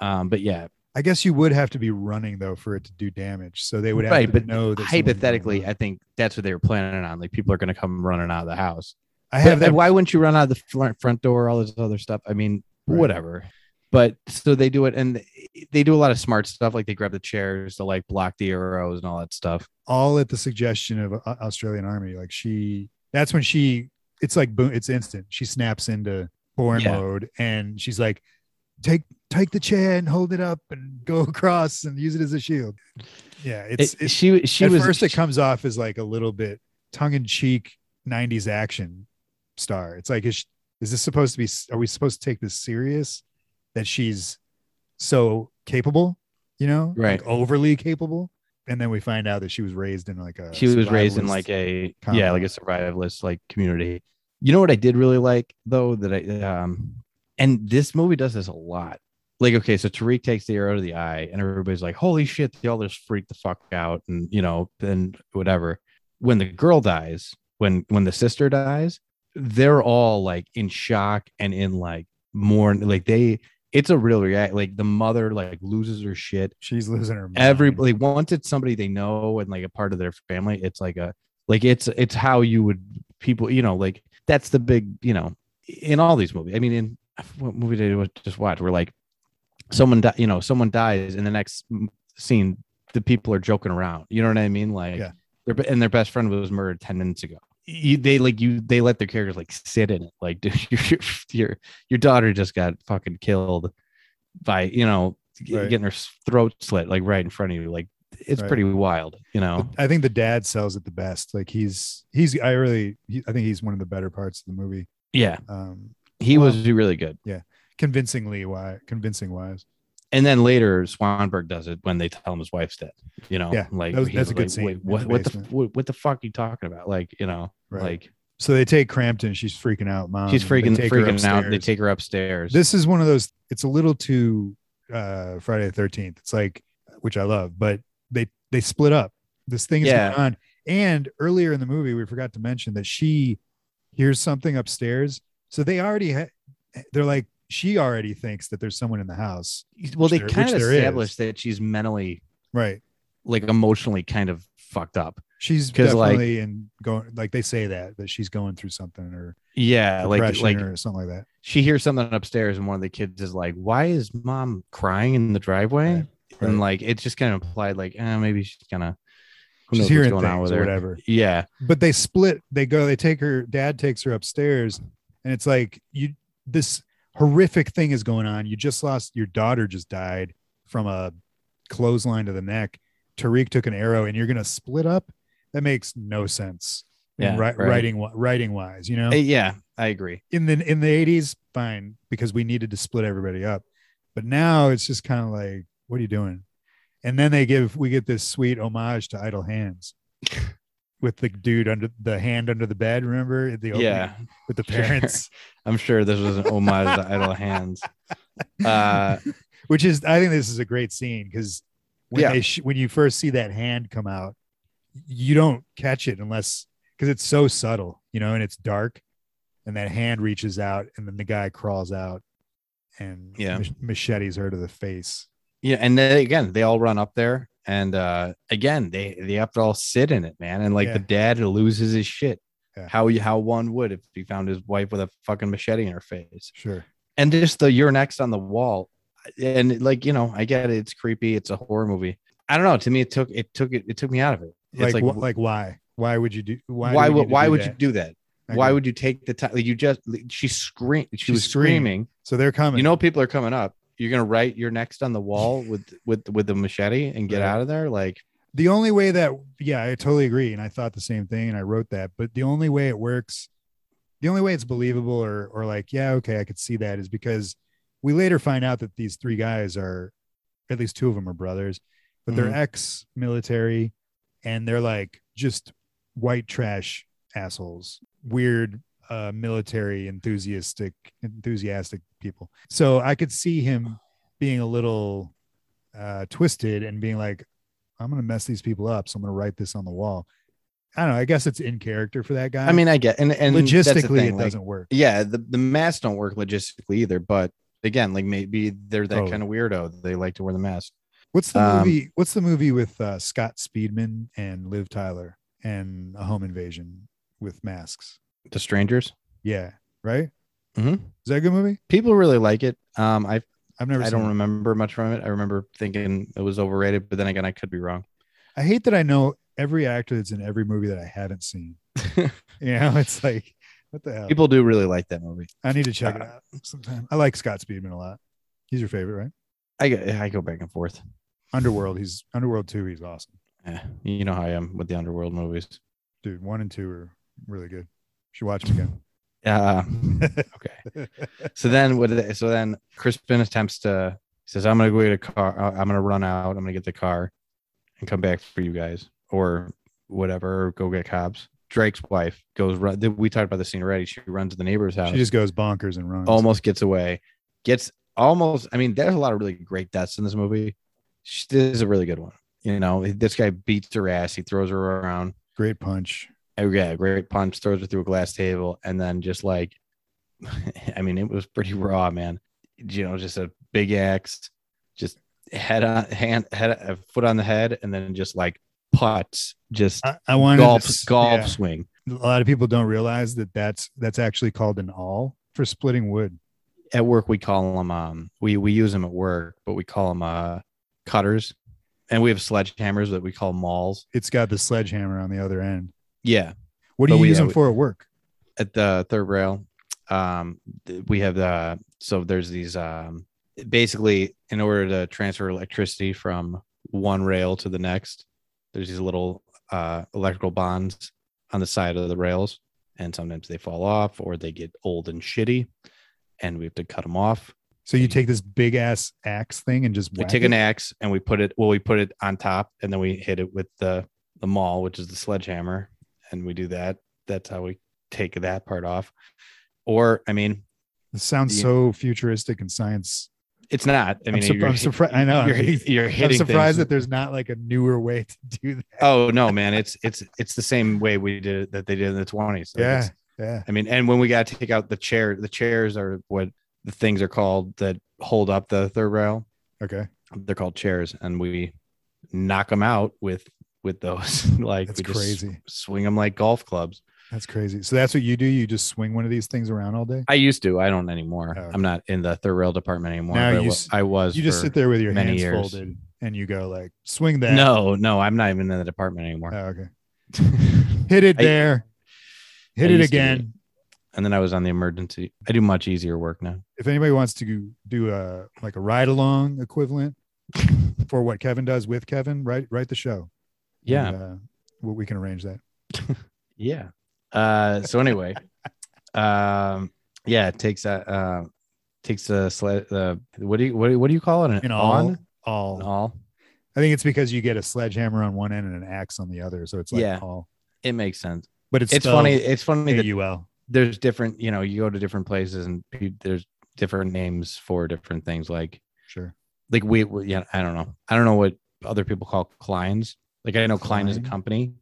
[SPEAKER 2] Um, but yeah,
[SPEAKER 1] I guess you would have to be running though for it to do damage. So they would have
[SPEAKER 2] Right,
[SPEAKER 1] to
[SPEAKER 2] but
[SPEAKER 1] know that someone was running
[SPEAKER 2] hypothetically,
[SPEAKER 1] around.
[SPEAKER 2] I think that's what they were planning on. Like people are going to come running out of the house.
[SPEAKER 1] I have
[SPEAKER 2] But-
[SPEAKER 1] that.
[SPEAKER 2] and why wouldn't you run out of the fl- front door? All this other stuff. I mean,
[SPEAKER 1] Right.
[SPEAKER 2] whatever. But so they do it, and they do a lot of smart stuff. Like they grab the chairs to like block the arrows and all that stuff.
[SPEAKER 1] all at the suggestion of Au- Australian Army. Like she, that's when she, it's like boom, it's instant. She snaps into born
[SPEAKER 2] Yeah.
[SPEAKER 1] mode, and she's like, take take the chair and hold it up and go across and use it as a shield. Yeah, it's
[SPEAKER 2] It- she she
[SPEAKER 1] at
[SPEAKER 2] was
[SPEAKER 1] first it comes off as like a little bit tongue-in-cheek 90s action star it's like is, sh- is this supposed to be s- are we supposed to take this serious that she's so capable you know
[SPEAKER 2] Right.
[SPEAKER 1] like overly capable and then we find out that she was raised in like a
[SPEAKER 2] she was raised in
[SPEAKER 1] survivalist-
[SPEAKER 2] like a yeah
[SPEAKER 1] compound.
[SPEAKER 2] like a survivalist like community You know what I did really like though that I um and this movie does this a lot. Like okay, so Tariq takes the arrow to the eye, and everybody's like, "Holy shit!" They all just freak the fuck out, and you know, and whatever. When the girl dies, when when the sister dies, they're all like in shock and in like mourn. Like they, it's a real react. Like the mother like loses her shit.
[SPEAKER 1] She's losing her. Mind.
[SPEAKER 2] Everybody once it's somebody they know and like a part of their family, it's like a like it's it's how you would people you know like that's the big you know in all these movies. I mean, in what movie did I just watch? We're like someone di- you know someone dies in the next scene. The people are joking around. You know what I mean? Like
[SPEAKER 1] Yeah.
[SPEAKER 2] their and their best friend was murdered ten minutes ago. You, they like you. They let their characters like sit in it. Like dude, your your your daughter just got fucking killed by you know g-
[SPEAKER 1] Right.
[SPEAKER 2] getting her s- throat slit like right in front of you. Like it's
[SPEAKER 1] Right.
[SPEAKER 2] pretty wild. You know.
[SPEAKER 1] I think the dad sells it the best. Like he's he's I really he, I think he's one of the better parts of the movie.
[SPEAKER 2] Yeah,
[SPEAKER 1] Um,
[SPEAKER 2] he
[SPEAKER 1] Well-
[SPEAKER 2] was really good.
[SPEAKER 1] convincingly why convincing wise.
[SPEAKER 2] and then later Swanberg does it when they tell him his wife's dead. You know,
[SPEAKER 1] Yeah,
[SPEAKER 2] like
[SPEAKER 1] that was-
[SPEAKER 2] he
[SPEAKER 1] that's a good
[SPEAKER 2] like,
[SPEAKER 1] scene
[SPEAKER 2] Wait,
[SPEAKER 1] in
[SPEAKER 2] what?
[SPEAKER 1] the
[SPEAKER 2] what the?
[SPEAKER 1] basement."
[SPEAKER 2] What, what the fuck are you talking about? Like, you know,
[SPEAKER 1] Right.
[SPEAKER 2] like
[SPEAKER 1] so they take Crampton. She's freaking out. Mom.
[SPEAKER 2] she's
[SPEAKER 1] They
[SPEAKER 2] freaking
[SPEAKER 1] take her
[SPEAKER 2] freaking out. They
[SPEAKER 1] upstairs.
[SPEAKER 2] take her upstairs.
[SPEAKER 1] This is one of those. It's a little too uh, Friday the Thirteenth. It's like, which I love, but they they split up. This thing is
[SPEAKER 2] Yeah.
[SPEAKER 1] going on. And earlier in the movie, we forgot to mention that she hears something upstairs. So they already ha- they're like she already thinks that there's someone in the house.
[SPEAKER 2] well, they
[SPEAKER 1] there-
[SPEAKER 2] kind
[SPEAKER 1] which
[SPEAKER 2] of
[SPEAKER 1] there is.
[SPEAKER 2] established that she's mentally,
[SPEAKER 1] Right.
[SPEAKER 2] like, emotionally, kind of fucked up.
[SPEAKER 1] She's
[SPEAKER 2] 'Cause, like-
[SPEAKER 1] definitely in going like they say that that she's going through something or
[SPEAKER 2] Yeah, like
[SPEAKER 1] depression
[SPEAKER 2] like
[SPEAKER 1] or something like that.
[SPEAKER 2] she hears something upstairs, and one of the kids is like, "Why is mom crying in the driveway?"
[SPEAKER 1] Right,
[SPEAKER 2] And like, it just kind of implied like, eh, maybe she's gonna.
[SPEAKER 1] She's
[SPEAKER 2] Who knows what's
[SPEAKER 1] hearing
[SPEAKER 2] going
[SPEAKER 1] things
[SPEAKER 2] on with
[SPEAKER 1] or
[SPEAKER 2] her?
[SPEAKER 1] whatever.
[SPEAKER 2] Yeah,
[SPEAKER 1] but they split they go they take her dad takes her upstairs and it's like you this horrific thing is going on you just lost your daughter just died from a clothesline to the neck tariq took an arrow and you're gonna split up that makes no sense
[SPEAKER 2] Yeah,
[SPEAKER 1] in ri-
[SPEAKER 2] right.
[SPEAKER 1] writing wi- writing wise you know
[SPEAKER 2] Eh, yeah, I agree.
[SPEAKER 1] in the in the 80s fine because we needed to split everybody up but now it's just kind of like what are you doing and then they give we get this sweet homage to idle hands with the dude under the hand under the bed remember at the opening
[SPEAKER 2] Yeah,
[SPEAKER 1] with the
[SPEAKER 2] Sure.
[SPEAKER 1] parents
[SPEAKER 2] I'm sure this was an homage to Idle Hands. Uh,
[SPEAKER 1] which is i think this is a great scene because when
[SPEAKER 2] Yeah.
[SPEAKER 1] they sh- when you first see that hand come out you don't catch it unless because it's so subtle you know and it's dark and that hand reaches out and then the guy crawls out and
[SPEAKER 2] Yeah.
[SPEAKER 1] mach- machetes her to the face
[SPEAKER 2] yeah, and then again, they all run up there, and uh, again, they they have to all sit in it, man. And like
[SPEAKER 1] Yeah.
[SPEAKER 2] the dad loses his shit.
[SPEAKER 1] Yeah.
[SPEAKER 2] How you how one would if he found his wife with a fucking machete in her face,
[SPEAKER 1] sure
[SPEAKER 2] and just the you're next on the wall, and like you know, I get it, it's creepy, it's a horror movie. I don't know. To me, it took it took it it took me out of it.
[SPEAKER 1] like
[SPEAKER 2] It's like,
[SPEAKER 1] like, wh- like why why would you do why
[SPEAKER 2] why
[SPEAKER 1] do we need
[SPEAKER 2] why would
[SPEAKER 1] to
[SPEAKER 2] why
[SPEAKER 1] do
[SPEAKER 2] would
[SPEAKER 1] that?
[SPEAKER 2] you do that?
[SPEAKER 1] I
[SPEAKER 2] Why
[SPEAKER 1] agree.
[SPEAKER 2] would you take the time? Like you just she screamed. She,
[SPEAKER 1] She
[SPEAKER 2] was
[SPEAKER 1] screamed.
[SPEAKER 2] screaming.
[SPEAKER 1] so they're coming
[SPEAKER 2] you know people are coming up you're gonna write your next on the wall with with with the machete and get
[SPEAKER 1] Right.
[SPEAKER 2] out of there like
[SPEAKER 1] the only way that yeah i totally agree and i thought the same thing and i wrote that but the only way it works the only way it's believable or or like yeah okay i could see that is because we later find out that these three guys are at least two of them are brothers but they're
[SPEAKER 2] Mhm.
[SPEAKER 1] ex military and they're like just white trash assholes weird uh military enthusiastic enthusiastic people so i could see him being a little uh twisted and being like i'm gonna mess these people up so i'm gonna write this on the wall i don't know i guess it's in character for that guy
[SPEAKER 2] i mean i get and and that's the
[SPEAKER 1] logistically
[SPEAKER 2] thing,
[SPEAKER 1] it
[SPEAKER 2] like,
[SPEAKER 1] doesn't work
[SPEAKER 2] yeah the, the masks don't work logistically either but again like maybe they're that
[SPEAKER 1] Totally.
[SPEAKER 2] kind of weirdo they like to wear the mask
[SPEAKER 1] what's the
[SPEAKER 2] um,
[SPEAKER 1] movie what's the movie with uh scott speedman and liv tyler and a home invasion with masks
[SPEAKER 2] the strangers
[SPEAKER 1] yeah right
[SPEAKER 2] Mhm.
[SPEAKER 1] is that a good movie
[SPEAKER 2] people really like it um i
[SPEAKER 1] i've never
[SPEAKER 2] i
[SPEAKER 1] seen
[SPEAKER 2] don't
[SPEAKER 1] it.
[SPEAKER 2] remember much from it i remember thinking it was overrated but then again i could be wrong
[SPEAKER 1] I hate that I know every actor that's in every movie that I haven't seen. you know, it's like, what the hell?
[SPEAKER 2] people do really like that movie
[SPEAKER 1] I need to check it out sometime. I like Scott Speedman a lot. He's your favorite, right?
[SPEAKER 2] i go i go back and forth
[SPEAKER 1] Underworld. He's Underworld two. He's awesome,
[SPEAKER 2] Eh, you know how i am with the underworld movies
[SPEAKER 1] dude. One and two are really good. Should watch them
[SPEAKER 2] uh
[SPEAKER 1] again.
[SPEAKER 2] okay So then what? So then Crispin attempts to says, "I'm gonna go get a car. I- I'm gonna run out. I'm gonna get the car, and come back for you guys, or whatever. Or go get cops." Drake's wife goes run. th- We talked about this scene already. She runs to the neighbor's house,
[SPEAKER 1] She just goes bonkers and runs.
[SPEAKER 2] almost gets away, gets almost. I mean, there's a lot of really great deaths in this movie. She, this is a really good one. You know, this guy beats her ass. He throws her around.
[SPEAKER 1] Great punch.
[SPEAKER 2] Oh, yeah, great punch, throws her through a glass table, and then just like, I mean, it was pretty raw, man. You know, just a big axe, just head on hand, head a foot on the head, and then just like putts, just
[SPEAKER 1] I, I wanted to
[SPEAKER 2] golf
[SPEAKER 1] s-
[SPEAKER 2] golf
[SPEAKER 1] yeah.
[SPEAKER 2] swing.
[SPEAKER 1] a lot of people don't realize that that's that's actually called an awl for splitting wood.
[SPEAKER 2] At work, we call them um, we we use them at work, but we call them uh cutters, and we have sledgehammers that we call mauls.
[SPEAKER 1] It's got the sledgehammer on the other end.
[SPEAKER 2] Yeah,
[SPEAKER 1] What do
[SPEAKER 2] But
[SPEAKER 1] you
[SPEAKER 2] we-
[SPEAKER 1] use
[SPEAKER 2] yeah,
[SPEAKER 1] them
[SPEAKER 2] we-
[SPEAKER 1] for at work?
[SPEAKER 2] at the third rail um th- we have the so there's these um basically in order to transfer electricity from one rail to the next there's these little uh electrical bonds on the side of the rails and sometimes they fall off or they get old and shitty and we have to cut them off
[SPEAKER 1] So you take this big ass axe thing and just
[SPEAKER 2] Mm. we
[SPEAKER 1] whack
[SPEAKER 2] take
[SPEAKER 1] it?
[SPEAKER 2] an axe and we put it well we put it on top and then we hit it with the the maul which is the sledgehammer and we do that that's how we take that part off or i mean
[SPEAKER 1] This sounds
[SPEAKER 2] Yeah.
[SPEAKER 1] so futuristic and science.
[SPEAKER 2] It's not. I
[SPEAKER 1] I'm
[SPEAKER 2] mean,
[SPEAKER 1] surp-
[SPEAKER 2] you're,
[SPEAKER 1] I'm surpri- I know, I'm
[SPEAKER 2] You're,
[SPEAKER 1] hitting-
[SPEAKER 2] you're hitting.
[SPEAKER 1] I'm surprised
[SPEAKER 2] things.
[SPEAKER 1] that there's not like a newer way to do that.
[SPEAKER 2] Oh no, man! It's it's it's the same way we did it that they did in the twenties.
[SPEAKER 1] yeah, yeah.
[SPEAKER 2] I mean, and when we got to take out the chair, the chairs are what the things are called that hold up the third rail.
[SPEAKER 1] Okay,
[SPEAKER 2] They're called chairs, and we knock them out with with those. like
[SPEAKER 1] that's
[SPEAKER 2] we just
[SPEAKER 1] crazy.
[SPEAKER 2] swing them like golf clubs.
[SPEAKER 1] That's crazy. So that's what you do. You just swing one of these things around all day.
[SPEAKER 2] I used to. I don't anymore.
[SPEAKER 1] Oh.
[SPEAKER 2] I'm not in the third rail department anymore.
[SPEAKER 1] Now you
[SPEAKER 2] but I wa-
[SPEAKER 1] s-
[SPEAKER 2] I was.
[SPEAKER 1] You just
[SPEAKER 2] for-
[SPEAKER 1] sit there with your
[SPEAKER 2] many
[SPEAKER 1] hands
[SPEAKER 2] years.
[SPEAKER 1] folded and you go like swing that.
[SPEAKER 2] No, no, I'm not even in the department
[SPEAKER 1] Oh,
[SPEAKER 2] anymore.
[SPEAKER 1] okay. Hit it
[SPEAKER 2] I-
[SPEAKER 1] there. Hit
[SPEAKER 2] I
[SPEAKER 1] it
[SPEAKER 2] used to do
[SPEAKER 1] again.
[SPEAKER 2] and then I was on the emergency. I do much easier work now.
[SPEAKER 1] if anybody wants to do a like a ride along equivalent for what Kevin does with Kevin, write write the show.
[SPEAKER 2] Yeah,
[SPEAKER 1] And, uh, we- we can arrange that.
[SPEAKER 2] yeah. Uh, so anyway, um, yeah, it takes a uh, takes the sled. Uh, what do you what, do- what do you call it? An
[SPEAKER 1] In all,
[SPEAKER 2] on?
[SPEAKER 1] all,
[SPEAKER 2] An all.
[SPEAKER 1] I think it's because you get a sledgehammer on one end and an axe on the other, so it's like
[SPEAKER 2] Yeah.
[SPEAKER 1] all.
[SPEAKER 2] It makes sense.
[SPEAKER 1] But it's
[SPEAKER 2] It's funny. It's funny that
[SPEAKER 1] AUL.
[SPEAKER 2] there's different. You know, you go to different places and pe- there's different names for different things. Like
[SPEAKER 1] Sure.
[SPEAKER 2] like we, we yeah. I don't know. I don't know what other people call Kleins. Like I know Klein, is a
[SPEAKER 1] Klein?
[SPEAKER 2] company.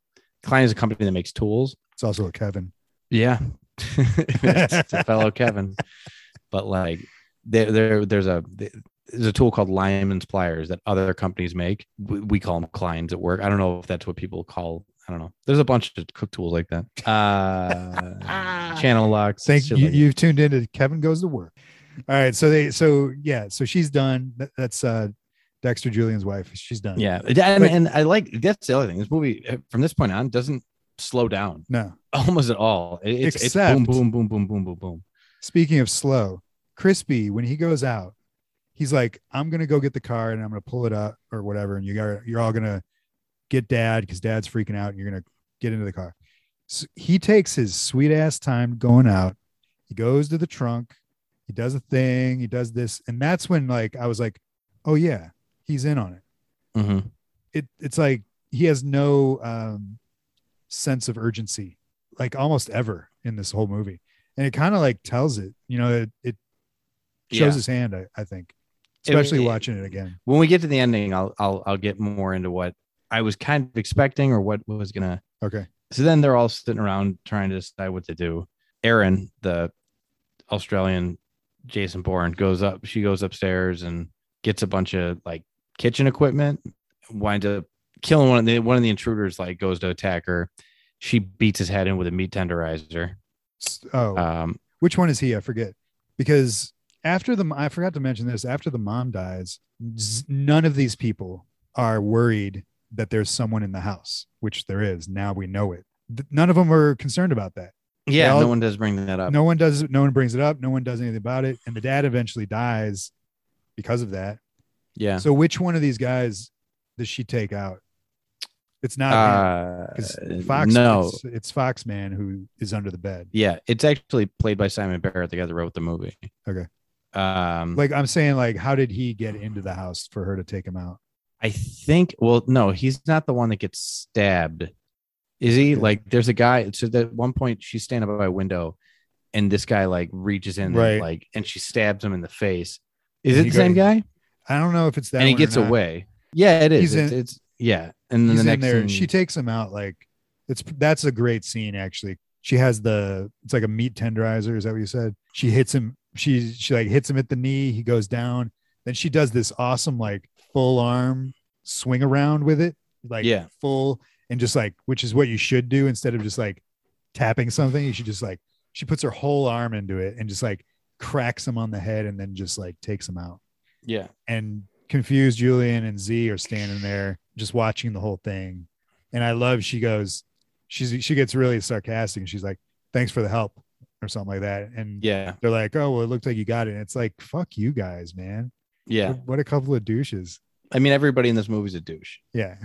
[SPEAKER 2] Klein is a company that makes tools.
[SPEAKER 1] It's also a Kevin.
[SPEAKER 2] Yeah. it's a fellow Kevin. But like there, there there's a there's a tool called Lyman's pliers that other companies make. We, we call them clients at work. I don't know if that's what people call. I don't know. There's a bunch of cook tools like that. Uh, channel locks.
[SPEAKER 1] Thank
[SPEAKER 2] shit
[SPEAKER 1] you.
[SPEAKER 2] like that.
[SPEAKER 1] You've tuned in to Kevin goes to work. All right. So they. So yeah. So she's done. That- That's uh, Dexter Julian's wife. She's done.
[SPEAKER 2] Yeah, and,
[SPEAKER 1] But-
[SPEAKER 2] and I like that's the other thing. This movie uh, from this point on doesn't slow down
[SPEAKER 1] No.
[SPEAKER 2] almost at all. It- It's, it's boom,
[SPEAKER 1] Except-
[SPEAKER 2] boom, boom, boom, boom, boom, boom.
[SPEAKER 1] Speaking of slow, Crispy, when he goes out, he's like, I'm gonna go get the car and I'm gonna pull it up or whatever. And you are you're all gonna get dad because dad's freaking out and you're gonna get into the car. So he takes his sweet ass time going out. He goes to the trunk, he does a thing, he does this, and that's when like I was like, Oh yeah, he's in on it. Mm-hmm.
[SPEAKER 2] Mhm.
[SPEAKER 1] It it's like he has no um sense of urgency, like almost ever in this whole movie. And it kind of like tells it, you know, it, it shows
[SPEAKER 2] Yeah.
[SPEAKER 1] his hand, I, I think.
[SPEAKER 2] It was-
[SPEAKER 1] Especially
[SPEAKER 2] it-
[SPEAKER 1] watching it again.
[SPEAKER 2] when we get to the ending, I'll I'll I'll get more into what I was kind of expecting or what was gonna.
[SPEAKER 1] Okay.
[SPEAKER 2] So then they're all sitting around trying to decide what to do. Erin, the Australian Jason Bourne, goes up. She goes upstairs and gets a bunch of like kitchen equipment. Winds up killing one of the one of the intruders. Like goes to attack her. She beats his head in with a meat tenderizer.
[SPEAKER 1] S- Oh,
[SPEAKER 2] Um,
[SPEAKER 1] which one is he? I forget. Because after the, I forgot to mention this, after the mom dies, z- none of these people are worried that there's someone in the house, which there is. Now we know it. Th- None of them are concerned about that.
[SPEAKER 2] yeah,
[SPEAKER 1] Well,
[SPEAKER 2] no one does bring that up.
[SPEAKER 1] no one does no one brings it up no one does anything about it and the dad eventually dies because of that
[SPEAKER 2] yeah.
[SPEAKER 1] so which one of these guys does she take out it's not him,
[SPEAKER 2] Uh,
[SPEAKER 1] 'cause fox
[SPEAKER 2] no.
[SPEAKER 1] it's, it's fox man who is under the bed
[SPEAKER 2] Yeah, it's actually played by Simon Barrett, the guy that wrote the movie.
[SPEAKER 1] Okay.
[SPEAKER 2] Um, like
[SPEAKER 1] like i'm saying like how did he get into the house for her to take him out
[SPEAKER 2] I think, well, no, he's not the one that gets stabbed. Is he
[SPEAKER 1] Okay.
[SPEAKER 2] like? There's a guy. So that at one point she's standing by a window, and this guy like reaches in,
[SPEAKER 1] Right.
[SPEAKER 2] and, like, and she stabs him in the face. Is
[SPEAKER 1] And
[SPEAKER 2] it
[SPEAKER 1] he
[SPEAKER 2] the
[SPEAKER 1] go-
[SPEAKER 2] same guy?
[SPEAKER 1] I don't know if it's that.
[SPEAKER 2] and he
[SPEAKER 1] one or
[SPEAKER 2] gets
[SPEAKER 1] not.
[SPEAKER 2] away. Yeah, it
[SPEAKER 1] He's
[SPEAKER 2] is. It's,
[SPEAKER 1] in-
[SPEAKER 2] it's yeah. And then
[SPEAKER 1] He's
[SPEAKER 2] the
[SPEAKER 1] in
[SPEAKER 2] next
[SPEAKER 1] there.
[SPEAKER 2] thing,
[SPEAKER 1] She takes him out. Like it's that's a great scene actually. She has the it's like a meat tenderizer. Is that what you said? She hits him. She she like hits him at the knee. He goes down. Then she does this awesome like full arm swing around with it. Like
[SPEAKER 2] Yeah.
[SPEAKER 1] full and just like which is what you should do instead of just like tapping something. You should just like she puts her whole arm into it and just like cracks him on the head and then just like takes him out
[SPEAKER 2] yeah,
[SPEAKER 1] and confused Julian and Z are standing there just watching the whole thing. And I love she goes, she's she gets really sarcastic and she's like, Thanks for the help or something like that. And
[SPEAKER 2] yeah,
[SPEAKER 1] they're like, Oh, well, it looked like you got it. And it's like, fuck you guys, man.
[SPEAKER 2] yeah.
[SPEAKER 1] What, what a couple of douches.
[SPEAKER 2] I mean, everybody in this movie's a douche.
[SPEAKER 1] Yeah.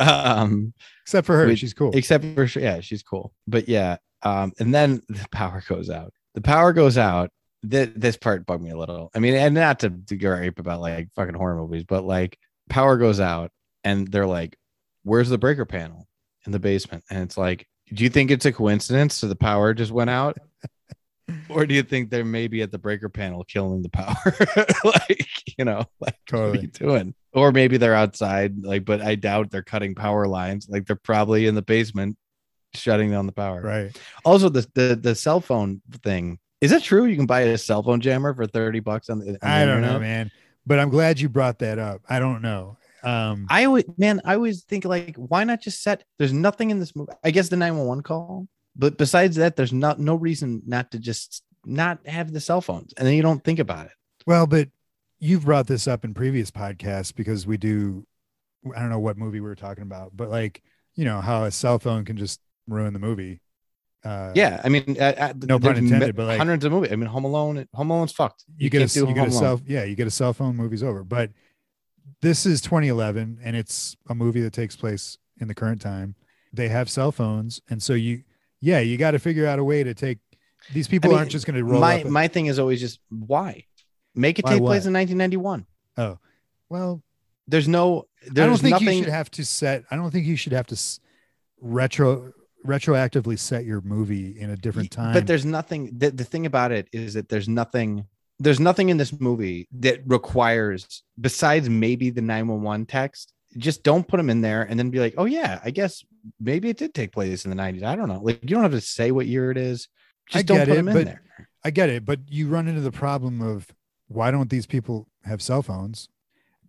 [SPEAKER 2] Um,
[SPEAKER 1] Except for her.
[SPEAKER 2] Wait,
[SPEAKER 1] she's cool.
[SPEAKER 2] except for sure, yeah, she's cool. But yeah, um, and then the power goes out. The power goes out. Th- this part bugged me a little. I mean, and not to, to gripe about like fucking horror movies, but like power goes out, and they're like, "Where's the breaker panel in the basement?" And it's like, do you think it's a coincidence that the power just went out? Or do you think they're maybe at the breaker panel killing the power? like, you know, like what are
[SPEAKER 1] totally.
[SPEAKER 2] you doing? Or maybe they're outside, like, but I doubt they're cutting power lines. Like they're probably in the basement shutting down the power.
[SPEAKER 1] Right.
[SPEAKER 2] Also, the the, the cell phone thing. Is it true you can buy a cell phone jammer for 30 bucks on the, on the
[SPEAKER 1] I don't know,
[SPEAKER 2] internet?
[SPEAKER 1] man. But I'm glad you brought that up. I don't know. Um
[SPEAKER 2] I always man, I always think like, why not just set there's nothing in this movie? I guess the 911 call, but besides that, there's not no reason not to just not have the cell phones and then you don't think about it.
[SPEAKER 1] Well, but you've brought this up in previous podcasts because we do. I don't know what movie we were talking about, but like you know how a cell phone can just ruin the movie. Uh,
[SPEAKER 2] Yeah, I mean, I, I,
[SPEAKER 1] No pun
[SPEAKER 2] there's
[SPEAKER 1] intended, but, like-
[SPEAKER 2] hundreds of movies. I mean, Home Alone, Home Alone's fucked.
[SPEAKER 1] you, get a
[SPEAKER 2] can't do
[SPEAKER 1] you get a
[SPEAKER 2] Home Alone.
[SPEAKER 1] cell yeah you get a cell phone. Movie's over. But this is 2011, and it's a movie that takes place in the current time. They have cell phones, and so you yeah you got to figure out a way to take these people
[SPEAKER 2] mean,
[SPEAKER 1] aren't just going to roll
[SPEAKER 2] my
[SPEAKER 1] up. and-
[SPEAKER 2] my thing is always just why make it
[SPEAKER 1] Why
[SPEAKER 2] take
[SPEAKER 1] what?
[SPEAKER 2] place in 1991
[SPEAKER 1] well,
[SPEAKER 2] there's no there's
[SPEAKER 1] I don't think
[SPEAKER 2] nothing
[SPEAKER 1] you should have to set. I don't think you should have to s- retro retroactively set your movie in a different time.
[SPEAKER 2] but there's nothing the, the thing about it is that there's nothing there's nothing in this movie that requires besides maybe the 911 text just don't put them in there and then be like oh yeah i guess maybe it did take place in the 90s i don't know like you don't have to say what year it is
[SPEAKER 1] I
[SPEAKER 2] just don't
[SPEAKER 1] get
[SPEAKER 2] put
[SPEAKER 1] it,
[SPEAKER 2] them in
[SPEAKER 1] but-
[SPEAKER 2] there
[SPEAKER 1] I get it, but you run into the problem of why don't these people have cell phones?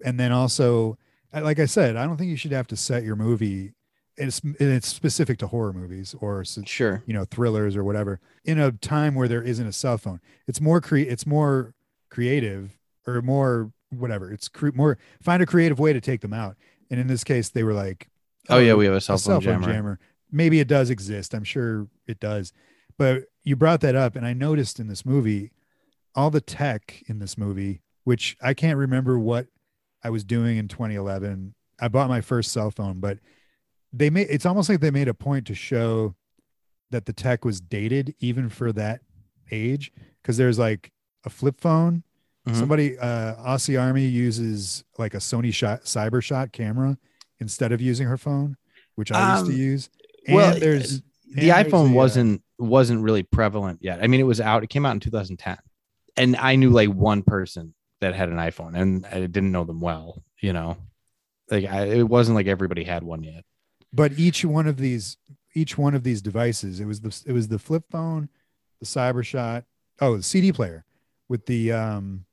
[SPEAKER 1] And then also, I- like I said, I don't think you should have to set your movie. and It's and it's specific to horror movies or s-
[SPEAKER 2] sure
[SPEAKER 1] you know thrillers or whatever in a time where there isn't a cell phone it's more cre- it's more creative or more whatever it's cre- more find a creative way to take them out and in this case they were like
[SPEAKER 2] oh yeah we have a
[SPEAKER 1] a
[SPEAKER 2] cell phone, jammer.
[SPEAKER 1] maybe it does exist i'm sure it does but you brought that up and i noticed in this movie all the tech in this movie which i can't remember what i was doing in 2011 i bought my first cell phone but they made it's almost like they made a point to show that the tech was dated even for that age because there's like a flip phone
[SPEAKER 2] Mhm.
[SPEAKER 1] somebody uh aussie army uses like a sony shot cyber shot camera instead of using her phone which i used to
[SPEAKER 2] Um,
[SPEAKER 1] use and
[SPEAKER 2] well,
[SPEAKER 1] there's
[SPEAKER 2] the
[SPEAKER 1] and there's
[SPEAKER 2] iPhone
[SPEAKER 1] the, uh,
[SPEAKER 2] wasn't wasn't really prevalent yet. I mean, it was out. It came out in 2010, and I knew like one person that had an iPhone, and I didn't know them well. You know, like I, it wasn't like everybody had one yet.
[SPEAKER 1] but each one of these each one of these devices it was the it was the flip phone the cyber shot oh the cd player with the um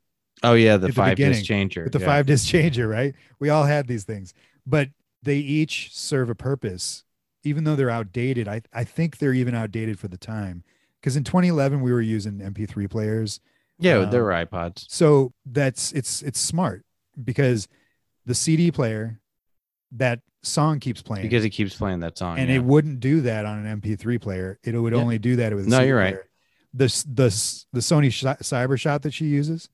[SPEAKER 2] Oh yeah,
[SPEAKER 1] At
[SPEAKER 2] the
[SPEAKER 1] the
[SPEAKER 2] five
[SPEAKER 1] beginning,
[SPEAKER 2] disc changer.
[SPEAKER 1] with the
[SPEAKER 2] yeah.
[SPEAKER 1] five disc changer, right? We all had these things, but they each serve a purpose, even though they're outdated. I, I think they're even outdated for the time. Because in 2011 we were using MP3 players,
[SPEAKER 2] Yeah,
[SPEAKER 1] um,
[SPEAKER 2] there were iPods.
[SPEAKER 1] so that's it's it's smart because the CD player, that song keeps playing,
[SPEAKER 2] Because it keeps playing that song.
[SPEAKER 1] and
[SPEAKER 2] yeah.
[SPEAKER 1] it wouldn't do that on an MP3 player. It would
[SPEAKER 2] Yeah.
[SPEAKER 1] only do that with a
[SPEAKER 2] No,
[SPEAKER 1] CD
[SPEAKER 2] you're right.
[SPEAKER 1] player. The s- the s- the Sony Cy- Cyber Shot that she uses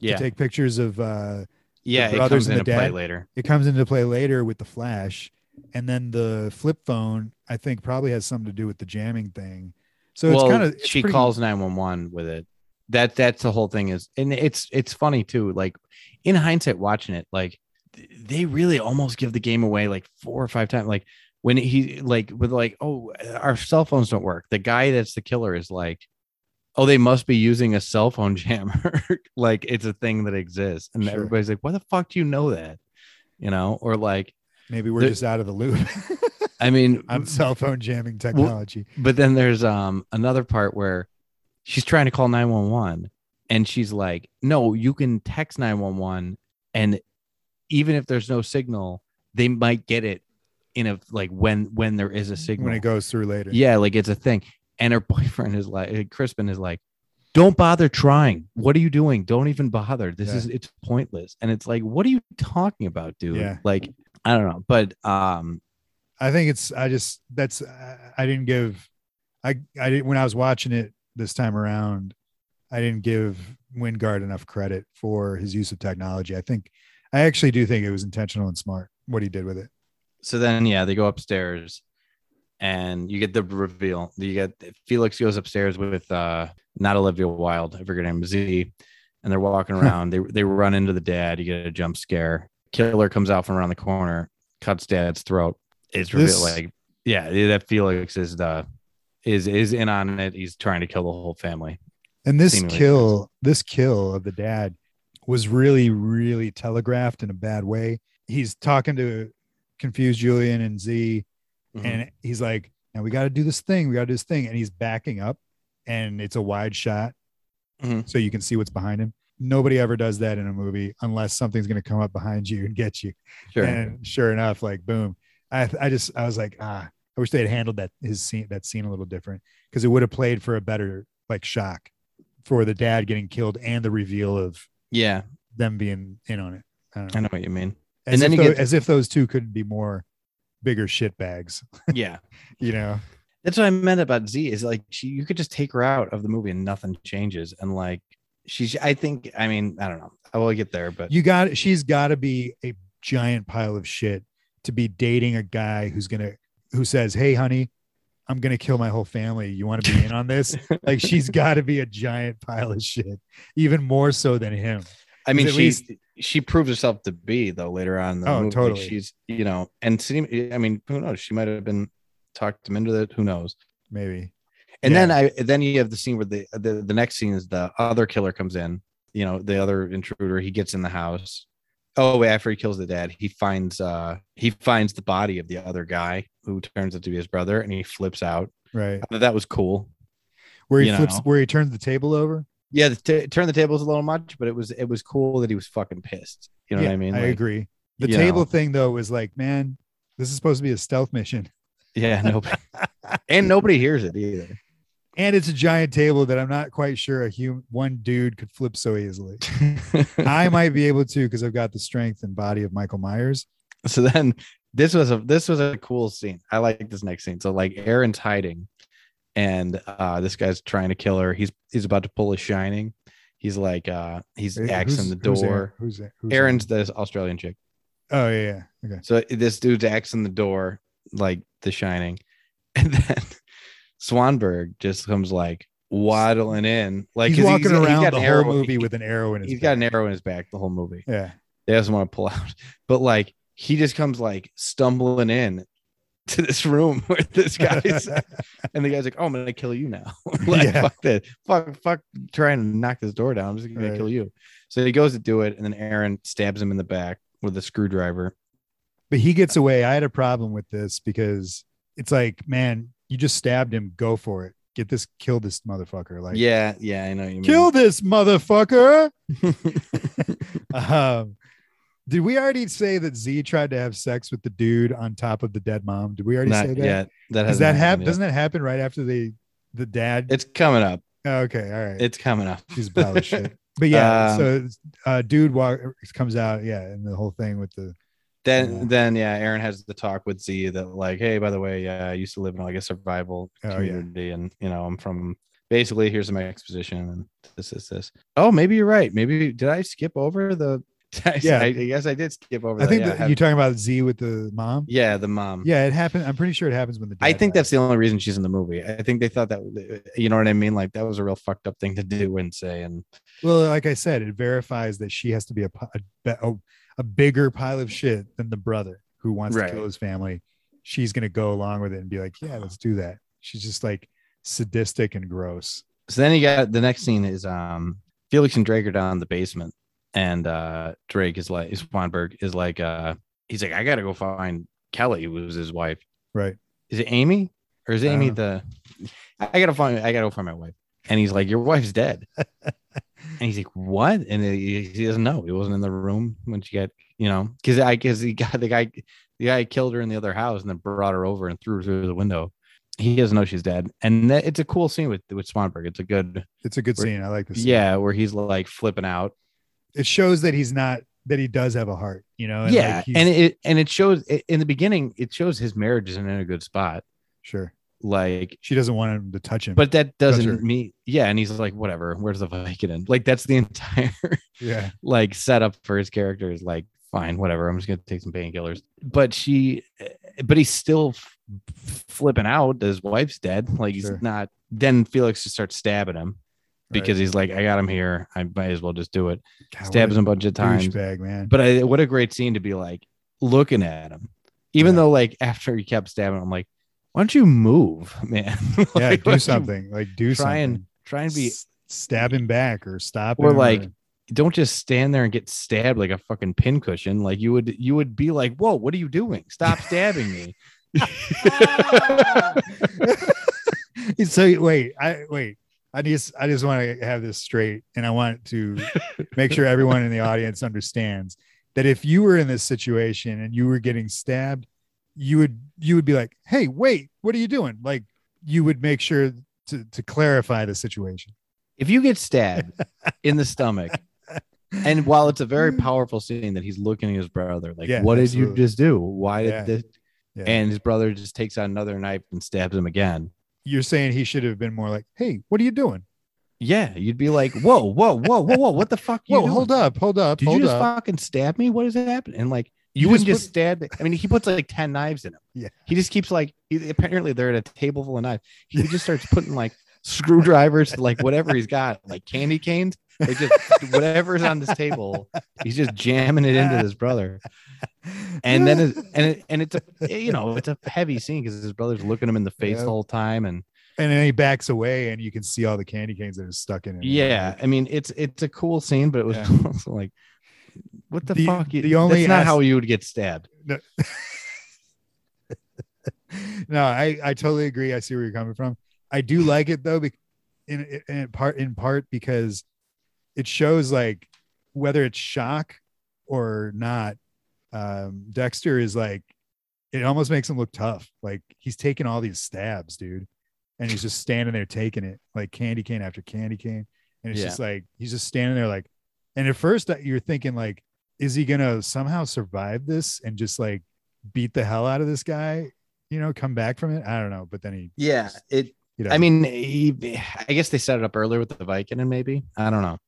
[SPEAKER 2] yeah,
[SPEAKER 1] to take pictures of uh,
[SPEAKER 2] yeah, it
[SPEAKER 1] brothers
[SPEAKER 2] comes
[SPEAKER 1] and the
[SPEAKER 2] into play
[SPEAKER 1] dad.
[SPEAKER 2] later.
[SPEAKER 1] it comes into play later with the flash and then the flip phone i think probably has something to do with the jamming thing so
[SPEAKER 2] well,
[SPEAKER 1] it's kind of
[SPEAKER 2] she calls 911 with it. That that's the whole thing is, and it's it's funny too. Like in hindsight, watching it, like th- they really almost give the game away like four or five times. Like when he like with like oh our cell phones don't work the guy that's the killer is like oh they must be using a cell phone jammer like it's a thing that exists and
[SPEAKER 1] Sure.
[SPEAKER 2] everybody's like why the fuck do you know that you know or like
[SPEAKER 1] Maybe we're
[SPEAKER 2] There-
[SPEAKER 1] just out of the loop.
[SPEAKER 2] i mean
[SPEAKER 1] I'm cell phone jamming technology.
[SPEAKER 2] but then there's um another part where she's trying to call 911 and she's like no you can text 911 and even if there's no signal they might get it in a like when when there is a signal
[SPEAKER 1] when it goes through later.
[SPEAKER 2] yeah like it's a thing and her boyfriend is like crispin is like don't bother trying what are you doing don't even bother this
[SPEAKER 1] Yeah.
[SPEAKER 2] is it's pointless and it's like what are you talking about dude
[SPEAKER 1] Yeah.
[SPEAKER 2] like i don't know but um
[SPEAKER 1] I think it's I just that's I, I didn't give I I didn't when I was watching it this time around I didn't give Wingard enough credit for his use of technology. I think I actually do think it was intentional and smart what he did with it.
[SPEAKER 2] so then yeah they go upstairs and you get the reveal you get felix goes upstairs with uh not olivia wilde i forget her name z and they're walking around they, they run into the dad you get a jump scare killer comes out from around the corner cuts dad's throat it's revealed
[SPEAKER 1] This-
[SPEAKER 2] like yeah that felix is the is is in on it he's trying to kill the whole family
[SPEAKER 1] And this
[SPEAKER 2] Seemingly.
[SPEAKER 1] kill this kill of the dad was really really telegraphed in a bad way. He's talking to confused Julian and Z
[SPEAKER 2] Mm-hmm.
[SPEAKER 1] and he's like, "Now we got to do this thing. We got to do this thing." And he's backing up, and it's a wide shot,
[SPEAKER 2] Mhm.
[SPEAKER 1] so you can see what's behind him. Nobody ever does that in a movie unless something's going to come up behind you and get you.
[SPEAKER 2] sure
[SPEAKER 1] And sure enough, like boom, I I just I was like, ah, I wish they had handled that his scene that scene a little different because it would have played for a better like shock for the dad getting killed and the reveal of
[SPEAKER 2] yeah
[SPEAKER 1] them being in on it. I don't know.
[SPEAKER 2] i know what you mean
[SPEAKER 1] As,
[SPEAKER 2] and then
[SPEAKER 1] if
[SPEAKER 2] you
[SPEAKER 1] tho-
[SPEAKER 2] get-
[SPEAKER 1] as if those two could be more bigger shit bags,
[SPEAKER 2] yeah
[SPEAKER 1] you know.
[SPEAKER 2] That's what I meant about Z is like she, you could just take her out of the movie and nothing changes. And like she's, I think, I mean, I don't know. I will get there, but
[SPEAKER 1] you got she's got to be a giant pile of shit to be dating a guy who's gonna who says hey honey i'm gonna kill my whole family you want to be in on this like she's got to be a giant pile of shit even more so than him
[SPEAKER 2] I mean,
[SPEAKER 1] at
[SPEAKER 2] she
[SPEAKER 1] least-
[SPEAKER 2] she proves herself to be though later on. in the
[SPEAKER 1] Oh,
[SPEAKER 2] movie. Like,
[SPEAKER 1] totally.
[SPEAKER 2] She's you know, and seem- I mean, who knows? She might have been talked him into that. Who knows?
[SPEAKER 1] maybe
[SPEAKER 2] And
[SPEAKER 1] Yeah.
[SPEAKER 2] then I then you have the scene where the, the the next scene is the other killer comes in. You know, the other intruder. He gets in the house. Oh, wait, after he kills the dad, he finds uh he finds the body of the other guy who turns out to be his brother, and he flips out.
[SPEAKER 1] right
[SPEAKER 2] I thought that was cool.
[SPEAKER 1] where he
[SPEAKER 2] You
[SPEAKER 1] flips
[SPEAKER 2] know.
[SPEAKER 1] where he turns the table over
[SPEAKER 2] Yeah, the t- turn the tables a little much, but it was it was cool that he was fucking pissed. You know what
[SPEAKER 1] Yeah,
[SPEAKER 2] I mean?
[SPEAKER 1] i
[SPEAKER 2] Like,
[SPEAKER 1] agree the
[SPEAKER 2] you
[SPEAKER 1] table
[SPEAKER 2] know.
[SPEAKER 1] thing though was like man this is supposed to be a stealth mission
[SPEAKER 2] Yeah, nobody and nobody hears it either.
[SPEAKER 1] and it's a giant table that i'm not quite sure a human one dude could flip so easily i might be able to because i've got the strength and body of michael myers
[SPEAKER 2] so then this was a this was a cool scene. I like this next scene. So like Aaron's hiding, and uh this guy's trying to kill her. He's he's about to pull a shining. He's like uh he's
[SPEAKER 1] Hey,
[SPEAKER 2] axing
[SPEAKER 1] who's-
[SPEAKER 2] the
[SPEAKER 1] who's Aaron?
[SPEAKER 2] door.
[SPEAKER 1] Who's, Aaron? who's
[SPEAKER 2] Aaron's this Australian chick.
[SPEAKER 1] Aaron? Oh yeah, yeah. Okay.
[SPEAKER 2] So this dude's axing the door like The Shining, and then Swanberg just comes like waddling in, like
[SPEAKER 1] he's
[SPEAKER 2] 'cause
[SPEAKER 1] walking
[SPEAKER 2] he's
[SPEAKER 1] around
[SPEAKER 2] got
[SPEAKER 1] the whole
[SPEAKER 2] an arrow-
[SPEAKER 1] movie with an arrow in his.
[SPEAKER 2] He's got an
[SPEAKER 1] back.
[SPEAKER 2] arrow in his back the whole movie.
[SPEAKER 1] Yeah.
[SPEAKER 2] They doesn't want to pull out, but like he just comes like stumbling in to this room where this guy's, and the guy's like, "Oh, I'm gonna kill you now." like
[SPEAKER 1] Yeah.
[SPEAKER 2] fuck that, fuck, fuck, trying to knock this door down. I'm just gonna
[SPEAKER 1] Right.
[SPEAKER 2] kill you. So he goes to do it, and then Aaron stabs him in the back with a screwdriver.
[SPEAKER 1] but he gets away. I had a problem with this because it's like, man, you just stabbed him. Go for it. Get this. Kill this motherfucker. Like,
[SPEAKER 2] yeah, yeah, I know what you mean.
[SPEAKER 1] kill this motherfucker. um, did we already say that Z tried to have sex with the dude on top of the dead mom? Did we already
[SPEAKER 2] Not
[SPEAKER 1] say that?
[SPEAKER 2] yet. That
[SPEAKER 1] Does
[SPEAKER 2] hasn't
[SPEAKER 1] that
[SPEAKER 2] happened
[SPEAKER 1] happen?
[SPEAKER 2] yet.
[SPEAKER 1] Doesn't that happen right after the the dad?
[SPEAKER 2] It's coming up.
[SPEAKER 1] Oh, okay. All right.
[SPEAKER 2] It's coming up.
[SPEAKER 1] She's a pile of shit. But yeah,
[SPEAKER 2] Um,
[SPEAKER 1] so uh, dude walk, comes out, yeah, and the whole thing with the
[SPEAKER 2] Then,
[SPEAKER 1] Yeah.
[SPEAKER 2] then, yeah, Aaron has the talk with Z that, like, hey, by the way, yeah, I used to live in like a survival
[SPEAKER 1] Oh, yeah.
[SPEAKER 2] community, and you know, I'm from basically here's my exposition, and this is this. Oh, maybe you're right. Maybe did I skip over the?
[SPEAKER 1] Yeah.
[SPEAKER 2] I, I guess I did skip
[SPEAKER 1] I
[SPEAKER 2] over. that.
[SPEAKER 1] think
[SPEAKER 2] yeah,
[SPEAKER 1] that
[SPEAKER 2] have-
[SPEAKER 1] you're talking about Z with the mom.
[SPEAKER 2] yeah, the mom.
[SPEAKER 1] Yeah, it happened. I'm pretty sure it happens when the. Dad
[SPEAKER 2] I think
[SPEAKER 1] dies.
[SPEAKER 2] that's the only reason she's in the movie. I think they thought that, you know what I mean? Like that was a real fucked up thing to do and say, and
[SPEAKER 1] well, like I said, it verifies that she has to be a pi- a, be- a, a bigger pile of shit than the brother who wants
[SPEAKER 2] Right.
[SPEAKER 1] to kill his family. she's gonna go along with it and be like, yeah, let's do that. She's just like sadistic and gross.
[SPEAKER 2] So then you got the next scene is um Felix and Drake are down in the basement, and uh Drake is like Swanberg is like uh he's like, I gotta go find Kelly, who was his wife.
[SPEAKER 1] Right.
[SPEAKER 2] Is it Amy? Or is
[SPEAKER 1] I don't
[SPEAKER 2] Amy the I gotta find I gotta go find my wife. And he's like, Your wife's dead. and he's like, What? And he, he doesn't know. He wasn't in the room when she got, you know, because I guess he got the guy the guy killed her in the other house and then brought her over and threw her through the window. He doesn't know she's dead. And that, it's a cool scene with with Swanberg. It's a good
[SPEAKER 1] It's a good
[SPEAKER 2] We're-
[SPEAKER 1] scene. I like this.
[SPEAKER 2] yeah, where he's like flipping out.
[SPEAKER 1] It shows that he's not that he does have a heart, you know. like,
[SPEAKER 2] yeah,
[SPEAKER 1] he's-
[SPEAKER 2] and it and it shows i- in the beginning. It shows his marriage isn't in a good spot.
[SPEAKER 1] sure.
[SPEAKER 2] Like,
[SPEAKER 1] She doesn't want him to touch him.
[SPEAKER 2] but that
[SPEAKER 1] Gotcha.
[SPEAKER 2] doesn't mean yeah. And he's like, whatever. Where's the Viking in? Like, that's the entire
[SPEAKER 1] yeah,
[SPEAKER 2] like setup for his character. Is like, fine, whatever. I'm just gonna take some painkillers. But she, eh, but he's still f- flipping out. that His wife's dead. Like he's
[SPEAKER 1] Sure.
[SPEAKER 2] not. Then Felix just starts stabbing him because he's like, I got him here. I might as well just do it.
[SPEAKER 1] God, what
[SPEAKER 2] Stabs
[SPEAKER 1] a
[SPEAKER 2] him a bunch of times.
[SPEAKER 1] douchebag, man.
[SPEAKER 2] but I, what a great scene to be like looking at him, even
[SPEAKER 1] Yeah.
[SPEAKER 2] though like after he kept stabbing, I'm like, why don't you move, man? Like,
[SPEAKER 1] yeah,
[SPEAKER 2] why don't
[SPEAKER 1] do
[SPEAKER 2] you
[SPEAKER 1] something. Like do
[SPEAKER 2] Try
[SPEAKER 1] something.
[SPEAKER 2] and try and be,
[SPEAKER 1] S- stab him back or stop
[SPEAKER 2] Or
[SPEAKER 1] him
[SPEAKER 2] like- don't just stand there and get stabbed like a fucking pincushion. Like you would, you would be like, whoa, what are you doing? Stop stabbing me.
[SPEAKER 1] so wait i wait i just i just want to have this straight and i want to make sure everyone in the audience understands that if you were in this situation and you were getting stabbed you would you would be like hey wait what are you doing like you would make sure to, to clarify the situation
[SPEAKER 2] if you get stabbed in the stomach, and while it's a very powerful scene that he's looking at his brother, like,
[SPEAKER 1] Yeah,
[SPEAKER 2] what did
[SPEAKER 1] absolutely.
[SPEAKER 2] you just do? Why did
[SPEAKER 1] Yeah.
[SPEAKER 2] this?
[SPEAKER 1] Yeah.
[SPEAKER 2] And his brother just takes out another knife and stabs him again.
[SPEAKER 1] you're saying he should have been more like hey what are you doing
[SPEAKER 2] Yeah, you'd be like, whoa, whoa, whoa, whoa, whoa, what the fuck? You
[SPEAKER 1] whoa
[SPEAKER 2] doing?
[SPEAKER 1] hold up hold up
[SPEAKER 2] Did
[SPEAKER 1] hold
[SPEAKER 2] you just
[SPEAKER 1] up
[SPEAKER 2] fucking stab me? What is happening? And like, you,
[SPEAKER 1] You
[SPEAKER 2] wouldn't
[SPEAKER 1] just
[SPEAKER 2] just stab. I mean, he puts like ten knives in him.
[SPEAKER 1] Yeah.
[SPEAKER 2] he just keeps like. He, apparently, they're at a table full of knives. He just starts putting like screwdrivers, like whatever he's got, like candy canes, like just whatever's on this table. He's just jamming it into his brother, and then it, and it, and it's a you know it's a heavy scene because his brother's looking him in the face
[SPEAKER 1] Yeah.
[SPEAKER 2] the whole time, and
[SPEAKER 1] and then he backs away and you can see all the candy canes that are stuck in it
[SPEAKER 2] yeah i mean it's it's a cool scene but it was
[SPEAKER 1] Yeah.
[SPEAKER 2] also like what the,
[SPEAKER 1] The-
[SPEAKER 2] fuck
[SPEAKER 1] the only
[SPEAKER 2] that's not
[SPEAKER 1] as-
[SPEAKER 2] how you would get stabbed
[SPEAKER 1] no, I I totally agree. I see where you're coming from. I do like it though, bec- in in part in part because it shows like whether it's shock or not. Um, Dexter is like it almost makes him look tough. Like he's taking all these stabs, dude, and he's just standing there taking it like candy cane after candy cane, and it's
[SPEAKER 2] Yeah.
[SPEAKER 1] just like he's just standing there like. And at first uh, you're thinking like, is he gonna somehow survive this and just like beat the hell out of this guy? You know, come back from it. I don't know, but then he,
[SPEAKER 2] yeah it
[SPEAKER 1] you know,
[SPEAKER 2] i mean he, i guess they set it up earlier with the viking and maybe i don't know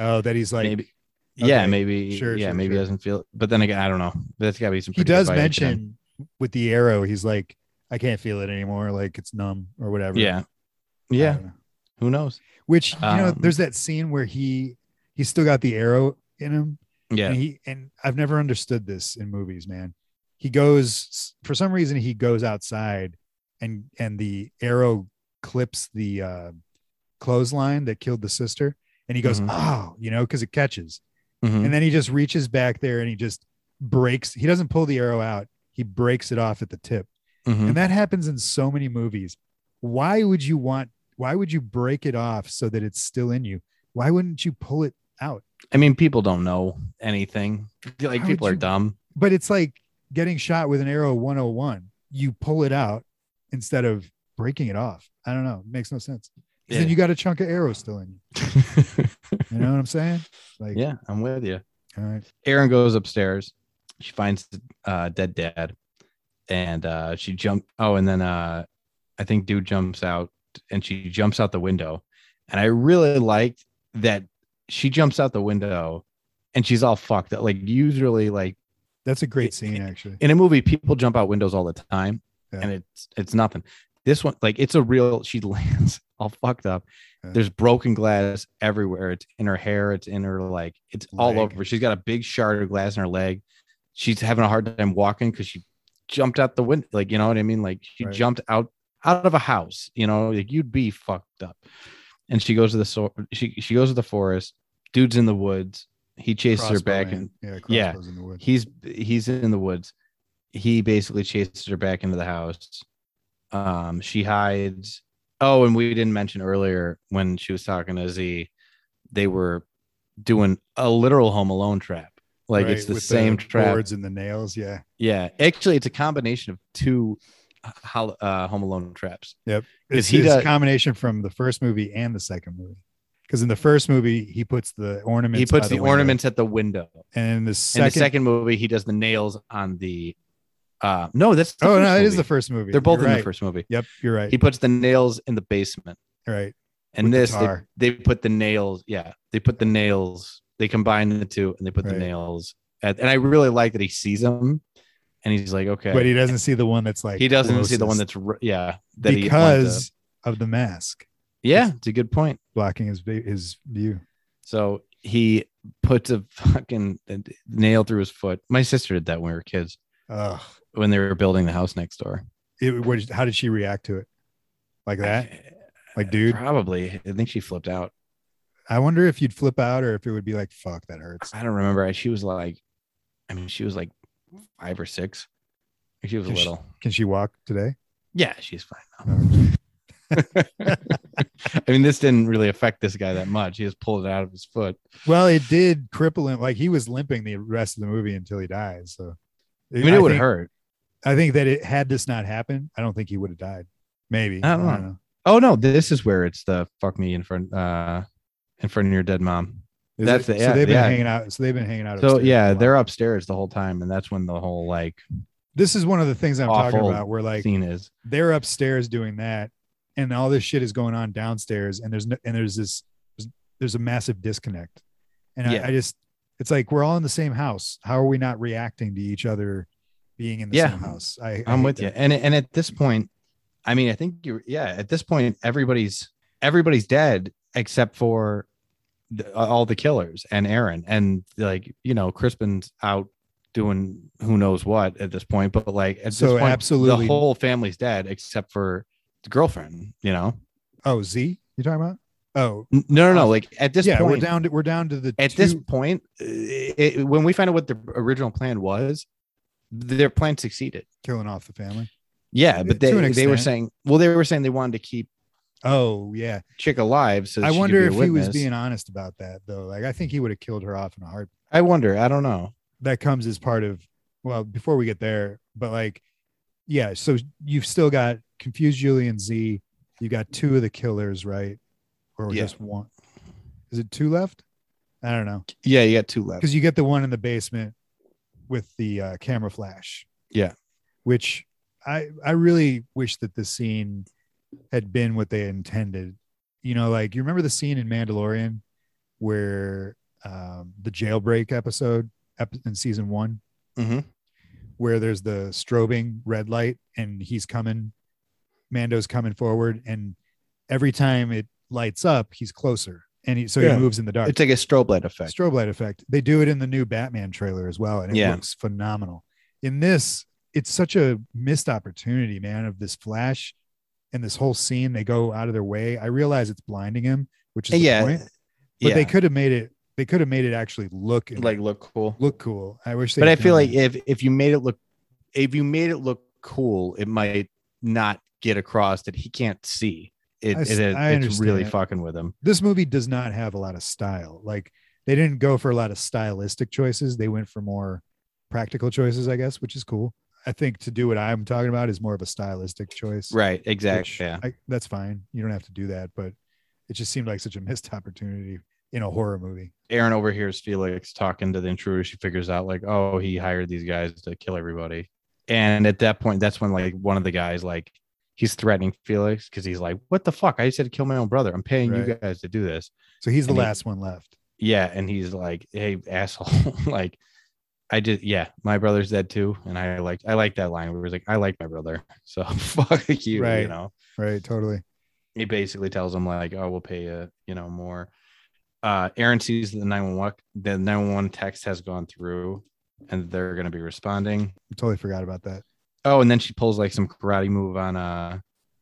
[SPEAKER 1] oh, that he's like
[SPEAKER 2] maybe yeah
[SPEAKER 1] okay,
[SPEAKER 2] maybe
[SPEAKER 1] sure,
[SPEAKER 2] yeah
[SPEAKER 1] sure,
[SPEAKER 2] maybe
[SPEAKER 1] sure.
[SPEAKER 2] he doesn't feel but then again i don't know that's gotta be some
[SPEAKER 1] he
[SPEAKER 2] pretty good
[SPEAKER 1] does
[SPEAKER 2] Vicodin.
[SPEAKER 1] mention with the arrow, he's like, I can't feel it anymore, like it's numb or whatever.
[SPEAKER 2] yeah
[SPEAKER 1] I
[SPEAKER 2] yeah
[SPEAKER 1] don't know.
[SPEAKER 2] who knows
[SPEAKER 1] Which you know,
[SPEAKER 2] Um,
[SPEAKER 1] there's that scene where he he's still got the arrow in him,
[SPEAKER 2] yeah
[SPEAKER 1] And he and I've never understood this in movies, man. He goes for some reason he goes outside and and the arrow clips the uh clothesline that killed the sister and he goes,
[SPEAKER 2] Mhm.
[SPEAKER 1] "Oh, you know, cuz it catches."
[SPEAKER 2] Mhm.
[SPEAKER 1] And then he just reaches back there and he just breaks he doesn't pull the arrow out. He breaks it off at the tip.
[SPEAKER 2] Mhm.
[SPEAKER 1] And that happens in so many movies. Why would you want why would you break it off so that it's still in you? Why wouldn't you pull it out?
[SPEAKER 2] i mean people don't know anything like
[SPEAKER 1] How
[SPEAKER 2] people
[SPEAKER 1] would
[SPEAKER 2] are
[SPEAKER 1] you-
[SPEAKER 2] dumb
[SPEAKER 1] but it's like getting shot with an arrow 101 you pull it out instead of breaking it off i don't know it makes no sense 'Cause
[SPEAKER 2] yeah.
[SPEAKER 1] then you got a chunk of arrow still in you you know what i'm saying like
[SPEAKER 2] yeah i'm with you
[SPEAKER 1] all right
[SPEAKER 2] Erin goes upstairs. She finds uh, dead dad, and uh, she jump. Oh, and then uh, I think dude jumps out, and she jumps out the window. And I really liked that she jumps out the window, and she's all fucked up. Like usually, like
[SPEAKER 1] that's a great scene actually
[SPEAKER 2] in a movie, people jump out windows all the time,
[SPEAKER 1] Yeah.
[SPEAKER 2] and it's it's nothing. This one, like it's a real. She lands all fucked up.
[SPEAKER 1] Yeah.
[SPEAKER 2] There's broken glass everywhere. It's in her hair. It's in her like. It's all
[SPEAKER 1] Leg.
[SPEAKER 2] over. She's got a big shard of glass in her leg. She's having a hard time walking because she jumped out the window. Like, you know what I mean? Like she
[SPEAKER 1] Right.
[SPEAKER 2] jumped out out of a house, you know, like you'd be fucked up. And she goes to the so she she goes to the forest, dude's in the woods, he chases her
[SPEAKER 1] Crossbow
[SPEAKER 2] back
[SPEAKER 1] man.
[SPEAKER 2] and
[SPEAKER 1] yeah,
[SPEAKER 2] yeah.
[SPEAKER 1] crossbows in the woods.
[SPEAKER 2] he's he's in the woods. He basically chases her back into the house. Um, she hides. Oh, and we didn't mention earlier when she was talking to Z, they were doing a literal home alone trap. Like it's
[SPEAKER 1] Right,
[SPEAKER 2] the
[SPEAKER 1] with
[SPEAKER 2] same trap.
[SPEAKER 1] boards and the nails. Yeah,
[SPEAKER 2] Yeah, actually, it's a combination of two hol- uh, Home Alone traps.
[SPEAKER 1] it's,
[SPEAKER 2] he
[SPEAKER 1] it's a
[SPEAKER 2] does-
[SPEAKER 1] combination from the first movie and the second movie. Because in the first movie, he puts the ornaments.
[SPEAKER 2] he
[SPEAKER 1] by
[SPEAKER 2] puts the,
[SPEAKER 1] window.
[SPEAKER 2] ornaments at the window.
[SPEAKER 1] and in the
[SPEAKER 2] In the
[SPEAKER 1] second.
[SPEAKER 2] second movie, he does the nails on the. Uh, no, that's the
[SPEAKER 1] oh
[SPEAKER 2] first
[SPEAKER 1] no, it is the
[SPEAKER 2] movie.
[SPEAKER 1] first movie.
[SPEAKER 2] They're both
[SPEAKER 1] You're
[SPEAKER 2] in
[SPEAKER 1] right.
[SPEAKER 2] the first movie.
[SPEAKER 1] Yep, you're right.
[SPEAKER 2] He puts the nails in the basement,
[SPEAKER 1] right.
[SPEAKER 2] and
[SPEAKER 1] With the
[SPEAKER 2] this they,
[SPEAKER 1] tar.
[SPEAKER 2] they put the nails. Yeah, they put the nails. They combine the two, and they put
[SPEAKER 1] Right.
[SPEAKER 2] the nails. At, and I really like that he sees them, and he's like, okay,
[SPEAKER 1] But he doesn't see the one that's like
[SPEAKER 2] he doesn't see
[SPEAKER 1] closest
[SPEAKER 2] the one that's r yeah that he wanted to-
[SPEAKER 1] because of the mask
[SPEAKER 2] yeah, it's a good point.
[SPEAKER 1] blocking his vi- his view.
[SPEAKER 2] So he puts a fucking uh, nail through his foot. My sister did that when we were kids,
[SPEAKER 1] Ugh.
[SPEAKER 2] when they were building the house next door.
[SPEAKER 1] It, what, how did she react to it? Like that? Like, dude,
[SPEAKER 2] Probably. I think she flipped out.
[SPEAKER 1] I wonder if you'd flip out or if it would be like, fuck, that hurts.
[SPEAKER 2] I don't remember. She was like, I mean, she was like five or six. She was
[SPEAKER 1] Does she-
[SPEAKER 2] little.
[SPEAKER 1] Can she walk today?
[SPEAKER 2] Yeah, she's fine now. I mean, this didn't really affect this guy that much. He just pulled it out of his foot.
[SPEAKER 1] Well, it did cripple him. Like he was limping the rest of the movie until he dies. So
[SPEAKER 2] I mean, it would
[SPEAKER 1] think-
[SPEAKER 2] hurt.
[SPEAKER 1] I think that it had this not happened, I don't think he would have died. Maybe.
[SPEAKER 2] I don't know. Oh no, this is where it's the fuck me in front, uh, in front of your dead mom.
[SPEAKER 1] Is
[SPEAKER 2] That's
[SPEAKER 1] it-
[SPEAKER 2] the-
[SPEAKER 1] so
[SPEAKER 2] yeah,
[SPEAKER 1] they've been
[SPEAKER 2] yeah.
[SPEAKER 1] hanging out. So they've been hanging out.
[SPEAKER 2] So
[SPEAKER 1] upstairs for
[SPEAKER 2] yeah,
[SPEAKER 1] a while.
[SPEAKER 2] they're upstairs the whole time, and that's when the whole like
[SPEAKER 1] This is one of the things I'm talking
[SPEAKER 2] awful
[SPEAKER 1] about. Where like
[SPEAKER 2] scene is.
[SPEAKER 1] they're upstairs doing that, and all this shit is going on downstairs, and there's no, and there's this there's, there's a massive disconnect, and
[SPEAKER 2] Yeah.
[SPEAKER 1] I, I just it's like we're all in the same house. How are we not reacting to each other being in the
[SPEAKER 2] Yeah.
[SPEAKER 1] same house? I, I
[SPEAKER 2] I'm
[SPEAKER 1] hate
[SPEAKER 2] with
[SPEAKER 1] that.
[SPEAKER 2] you, and and at this point, I mean, I think you're yeah. At this point, everybody's everybody's dead except for the, all the killers and Aaron, and like you know, Crispin's out doing who knows what at this point. But like at
[SPEAKER 1] So
[SPEAKER 2] this point,
[SPEAKER 1] absolutely-
[SPEAKER 2] the whole family's dead except for the girlfriend. You know,
[SPEAKER 1] Oh, Z, you talking about? Oh,
[SPEAKER 2] N- no, no, no.
[SPEAKER 1] Um,
[SPEAKER 2] Like at this
[SPEAKER 1] yeah,
[SPEAKER 2] point,
[SPEAKER 1] we're down to we're down to the
[SPEAKER 2] at
[SPEAKER 1] two-
[SPEAKER 2] this point, uh, it, when we find out what the original plan was, their plan succeeded.
[SPEAKER 1] killing off the family.
[SPEAKER 2] Yeah,
[SPEAKER 1] Uh,
[SPEAKER 2] but
[SPEAKER 1] to an
[SPEAKER 2] they they were
[SPEAKER 1] extent.
[SPEAKER 2] saying, well, they were saying they wanted to keep
[SPEAKER 1] Oh yeah,
[SPEAKER 2] Chick alive. So that
[SPEAKER 1] I
[SPEAKER 2] she could
[SPEAKER 1] wonder
[SPEAKER 2] be a
[SPEAKER 1] if he was
[SPEAKER 2] witness.
[SPEAKER 1] being honest about that though. Like I think he would have killed her off in a heartbeat.
[SPEAKER 2] I wonder. I don't know.
[SPEAKER 1] that comes as part of well before we get there but like yeah so you've still got confused julian z you got two of the killers right or
[SPEAKER 2] Yeah.
[SPEAKER 1] just one is it two left i don't know
[SPEAKER 2] Yeah, you got two left.
[SPEAKER 1] because you get the one in the basement with the uh, camera flash
[SPEAKER 2] Yeah.
[SPEAKER 1] which i i really wish that the scene had been what they intended you know like you remember the scene in mandalorian where um, the jailbreak episode ep- in season one
[SPEAKER 2] Mhm.
[SPEAKER 1] where there's the strobing red light and he's coming mando's coming forward and every time it lights up he's closer and he, so
[SPEAKER 2] Yeah.
[SPEAKER 1] he moves in the dark
[SPEAKER 2] It's like a strobe light effect.
[SPEAKER 1] strobe light effect they do it in the new batman trailer as well and it
[SPEAKER 2] Yeah.
[SPEAKER 1] looks phenomenal in this it's such a missed opportunity man of this flash and this whole scene they go out of their way i realize it's blinding him which is
[SPEAKER 2] yeah,
[SPEAKER 1] the point but
[SPEAKER 2] yeah.
[SPEAKER 1] they could have made it they could have made it actually look
[SPEAKER 2] like look cool.
[SPEAKER 1] look cool i wish they
[SPEAKER 2] but I
[SPEAKER 1] had
[SPEAKER 2] feel
[SPEAKER 1] done
[SPEAKER 2] like
[SPEAKER 1] that.
[SPEAKER 2] if if you made it look, if you made it look cool, it might not get across that he can't see. It,
[SPEAKER 1] I
[SPEAKER 2] it,
[SPEAKER 1] s-
[SPEAKER 2] it-
[SPEAKER 1] I
[SPEAKER 2] it's really
[SPEAKER 1] understand.
[SPEAKER 2] fucking with him.
[SPEAKER 1] this movie does not have a lot of style. Like they didn't go for a lot of stylistic choices. They went for more practical choices, I guess, which is cool. I think to do what I'm talking about is more of a stylistic choice.
[SPEAKER 2] Right.
[SPEAKER 1] which
[SPEAKER 2] Exactly. Yeah.
[SPEAKER 1] I, that's fine. You don't have to do that, but it just seemed like such a missed opportunity in a horror movie.
[SPEAKER 2] Aaron overhears Felix talking to the intruder. She figures out like, oh, he hired these guys to kill everybody. And at that point, that's when like one of the guys like he's threatening Felix because he's like, what the fuck? I said to kill my own brother. I'm paying you
[SPEAKER 1] Right.
[SPEAKER 2] guys to do this.
[SPEAKER 1] So he's the
[SPEAKER 2] And he-
[SPEAKER 1] last one left.
[SPEAKER 2] Yeah, and he's like, hey, asshole, like. I did, yeah. My brother's dead too, and I like I like that line where he's like, "I like my brother," so fuck you, you
[SPEAKER 1] Right.
[SPEAKER 2] know.
[SPEAKER 1] Right. Totally.
[SPEAKER 2] He basically tells him like, "Oh, we'll pay you, you know, more." Uh, Aaron sees the nine one one, the nine one one text has gone through, and they're going to be responding.
[SPEAKER 1] I totally forgot about that.
[SPEAKER 2] Oh, and then she pulls like some karate move on uh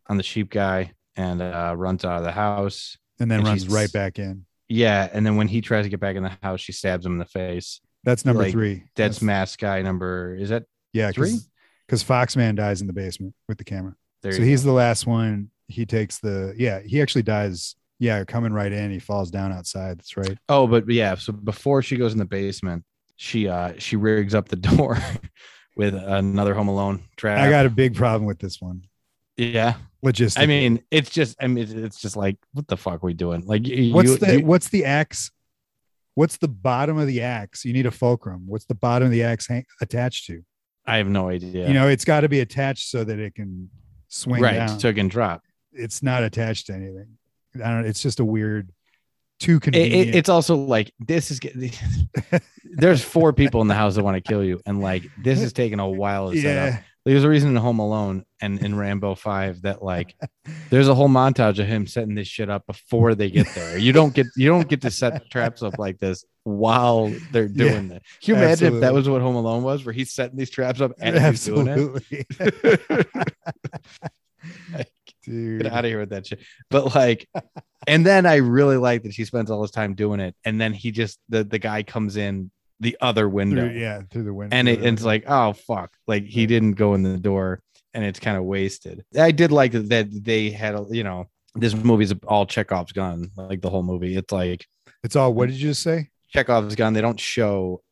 [SPEAKER 2] on the sheep guy and uh runs out of the house.
[SPEAKER 1] and then
[SPEAKER 2] And
[SPEAKER 1] runs
[SPEAKER 2] she's-
[SPEAKER 1] right back in.
[SPEAKER 2] Yeah, and then when he tries to get back in the house, she stabs him in the face.
[SPEAKER 1] That's number
[SPEAKER 2] Like,
[SPEAKER 1] three.
[SPEAKER 2] That's mask guy number. Is that
[SPEAKER 1] yeah,
[SPEAKER 2] three?
[SPEAKER 1] Because Foxman dies in the basement with the camera.
[SPEAKER 2] there?
[SPEAKER 1] so
[SPEAKER 2] you
[SPEAKER 1] he's the last one. He takes the yeah. He actually dies. Yeah, coming right in. He falls down outside. That's right.
[SPEAKER 2] Oh, but yeah. So before she goes in the basement, she uh she rigs up the door with another Home Alone trap.
[SPEAKER 1] I got a big problem with this one.
[SPEAKER 2] yeah.
[SPEAKER 1] Logistics.
[SPEAKER 2] I mean, it's just I mean, it's- it's just like what the fuck are we doing? Like y-
[SPEAKER 1] what's
[SPEAKER 2] you,
[SPEAKER 1] the
[SPEAKER 2] you-
[SPEAKER 1] what's the axe? What's the bottom of the axe? You need a fulcrum. What's the bottom of the axe hang, attached to?
[SPEAKER 2] I have no idea.
[SPEAKER 1] You know, it's got to be attached so that it can swing
[SPEAKER 2] right?
[SPEAKER 1] down.
[SPEAKER 2] Took and drop.
[SPEAKER 1] it's not attached to anything. I don't. It's just a weird, too
[SPEAKER 2] It,
[SPEAKER 1] convenient.
[SPEAKER 2] it, it's also like this is get- there's four people in the house that want to kill you, and like this is taking a while to set up.
[SPEAKER 1] yeah,
[SPEAKER 2] There's a reason in Home Alone and in Rambo Five that like there's a whole montage of him setting this shit up before they get there. You don't get you don't get to set the traps up like this while they're
[SPEAKER 1] Yeah,
[SPEAKER 2] doing that. Can you imagine if
[SPEAKER 1] absolutely.
[SPEAKER 2] that was what Home Alone was, where he's setting these traps up and he's doing it?
[SPEAKER 1] absolutely,
[SPEAKER 2] Get
[SPEAKER 1] dude.
[SPEAKER 2] out of here with that shit. But like, and then I really like that she spends all this time doing it, and then he just the the guy comes in the other window,
[SPEAKER 1] Through, yeah, through the window.
[SPEAKER 2] and, it,
[SPEAKER 1] through the
[SPEAKER 2] and it's like, oh fuck, like he
[SPEAKER 1] Right.
[SPEAKER 2] didn't go in the door, and it's kind of wasted. I did like that, that they had, a you know, this movie's all Chekhov's gun, like the whole movie. It's like
[SPEAKER 1] window. it's all. What did you just say?
[SPEAKER 2] Chekhov's gun. They don't show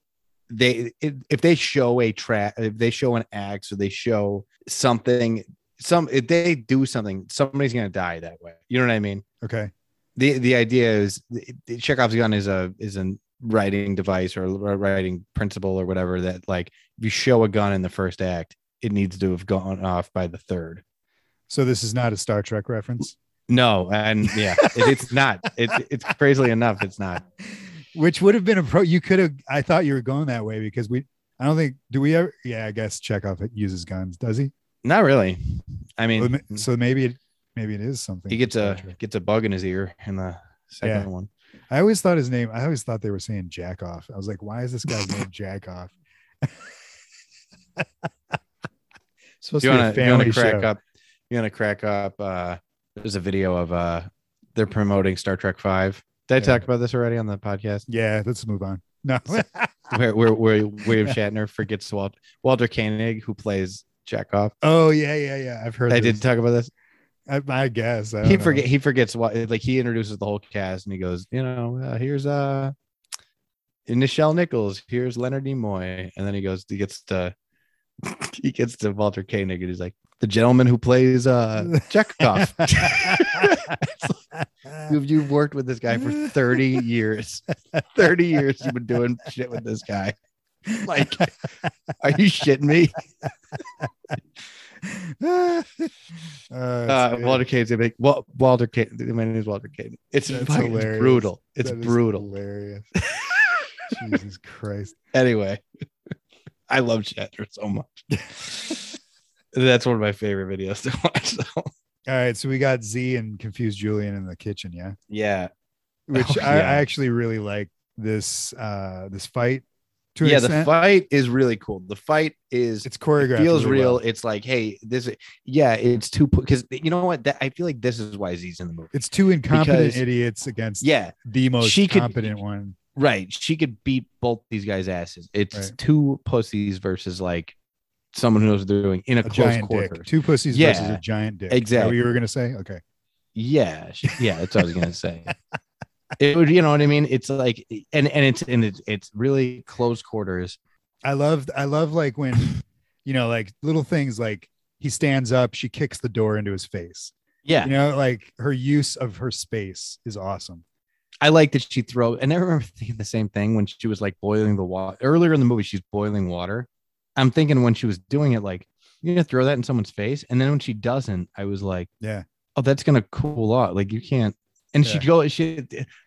[SPEAKER 2] they if if they show a trap, if they show an axe or they show something, some if they do something, somebody's gonna die that way. You know what I mean?
[SPEAKER 1] Okay,
[SPEAKER 2] the The idea is the- the Chekhov's gun is a is a writing device or a writing principle or whatever that like if you show a gun in the first act, it needs to have gone off by the third.
[SPEAKER 1] so this is not a Star Trek reference.
[SPEAKER 2] No, and yeah, it, it's not. It's it's crazily enough, it's not.
[SPEAKER 1] Which would have been a pro. You could have. I thought you were going that way because we. I don't think. Do we ever? Yeah, I guess Chekhov uses guns. Does he?
[SPEAKER 2] Not really.
[SPEAKER 1] Well,
[SPEAKER 2] I mean, hmm.
[SPEAKER 1] ma- So maybe it. Maybe it is something.
[SPEAKER 2] he
[SPEAKER 1] from
[SPEAKER 2] gets
[SPEAKER 1] Star
[SPEAKER 2] a
[SPEAKER 1] Trek.
[SPEAKER 2] gets a bug in his ear in the second
[SPEAKER 1] Yeah.
[SPEAKER 2] one.
[SPEAKER 1] I always thought his name. I always thought they were saying Jackoff. I was like, why is this guy's name Jackoff? Supposed
[SPEAKER 2] You
[SPEAKER 1] to be a
[SPEAKER 2] want to
[SPEAKER 1] family
[SPEAKER 2] crack
[SPEAKER 1] show.
[SPEAKER 2] up? You want to crack up? Uh, there's a video of uh, they're promoting Star Trek Five. Did I
[SPEAKER 1] Yeah.
[SPEAKER 2] talk about this already on the podcast?
[SPEAKER 1] Yeah, let's move on. No,
[SPEAKER 2] Where where where William Shatner forgets Walter Walter Koenig who plays Chekhov.
[SPEAKER 1] Oh yeah, yeah, yeah. I've heard.
[SPEAKER 2] I
[SPEAKER 1] this.
[SPEAKER 2] did talk about this.
[SPEAKER 1] I, I guess I
[SPEAKER 2] He
[SPEAKER 1] don't know.
[SPEAKER 2] forget he forgets what like he introduces the whole cast and he goes, you know, uh, here's uh, Nichelle Nichols, here's Leonard Nimoy, and then he goes, he gets to he gets to Walter Koenig and he's like, the gentleman who plays uh Chekhov. You've, you've worked with this guy for 30 years. 30 years you've been doing shit with this guy. Like, are you shitting me?
[SPEAKER 1] Uh,
[SPEAKER 2] Uh,
[SPEAKER 1] it's good.
[SPEAKER 2] Walter Cade's gonna be like, well, Walter Cade. My name is Walter Cade. It's
[SPEAKER 1] That's
[SPEAKER 2] fucking
[SPEAKER 1] hilarious.
[SPEAKER 2] brutal. It's
[SPEAKER 1] That is
[SPEAKER 2] brutal.
[SPEAKER 1] Hilarious. Jesus Christ.
[SPEAKER 2] Anyway, I love Shatner so much. That's one of my favorite videos to watch. So.
[SPEAKER 1] All right, so we got Z and confused Julian in the kitchen. Yeah.
[SPEAKER 2] Yeah.
[SPEAKER 1] which
[SPEAKER 2] Oh,
[SPEAKER 1] I, I
[SPEAKER 2] yeah.
[SPEAKER 1] actually really like this uh this fight to an
[SPEAKER 2] yeah, the
[SPEAKER 1] extent.
[SPEAKER 2] fight is really cool. The fight is
[SPEAKER 1] it's choreographed
[SPEAKER 2] feels
[SPEAKER 1] really
[SPEAKER 2] real.
[SPEAKER 1] well.
[SPEAKER 2] It's like, hey, this, yeah, it's too because you know what? That, I feel like this is why Z's in the movie.
[SPEAKER 1] it's two incompetent
[SPEAKER 2] because-
[SPEAKER 1] idiots against
[SPEAKER 2] Yeah,
[SPEAKER 1] the most
[SPEAKER 2] she could-
[SPEAKER 1] competent one
[SPEAKER 2] right. She could beat both these guys' asses. It's
[SPEAKER 1] Right.
[SPEAKER 2] two pussies versus like someone who knows what they're doing in a,
[SPEAKER 1] a
[SPEAKER 2] close
[SPEAKER 1] giant
[SPEAKER 2] quarter.
[SPEAKER 1] dick two pussies versus
[SPEAKER 2] Yeah,
[SPEAKER 1] a giant dick Is that what
[SPEAKER 2] exactly.
[SPEAKER 1] you were gonna say okay
[SPEAKER 2] Yeah, she- yeah, that's what I was gonna say. It would, you know what I mean? It's like, and and it's and it's it's really close quarters.
[SPEAKER 1] I love I love like when you know like little things like he stands up she kicks the door into his face
[SPEAKER 2] Yeah,
[SPEAKER 1] you know like her use of her space is awesome
[SPEAKER 2] I like that she throw. And I remember thinking the same thing when she was like boiling the water earlier in the movie. She's boiling water. I'm thinking when she was doing it, like you know, throw that in someone's face. And then when she doesn't, I was like,
[SPEAKER 1] Yeah.
[SPEAKER 2] oh, that's gonna cool off. Like you can't. And she
[SPEAKER 1] Yeah.
[SPEAKER 2] go, she.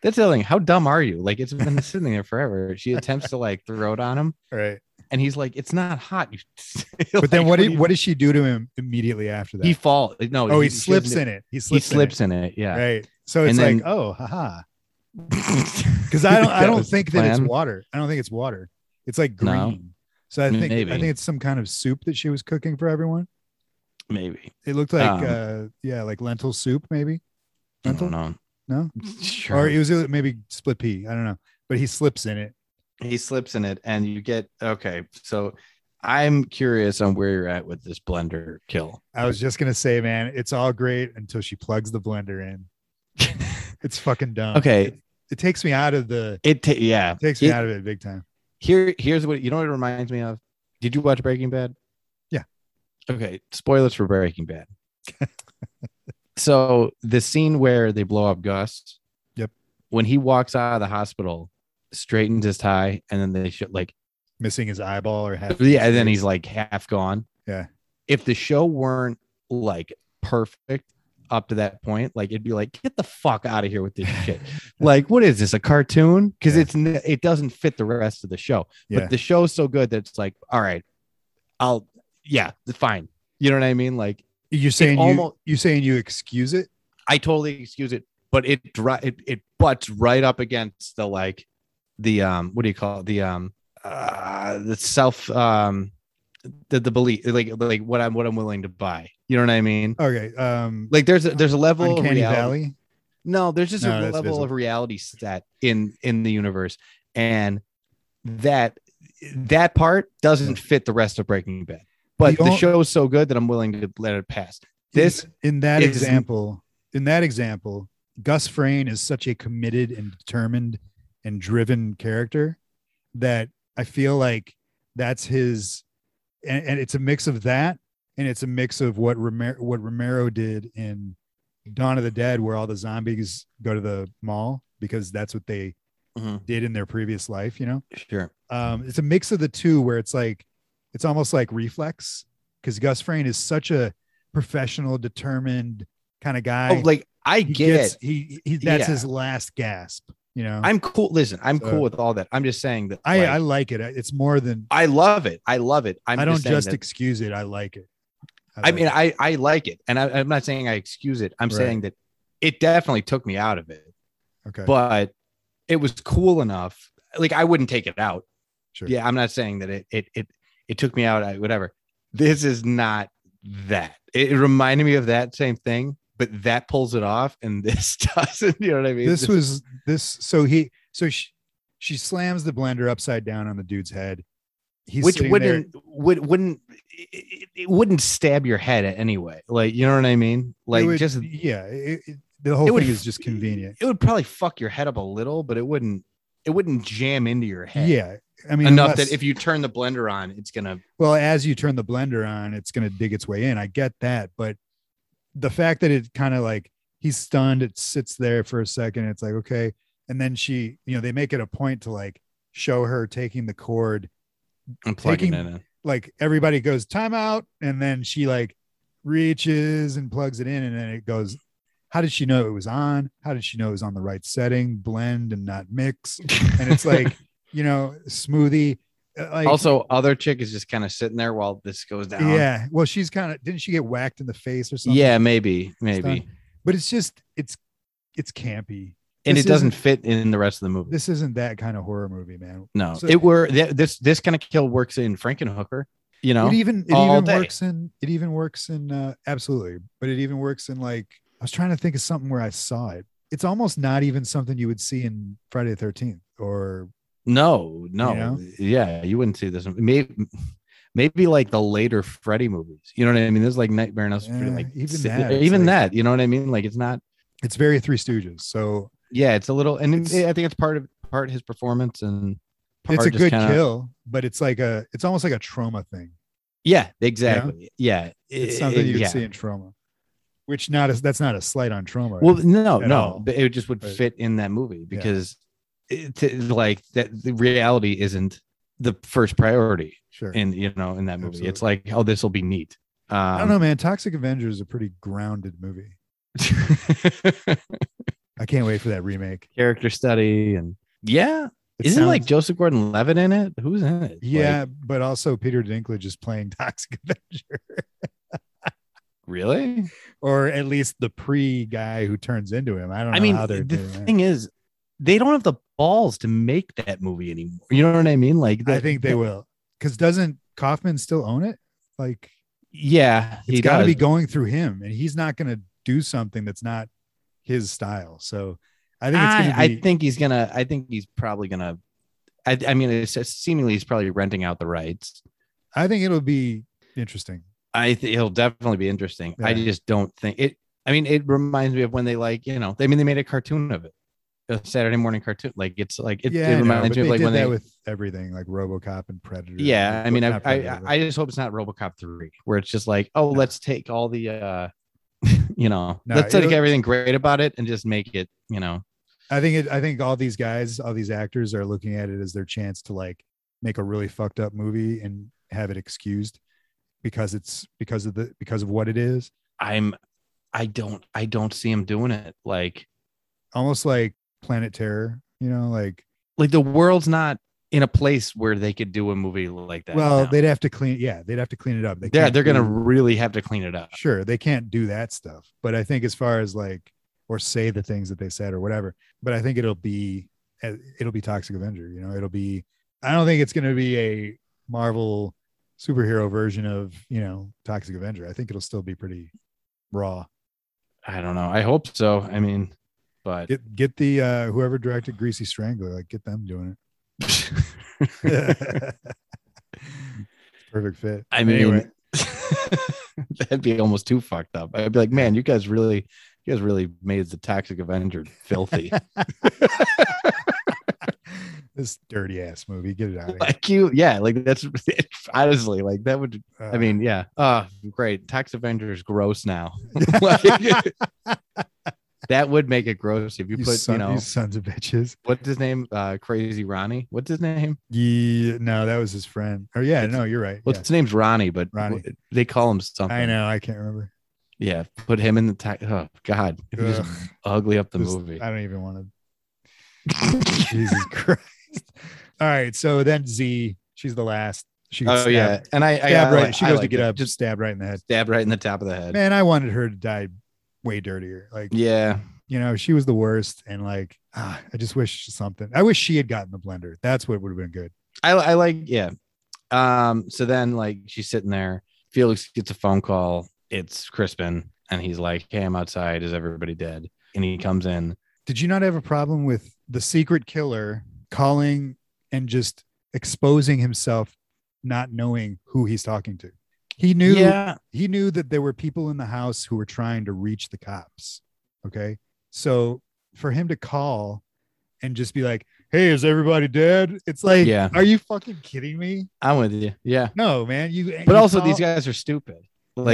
[SPEAKER 2] That's the other thing. How dumb are you? Like it's been sitting there forever. She attempts to like throw it on him,
[SPEAKER 1] right
[SPEAKER 2] and he's like, "It's not hot." You-
[SPEAKER 1] but then
[SPEAKER 2] Like,
[SPEAKER 1] what
[SPEAKER 2] do
[SPEAKER 1] do,
[SPEAKER 2] you-
[SPEAKER 1] what does she do to him immediately after that
[SPEAKER 2] He fall. No.
[SPEAKER 1] oh he,
[SPEAKER 2] she
[SPEAKER 1] slips
[SPEAKER 2] doesn't-
[SPEAKER 1] in it he
[SPEAKER 2] He
[SPEAKER 1] slips in it.
[SPEAKER 2] slips in it. Yeah.
[SPEAKER 1] Right. So it's
[SPEAKER 2] And
[SPEAKER 1] like, oh, haha.
[SPEAKER 2] Because
[SPEAKER 1] Because I don't, I don't think that it's
[SPEAKER 2] water.
[SPEAKER 1] water. I don't think it's water. It's like green.
[SPEAKER 2] No.
[SPEAKER 1] So I think
[SPEAKER 2] Maybe.
[SPEAKER 1] I think it's some kind of soup that she was cooking for everyone.
[SPEAKER 2] Maybe.
[SPEAKER 1] It looked like
[SPEAKER 2] Um,
[SPEAKER 1] uh yeah, like lentil soup maybe.
[SPEAKER 2] I don't
[SPEAKER 1] Lentil?
[SPEAKER 2] know.
[SPEAKER 1] No?
[SPEAKER 2] Sure.
[SPEAKER 1] Or it was maybe split pea. I don't know. But he slips in it.
[SPEAKER 2] he slips in it and you get okay so i'm curious on where you're at with this blender kill
[SPEAKER 1] I was just gonna say, man, it's all great until she plugs the blender in. It's fucking dumb.
[SPEAKER 2] okay
[SPEAKER 1] It, it takes me out of the
[SPEAKER 2] it ta- yeah
[SPEAKER 1] it takes me
[SPEAKER 2] It-
[SPEAKER 1] out of it big time.
[SPEAKER 2] here here's what you know what it reminds me of did you watch breaking bad
[SPEAKER 1] Yeah.
[SPEAKER 2] okay spoilers for breaking bad so the scene where they blow up gus
[SPEAKER 1] Yep.
[SPEAKER 2] when he walks out of the hospital straightens his tie and then they should like
[SPEAKER 1] Missing his eyeball or half
[SPEAKER 2] yeah and then he's like half gone
[SPEAKER 1] Yeah.
[SPEAKER 2] if the show weren't like perfect up to that point like it'd be like get the fuck out of here with this shit like what is this a cartoon because
[SPEAKER 1] Yeah.
[SPEAKER 2] it's n- it doesn't fit the rest of the show
[SPEAKER 1] Yeah.
[SPEAKER 2] but the show's so good that it's like all right i'll yeah fine you know what i mean like
[SPEAKER 1] You're saying
[SPEAKER 2] almo-
[SPEAKER 1] you, you saying you excuse it?
[SPEAKER 2] i totally excuse it but it dri- it, it butts right up against the like the um what do you call it the um uh the self um the, the belief like like what i'm what i'm willing to buy you know what i mean
[SPEAKER 1] Okay. Um
[SPEAKER 2] like there's a there's a level of
[SPEAKER 1] Uncanny
[SPEAKER 2] reality.
[SPEAKER 1] Valley.
[SPEAKER 2] No, there's just
[SPEAKER 1] No,
[SPEAKER 2] a
[SPEAKER 1] that's
[SPEAKER 2] level
[SPEAKER 1] visible.
[SPEAKER 2] of reality set in in the universe, and that that part doesn't fit the rest of Breaking Bad. But
[SPEAKER 1] The
[SPEAKER 2] the,
[SPEAKER 1] on-
[SPEAKER 2] show is so good that I'm willing to let it pass. This
[SPEAKER 1] in, in that
[SPEAKER 2] is-
[SPEAKER 1] example in that example gus frayne is such a committed and determined and driven character that i feel like that's his and, and it's a mix of that and it's a mix of what romero what romero did in dawn of the dead where all the zombies go to the mall because that's what they
[SPEAKER 2] Mhm.
[SPEAKER 1] did in their previous life you know
[SPEAKER 2] sure,
[SPEAKER 1] um, it's a mix of the two where it's like it's almost like reflex because Gus Frayne is such a professional, determined kind of guy.
[SPEAKER 2] oh, like I
[SPEAKER 1] he
[SPEAKER 2] get
[SPEAKER 1] gets
[SPEAKER 2] it.
[SPEAKER 1] he, he that's
[SPEAKER 2] Yeah.
[SPEAKER 1] his last gasp. You know,
[SPEAKER 2] I'm cool. Listen, I'm
[SPEAKER 1] So-
[SPEAKER 2] cool with all that. I'm just saying that
[SPEAKER 1] I,
[SPEAKER 2] like,
[SPEAKER 1] I like it. It's more than
[SPEAKER 2] I love it. I love it. I'm
[SPEAKER 1] I don't
[SPEAKER 2] saying
[SPEAKER 1] just
[SPEAKER 2] that-
[SPEAKER 1] excuse it. I like it.
[SPEAKER 2] I
[SPEAKER 1] like
[SPEAKER 2] mean,
[SPEAKER 1] it.
[SPEAKER 2] I I like it, and I, I'm not saying I excuse it. I'm
[SPEAKER 1] Right.
[SPEAKER 2] saying that it definitely took me out of it.
[SPEAKER 1] okay,
[SPEAKER 2] but it was cool enough. Like I wouldn't take it out.
[SPEAKER 1] sure.
[SPEAKER 2] Yeah, I'm not saying that it it it it took me out. I, whatever. This is not that. It, it reminded me of that same thing, but that pulls it off, and this doesn't. You know what I mean?
[SPEAKER 1] this was this. So he so she she slams the blender upside down on the dude's head. He's
[SPEAKER 2] which
[SPEAKER 1] sitting there-
[SPEAKER 2] wouldn't would wouldn't it, it- it wouldn't stab your head anyway. Like you know what I
[SPEAKER 1] it
[SPEAKER 2] mean? Like
[SPEAKER 1] would-
[SPEAKER 2] just it
[SPEAKER 1] yeah. It, it- the whole thing
[SPEAKER 2] would
[SPEAKER 1] is just convenient.
[SPEAKER 2] It would probably fuck your head up a little, but it wouldn't. It wouldn't jam into your head.
[SPEAKER 1] Yeah, I mean
[SPEAKER 2] enough
[SPEAKER 1] unless-
[SPEAKER 2] that if you turn the blender on, it's gonna.
[SPEAKER 1] Well, as you turn the blender on, it's going to dig its way in. I get that, but the fact that it kind of like he's stunned, it sits there for a second. It's like okay, and then she, you know, they make it a point to like show her taking the cord.
[SPEAKER 2] I'm plugging
[SPEAKER 1] Taking-
[SPEAKER 2] it in.
[SPEAKER 1] Like everybody goes timeout, and then she like reaches and plugs it in, and then it goes. How did she know it was on? How did she know it was on the right setting, blend and not mix? And it's like you know, smoothie. uh, Like,
[SPEAKER 2] also other chick is just kind of sitting there while this goes down
[SPEAKER 1] Yeah. Well, she's kind of didn't she get whacked in the face or something?
[SPEAKER 2] yeah maybe maybe
[SPEAKER 1] Stunned. But it's just it's it's campy.
[SPEAKER 2] and
[SPEAKER 1] This
[SPEAKER 2] it doesn't fit in the rest of the movie
[SPEAKER 1] This isn't that kind of horror movie, man.
[SPEAKER 2] no
[SPEAKER 1] so-
[SPEAKER 2] it were th- this this kind of kill works in frankenhooker you know
[SPEAKER 1] It even it
[SPEAKER 2] All
[SPEAKER 1] even
[SPEAKER 2] day.
[SPEAKER 1] works in it even works in uh absolutely, but it even works in like I was trying to think of something where I saw it. It's almost not even something you would see in Friday the Thirteenth or
[SPEAKER 2] no no
[SPEAKER 1] You know?
[SPEAKER 2] yeah you wouldn't see this maybe maybe like the later freddy movies you know what i mean this is like nightmare on Elm Street,
[SPEAKER 1] Yeah,
[SPEAKER 2] like
[SPEAKER 1] even
[SPEAKER 2] si-
[SPEAKER 1] that, it's
[SPEAKER 2] even
[SPEAKER 1] like-
[SPEAKER 2] that you know what i mean like it's not
[SPEAKER 1] it's very Three Stooges. So
[SPEAKER 2] yeah it's a little and it-
[SPEAKER 1] It's-
[SPEAKER 2] i think it's part of part his performance and part
[SPEAKER 1] it's a
[SPEAKER 2] just
[SPEAKER 1] good
[SPEAKER 2] kinda-
[SPEAKER 1] kill, but it's like a it's almost like a trauma thing.
[SPEAKER 2] yeah exactly yeah
[SPEAKER 1] It's
[SPEAKER 2] It-
[SPEAKER 1] something
[SPEAKER 2] it-
[SPEAKER 1] you would
[SPEAKER 2] yeah.
[SPEAKER 1] see in trauma. Which not as that's not a slight on trauma.
[SPEAKER 2] Well, no,
[SPEAKER 1] at
[SPEAKER 2] no,
[SPEAKER 1] all.
[SPEAKER 2] but it just would
[SPEAKER 1] Right.
[SPEAKER 2] fit in that movie because it, it- like that the reality isn't the first priority
[SPEAKER 1] sure.
[SPEAKER 2] in you know in that movie. It's like oh, this will be neat. Um,
[SPEAKER 1] I don't know, man. Toxic Avenger is a pretty grounded movie. I can't wait for that remake.
[SPEAKER 2] character study and yeah,
[SPEAKER 1] It
[SPEAKER 2] isn't like
[SPEAKER 1] sounds-
[SPEAKER 2] Joseph Gordon-Levitt in it? Who's in it?
[SPEAKER 1] yeah,
[SPEAKER 2] Like,
[SPEAKER 1] but also Peter Dinklage is playing Toxic Avenger,
[SPEAKER 2] really.
[SPEAKER 1] or at least the pre guy who turns into him. I don't know
[SPEAKER 2] I mean,
[SPEAKER 1] how they're
[SPEAKER 2] the
[SPEAKER 1] doing
[SPEAKER 2] thing is, they don't have the balls to make that movie anymore. You know what I mean? Like,
[SPEAKER 1] that. I
[SPEAKER 2] the-
[SPEAKER 1] think they will. because doesn't Kaufman still own it? Like
[SPEAKER 2] Yeah,
[SPEAKER 1] it's
[SPEAKER 2] he
[SPEAKER 1] got to
[SPEAKER 2] does.
[SPEAKER 1] be going through him, and he's not going to do something that's not his style. So I think it's
[SPEAKER 2] I,
[SPEAKER 1] going to be.
[SPEAKER 2] I think he's gonna. I think he's probably gonna. I, I mean, it's it's seemingly he's probably renting out the rights.
[SPEAKER 1] I think it'll be interesting.
[SPEAKER 2] I think he'll definitely be interesting. I
[SPEAKER 1] Yeah.
[SPEAKER 2] just don't think it. I mean, it reminds me of when they like you know. I mean, they made a cartoon of it, a Saturday morning cartoon. Like it's like it,
[SPEAKER 1] yeah, I
[SPEAKER 2] it
[SPEAKER 1] know, but
[SPEAKER 2] reminds me
[SPEAKER 1] they
[SPEAKER 2] of like
[SPEAKER 1] did
[SPEAKER 2] when
[SPEAKER 1] that
[SPEAKER 2] they.
[SPEAKER 1] with everything, like RoboCop and Predator.
[SPEAKER 2] yeah, I mean, I,
[SPEAKER 1] Not
[SPEAKER 2] I
[SPEAKER 1] Predator, but-
[SPEAKER 2] I just hope it's not RoboCop three, where it's just like, oh,
[SPEAKER 1] No.
[SPEAKER 2] let's take all the, uh you know,
[SPEAKER 1] No,
[SPEAKER 2] let's take
[SPEAKER 1] it'll-
[SPEAKER 2] everything great about it and just make it, you know,
[SPEAKER 1] I think it, I think all these guys, all these actors are looking at it as their chance to like make a really fucked up movie and have it excused because it's because of the because of what it is.
[SPEAKER 2] I'm, I don't, I don't see him doing it. Like,
[SPEAKER 1] Almost like Planet Terror, you know, like
[SPEAKER 2] like the world's not in a place where they could do a movie like that.
[SPEAKER 1] well,
[SPEAKER 2] now.
[SPEAKER 1] they'd have to clean yeah, they'd have to clean it up. They
[SPEAKER 2] they're
[SPEAKER 1] can't
[SPEAKER 2] they're gonna
[SPEAKER 1] do-
[SPEAKER 2] really have to clean it up.
[SPEAKER 1] sure, they can't do that stuff. But I think as far as like or say the things that they said or whatever, but I think it'll be eh, it'll be Toxic Avenger, you know, it'll be I don't think it's going to be a Marvel superhero version of, you know, Toxic Avenger. I think it'll still be pretty raw.
[SPEAKER 2] I don't know. I hope so. I mean, but
[SPEAKER 1] Get get the uh whoever directed Greasy Strangler, like get them doing it. Perfect fit.
[SPEAKER 2] I mean, that'd be almost too fucked up. I'd be like, man, you guys really, you guys really made the Toxic Avenger filthy.
[SPEAKER 1] this dirty ass movie, get it out of here.
[SPEAKER 2] like you, yeah, like that's honestly like that would.
[SPEAKER 1] Uh,
[SPEAKER 2] I mean, yeah. Uh great. Toxic Avenger is gross now. Like, that would make it gross if you,
[SPEAKER 1] you,
[SPEAKER 2] put,
[SPEAKER 1] son-
[SPEAKER 2] you know,
[SPEAKER 1] sons of bitches.
[SPEAKER 2] what's his name? Uh, Crazy Ronnie. What's his name?
[SPEAKER 1] Yeah, no, that was his friend. Oh yeah,
[SPEAKER 2] It's-
[SPEAKER 1] no, you're right.
[SPEAKER 2] Well,
[SPEAKER 1] yeah.
[SPEAKER 2] his name's Ronnie, but
[SPEAKER 1] Ronnie.
[SPEAKER 2] they call him something.
[SPEAKER 1] I know, I can't remember.
[SPEAKER 2] Yeah, put him in the ta- oh god, if you just
[SPEAKER 1] Ugh,
[SPEAKER 2] ugly up the
[SPEAKER 1] this-
[SPEAKER 2] movie.
[SPEAKER 1] I don't even want to. Jesus Christ! All right, so then Z, she's the last. She gets
[SPEAKER 2] oh
[SPEAKER 1] stabbed,
[SPEAKER 2] yeah, and I, I
[SPEAKER 1] stabbed
[SPEAKER 2] I
[SPEAKER 1] right.
[SPEAKER 2] like-
[SPEAKER 1] She
[SPEAKER 2] I
[SPEAKER 1] goes to
[SPEAKER 2] liked
[SPEAKER 1] get
[SPEAKER 2] it.
[SPEAKER 1] up, just
[SPEAKER 2] just
[SPEAKER 1] stabbed right in the head.
[SPEAKER 2] stab right in the top of the head.
[SPEAKER 1] Man, I wanted her to die way dirtier. Like
[SPEAKER 2] Yeah,
[SPEAKER 1] you know, she was the worst, and like ah, I just wish something. I wish she had gotten the blender. That's what would have been good.
[SPEAKER 2] I, I like yeah. Um, so then like she's sitting there. Felix gets a phone call. It's Crispin, and he's like, "Hey, I'm outside. Is everybody dead?" And he comes in.
[SPEAKER 1] did you not have a problem with the secret killer calling and just exposing himself not knowing who he's talking to he knew
[SPEAKER 2] Yeah,
[SPEAKER 1] he knew that there were people in the house who were trying to reach the cops okay so for him to call and just be like hey is everybody dead it's like
[SPEAKER 2] Yeah.
[SPEAKER 1] are you fucking kidding me
[SPEAKER 2] I'm with you. Yeah,
[SPEAKER 1] no man you
[SPEAKER 2] but
[SPEAKER 1] you
[SPEAKER 2] also these
[SPEAKER 1] call-
[SPEAKER 2] guys are stupid. Like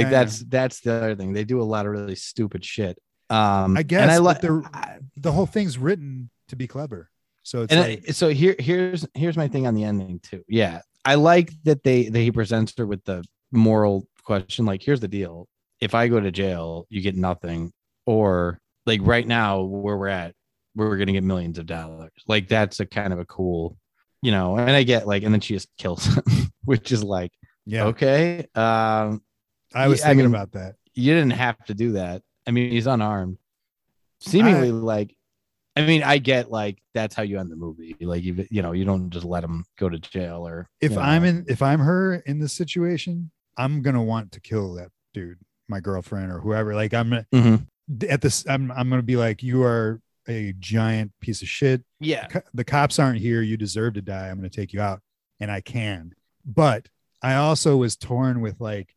[SPEAKER 1] Yeah, I know.
[SPEAKER 2] that's that's the other thing. They do a lot of really stupid shit. Um,
[SPEAKER 1] I guess,
[SPEAKER 2] and I
[SPEAKER 1] but
[SPEAKER 2] like
[SPEAKER 1] they're- the whole thing's written to be clever so it's
[SPEAKER 2] and
[SPEAKER 1] like
[SPEAKER 2] I, so here here's here's my thing on the ending too yeah i like that they that he presents her with the moral question like here's the deal if i go to jail you get nothing or like right now where we're at we're gonna get millions of dollars like that's a kind of a cool you know and i get like and then she just kills him which is like
[SPEAKER 1] yeah
[SPEAKER 2] okay um
[SPEAKER 1] i was
[SPEAKER 2] yeah, I
[SPEAKER 1] thinking
[SPEAKER 2] mean,
[SPEAKER 1] about that
[SPEAKER 2] you didn't have to do that. I mean, he's unarmed. Seemingly, like, I mean, I get like that's how you end the movie. Like, you you know, you don't just let him go to jail or
[SPEAKER 1] if
[SPEAKER 2] you know.
[SPEAKER 1] I'm in if I'm her in this situation, I'm gonna want to kill that dude, my girlfriend or whoever. Like I'm gonna-
[SPEAKER 2] Mhm.
[SPEAKER 1] at this, I'm I'm gonna be like, you are a giant piece of shit.
[SPEAKER 2] yeah,
[SPEAKER 1] Co- The cops aren't here. You deserve to die. I'm gonna take you out, and I can. But I also was torn with like,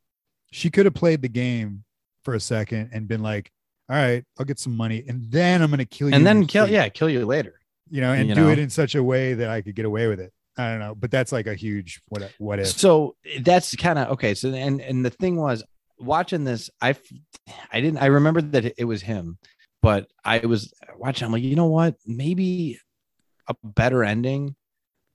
[SPEAKER 1] she could have played the game for a second and been like, all right, I'll get some money, and then I'm gonna kill you. in
[SPEAKER 2] and then
[SPEAKER 1] your
[SPEAKER 2] kill
[SPEAKER 1] sleep,"
[SPEAKER 2] yeah, kill you later.
[SPEAKER 1] you know, and
[SPEAKER 2] you
[SPEAKER 1] do
[SPEAKER 2] know.
[SPEAKER 1] it in such a way that I could get away with it. I don't know, but that's like a huge what what if.
[SPEAKER 2] So that's kind of okay. So and and the thing was watching this, I f- I didn't I remembered that it was him, but I was watching. I'm like, you know what? Maybe a better ending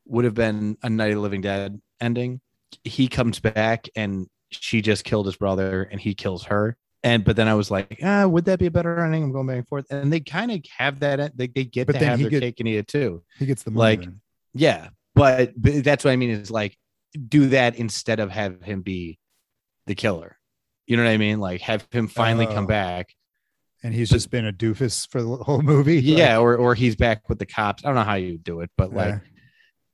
[SPEAKER 2] would have been a Night of the Living Dead ending. He comes back and she just killed his brother and he kills her. And but then I was like, ah, would that be a better ending? I'm going back and forth. And they kind of have that. They, they get
[SPEAKER 1] But
[SPEAKER 2] to
[SPEAKER 1] then
[SPEAKER 2] have
[SPEAKER 1] he
[SPEAKER 2] their
[SPEAKER 1] get-
[SPEAKER 2] cake and eat it too.
[SPEAKER 1] He gets the money.
[SPEAKER 2] Like,
[SPEAKER 1] then.
[SPEAKER 2] Yeah, but, but that's what I mean is like do that instead of have him be the killer. You know what I mean? Like have him finally
[SPEAKER 1] Oh.
[SPEAKER 2] come back.
[SPEAKER 1] and he's
[SPEAKER 2] but-
[SPEAKER 1] just been a doofus for the whole movie.
[SPEAKER 2] Yeah, or or he's back with the cops. I don't know how you do it, but
[SPEAKER 1] Like,
[SPEAKER 2] like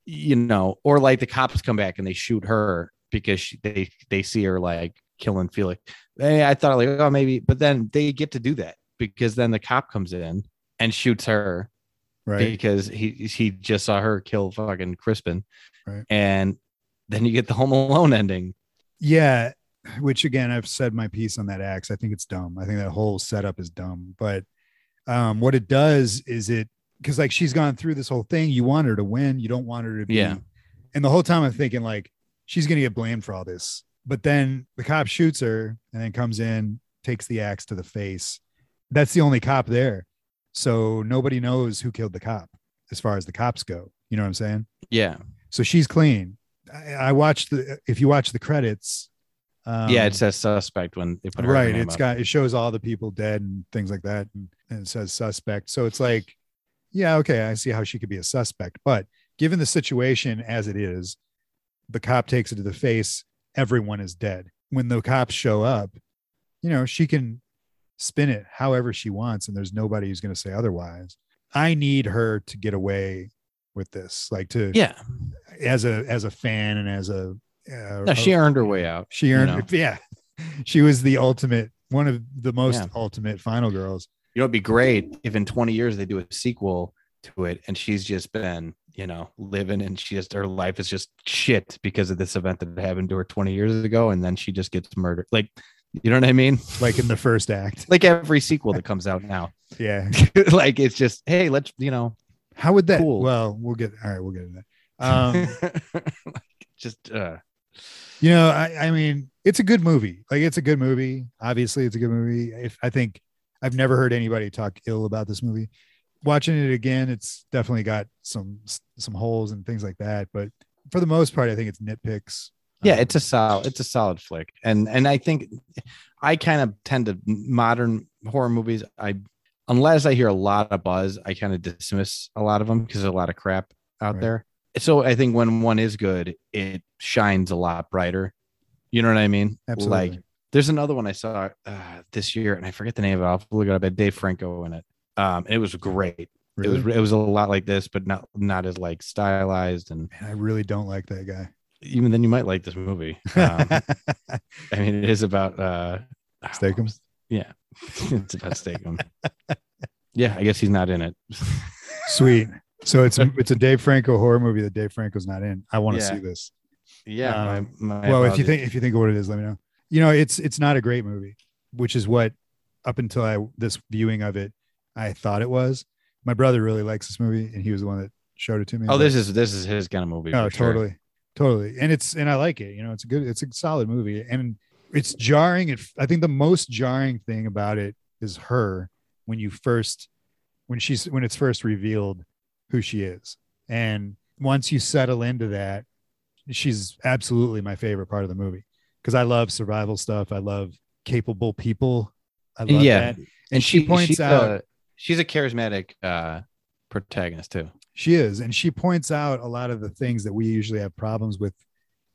[SPEAKER 1] yeah.
[SPEAKER 2] you know, or like the cops come back and they shoot her because she, they they see her like killing Felix. Hey, I thought like, oh, maybe, but then they get to do that because then the cop comes in and shoots her
[SPEAKER 1] right?
[SPEAKER 2] because he he just saw her kill fucking Crispin,
[SPEAKER 1] Right.
[SPEAKER 2] and then you get the Home Alone ending.
[SPEAKER 1] Yeah. Which again, I've said my piece on that axe. I think it's dumb. I think that whole setup is dumb. But um, what it does is it because like she's gone through this whole thing. You want her to win. You don't want her to be.
[SPEAKER 2] Yeah.
[SPEAKER 1] And the whole time I'm thinking like she's gonna get blamed for all this. But then the cop shoots her and then comes in, takes the axe to the face. That's the only cop there. So nobody knows who killed the cop as far as the cops go. You know what I'm saying?
[SPEAKER 2] Yeah,
[SPEAKER 1] So she's clean. I, I watched the if you watch the credits. Um,
[SPEAKER 2] yeah, it says suspect when they put her
[SPEAKER 1] right.
[SPEAKER 2] name
[SPEAKER 1] It's
[SPEAKER 2] up.
[SPEAKER 1] got it shows all the people dead and things like that, and, and it says suspect. So it's like, yeah, okay, I see how she could be a suspect, but given the situation as it is, the cop takes it to the face. Everyone is dead. When the cops show up, you know she can spin it however she wants, and there's nobody who's going to say otherwise. I need her to get away with this, like to
[SPEAKER 2] yeah.
[SPEAKER 1] as a as a fan and as a uh,
[SPEAKER 2] No, she earned her way out.
[SPEAKER 1] she
[SPEAKER 2] you
[SPEAKER 1] earned
[SPEAKER 2] know.
[SPEAKER 1] yeah she was the ultimate one of the most
[SPEAKER 2] Yeah.
[SPEAKER 1] ultimate final girls
[SPEAKER 2] You know, it'd be great if in 20 years they do a sequel to it and she's just been, you know, living and she just her life is just shit because of this event that happened to her 20 years ago. And then she just gets murdered. Like, you know what I mean?
[SPEAKER 1] like in the first act
[SPEAKER 2] Like every sequel that comes out now.
[SPEAKER 1] yeah
[SPEAKER 2] like it's just, hey, let's, you know,
[SPEAKER 1] how would that
[SPEAKER 2] Cool.
[SPEAKER 1] well we'll get all right we'll get into that um
[SPEAKER 2] just uh
[SPEAKER 1] you know I, I mean it's a good movie like it's a good movie obviously it's a good movie if i think i've never heard anybody talk ill about this movie watching it again it's definitely got some some holes and things like that but for the most part i think it's nitpicks
[SPEAKER 2] yeah,
[SPEAKER 1] Um,
[SPEAKER 2] it's a solid it's a solid flick. And and I think I kind of tend to modern horror movies I unless I hear a lot of buzz, I kind of dismiss a lot of them because there's a lot of crap out
[SPEAKER 1] Right.
[SPEAKER 2] there. So I think when one is good, it shines a lot brighter. You know what I mean?
[SPEAKER 1] absolutely
[SPEAKER 2] Like there's another one I saw uh, this year and I forget the name of it. I'll have to look it up. It had Dave Franco in it. Um, it was great.
[SPEAKER 1] really?
[SPEAKER 2] It was it was a lot like this, but not not as like stylized. And
[SPEAKER 1] Man, i really don't like that guy
[SPEAKER 2] even then, you might like this movie. Um, I mean, it is about uh,
[SPEAKER 1] Stakeums?
[SPEAKER 2] Yeah, it's about Steakum. yeah, I guess he's not in it.
[SPEAKER 1] Sweet. So it's it's a Dave Franco horror movie that Dave Franco's not in. I want to
[SPEAKER 2] Yeah.
[SPEAKER 1] see this.
[SPEAKER 2] yeah.
[SPEAKER 1] Um,
[SPEAKER 2] my- my
[SPEAKER 1] well, if you
[SPEAKER 2] apologies.
[SPEAKER 1] think if you think of what it is, let me know. You know, it's it's not a great movie, which is what up until I this viewing of it, I thought it was. My brother really likes this movie, and he was the one that showed it to me.
[SPEAKER 2] oh,
[SPEAKER 1] but-
[SPEAKER 2] this is this is his kind of movie.
[SPEAKER 1] Oh,
[SPEAKER 2] for sure.
[SPEAKER 1] totally, totally, and it's and I like it. You know, it's a good, it's a solid movie, and it's jarring. It, I think the most jarring thing about it is her when you first, when she's when it's first revealed who she is, and once you settle into that, she's absolutely my favorite part of the movie because I love survival stuff. I love capable people. I love
[SPEAKER 2] Yeah.
[SPEAKER 1] that, and, she, uh, points
[SPEAKER 2] she's
[SPEAKER 1] out
[SPEAKER 2] a- she's a charismatic uh, protagonist too.
[SPEAKER 1] She is. And she points out a lot of the things that we usually have problems with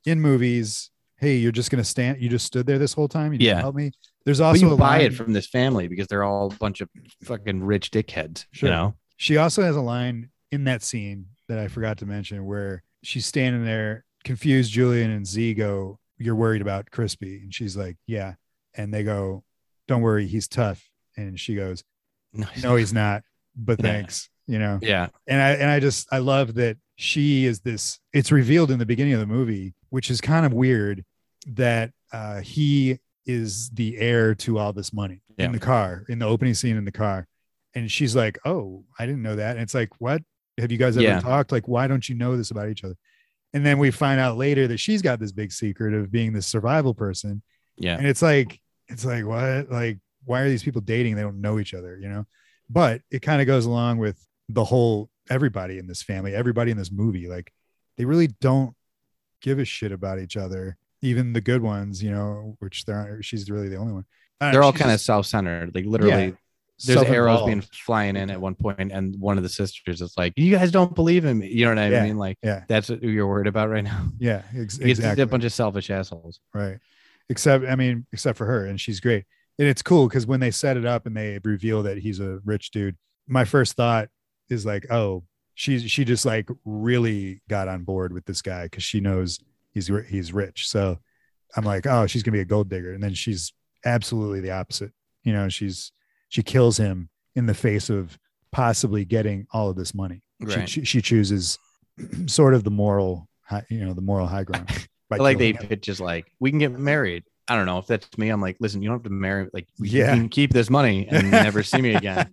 [SPEAKER 1] in movies. Hey, you're just going to stand, you just stood there this whole time. You didn't
[SPEAKER 2] Yeah.
[SPEAKER 1] help me. There's
[SPEAKER 2] But
[SPEAKER 1] also
[SPEAKER 2] you
[SPEAKER 1] a
[SPEAKER 2] buy
[SPEAKER 1] line,
[SPEAKER 2] it from this family because they're all a bunch of fucking rich dickheads.
[SPEAKER 1] Sure.
[SPEAKER 2] You know.
[SPEAKER 1] she also has a line in that scene that I forgot to mention where she's standing there confused. Julian and Z go, You're worried about Crispy. And she's like, Yeah. And they go, Don't worry, he's tough. And she goes, No, he's not, but
[SPEAKER 2] Yeah.
[SPEAKER 1] thanks. You know,
[SPEAKER 2] Yeah.
[SPEAKER 1] and I and I just I love that she is this. It's revealed in the beginning of the movie, which is kind of weird that uh, he is the heir to all this money
[SPEAKER 2] Yeah.
[SPEAKER 1] in the car in the opening scene in the car, and she's like, "Oh, I didn't know that." And it's like, "What have you guys ever
[SPEAKER 2] Yeah.
[SPEAKER 1] talked? Like, why don't you know this about each other?" And then we find out later that she's got this big secret of being this survival person,
[SPEAKER 2] Yeah.
[SPEAKER 1] and it's like it's like what like why are these people dating they don't know each other you know but it kind of goes along with the whole everybody in this family everybody in this movie like they really don't give a shit about each other even the good ones you know which there aren't she's really the only one I don't
[SPEAKER 2] They're
[SPEAKER 1] know,
[SPEAKER 2] all
[SPEAKER 1] she's
[SPEAKER 2] kind of
[SPEAKER 1] just
[SPEAKER 2] self-centered. Like literally, there's arrows
[SPEAKER 1] self-involved.
[SPEAKER 2] being flying in at one point, and one of the sisters is like, "You guys don't believe in me." You know what I
[SPEAKER 1] Yeah.
[SPEAKER 2] mean? Like
[SPEAKER 1] yeah
[SPEAKER 2] that's what you're worried about right now.
[SPEAKER 1] yeah ex-
[SPEAKER 2] It's just
[SPEAKER 1] exactly
[SPEAKER 2] a bunch of selfish assholes.
[SPEAKER 1] right except i mean except for her and she's great and it's cool because when they set it up and they reveal that he's a rich dude my first thought is like oh she she just like really got on board with this guy because she knows he's ri- he's rich. So I'm like, oh, she's gonna be a gold digger, and then she's absolutely the opposite. You know, she's she kills him in the face of possibly getting all of this money.
[SPEAKER 2] Right.
[SPEAKER 1] She, she she chooses sort of the moral, high, you know, the moral high ground. by
[SPEAKER 2] I like they
[SPEAKER 1] killing him.
[SPEAKER 2] pitch is like, we can get married. I don't know if that's me. I'm like, listen, you don't have to marry. Like,
[SPEAKER 1] Yeah.
[SPEAKER 2] you can keep this money and never see me again.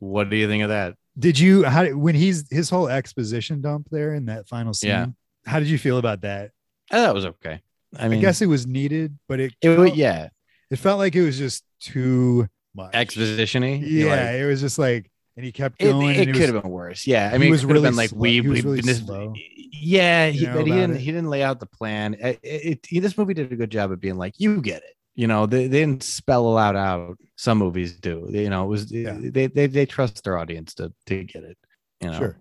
[SPEAKER 2] What do you think of that?
[SPEAKER 1] Did you how did- when he's his whole exposition dump there in that final scene?
[SPEAKER 2] Yeah.
[SPEAKER 1] How did you feel about that?
[SPEAKER 2] I thought it was okay. I
[SPEAKER 1] I,
[SPEAKER 2] mean,
[SPEAKER 1] guess it was needed, but it,
[SPEAKER 2] it, wa-
[SPEAKER 1] felt,
[SPEAKER 2] yeah,
[SPEAKER 1] it felt like it was just too much.
[SPEAKER 2] exposition-y. You're
[SPEAKER 1] Yeah,
[SPEAKER 2] like,
[SPEAKER 1] it was just like, and he kept
[SPEAKER 2] it,
[SPEAKER 1] going. and
[SPEAKER 2] it
[SPEAKER 1] it
[SPEAKER 2] could
[SPEAKER 1] was-
[SPEAKER 2] have been worse. Yeah,
[SPEAKER 1] he
[SPEAKER 2] I mean,
[SPEAKER 1] was
[SPEAKER 2] it could have
[SPEAKER 1] really
[SPEAKER 2] been like
[SPEAKER 1] slow-
[SPEAKER 2] we.
[SPEAKER 1] he was
[SPEAKER 2] we-
[SPEAKER 1] really
[SPEAKER 2] this-
[SPEAKER 1] slow,
[SPEAKER 2] yeah, he,
[SPEAKER 1] you know,
[SPEAKER 2] but he
[SPEAKER 1] about
[SPEAKER 2] didn't.
[SPEAKER 1] it.
[SPEAKER 2] He didn't lay out the plan. It, it, it- this movie did a good job of being like, you get it. You know, they, they didn't spell it out. Out some movies do. You know, it was
[SPEAKER 1] Yeah.
[SPEAKER 2] they, they they trust their audience to to get it. You know,
[SPEAKER 1] Sure.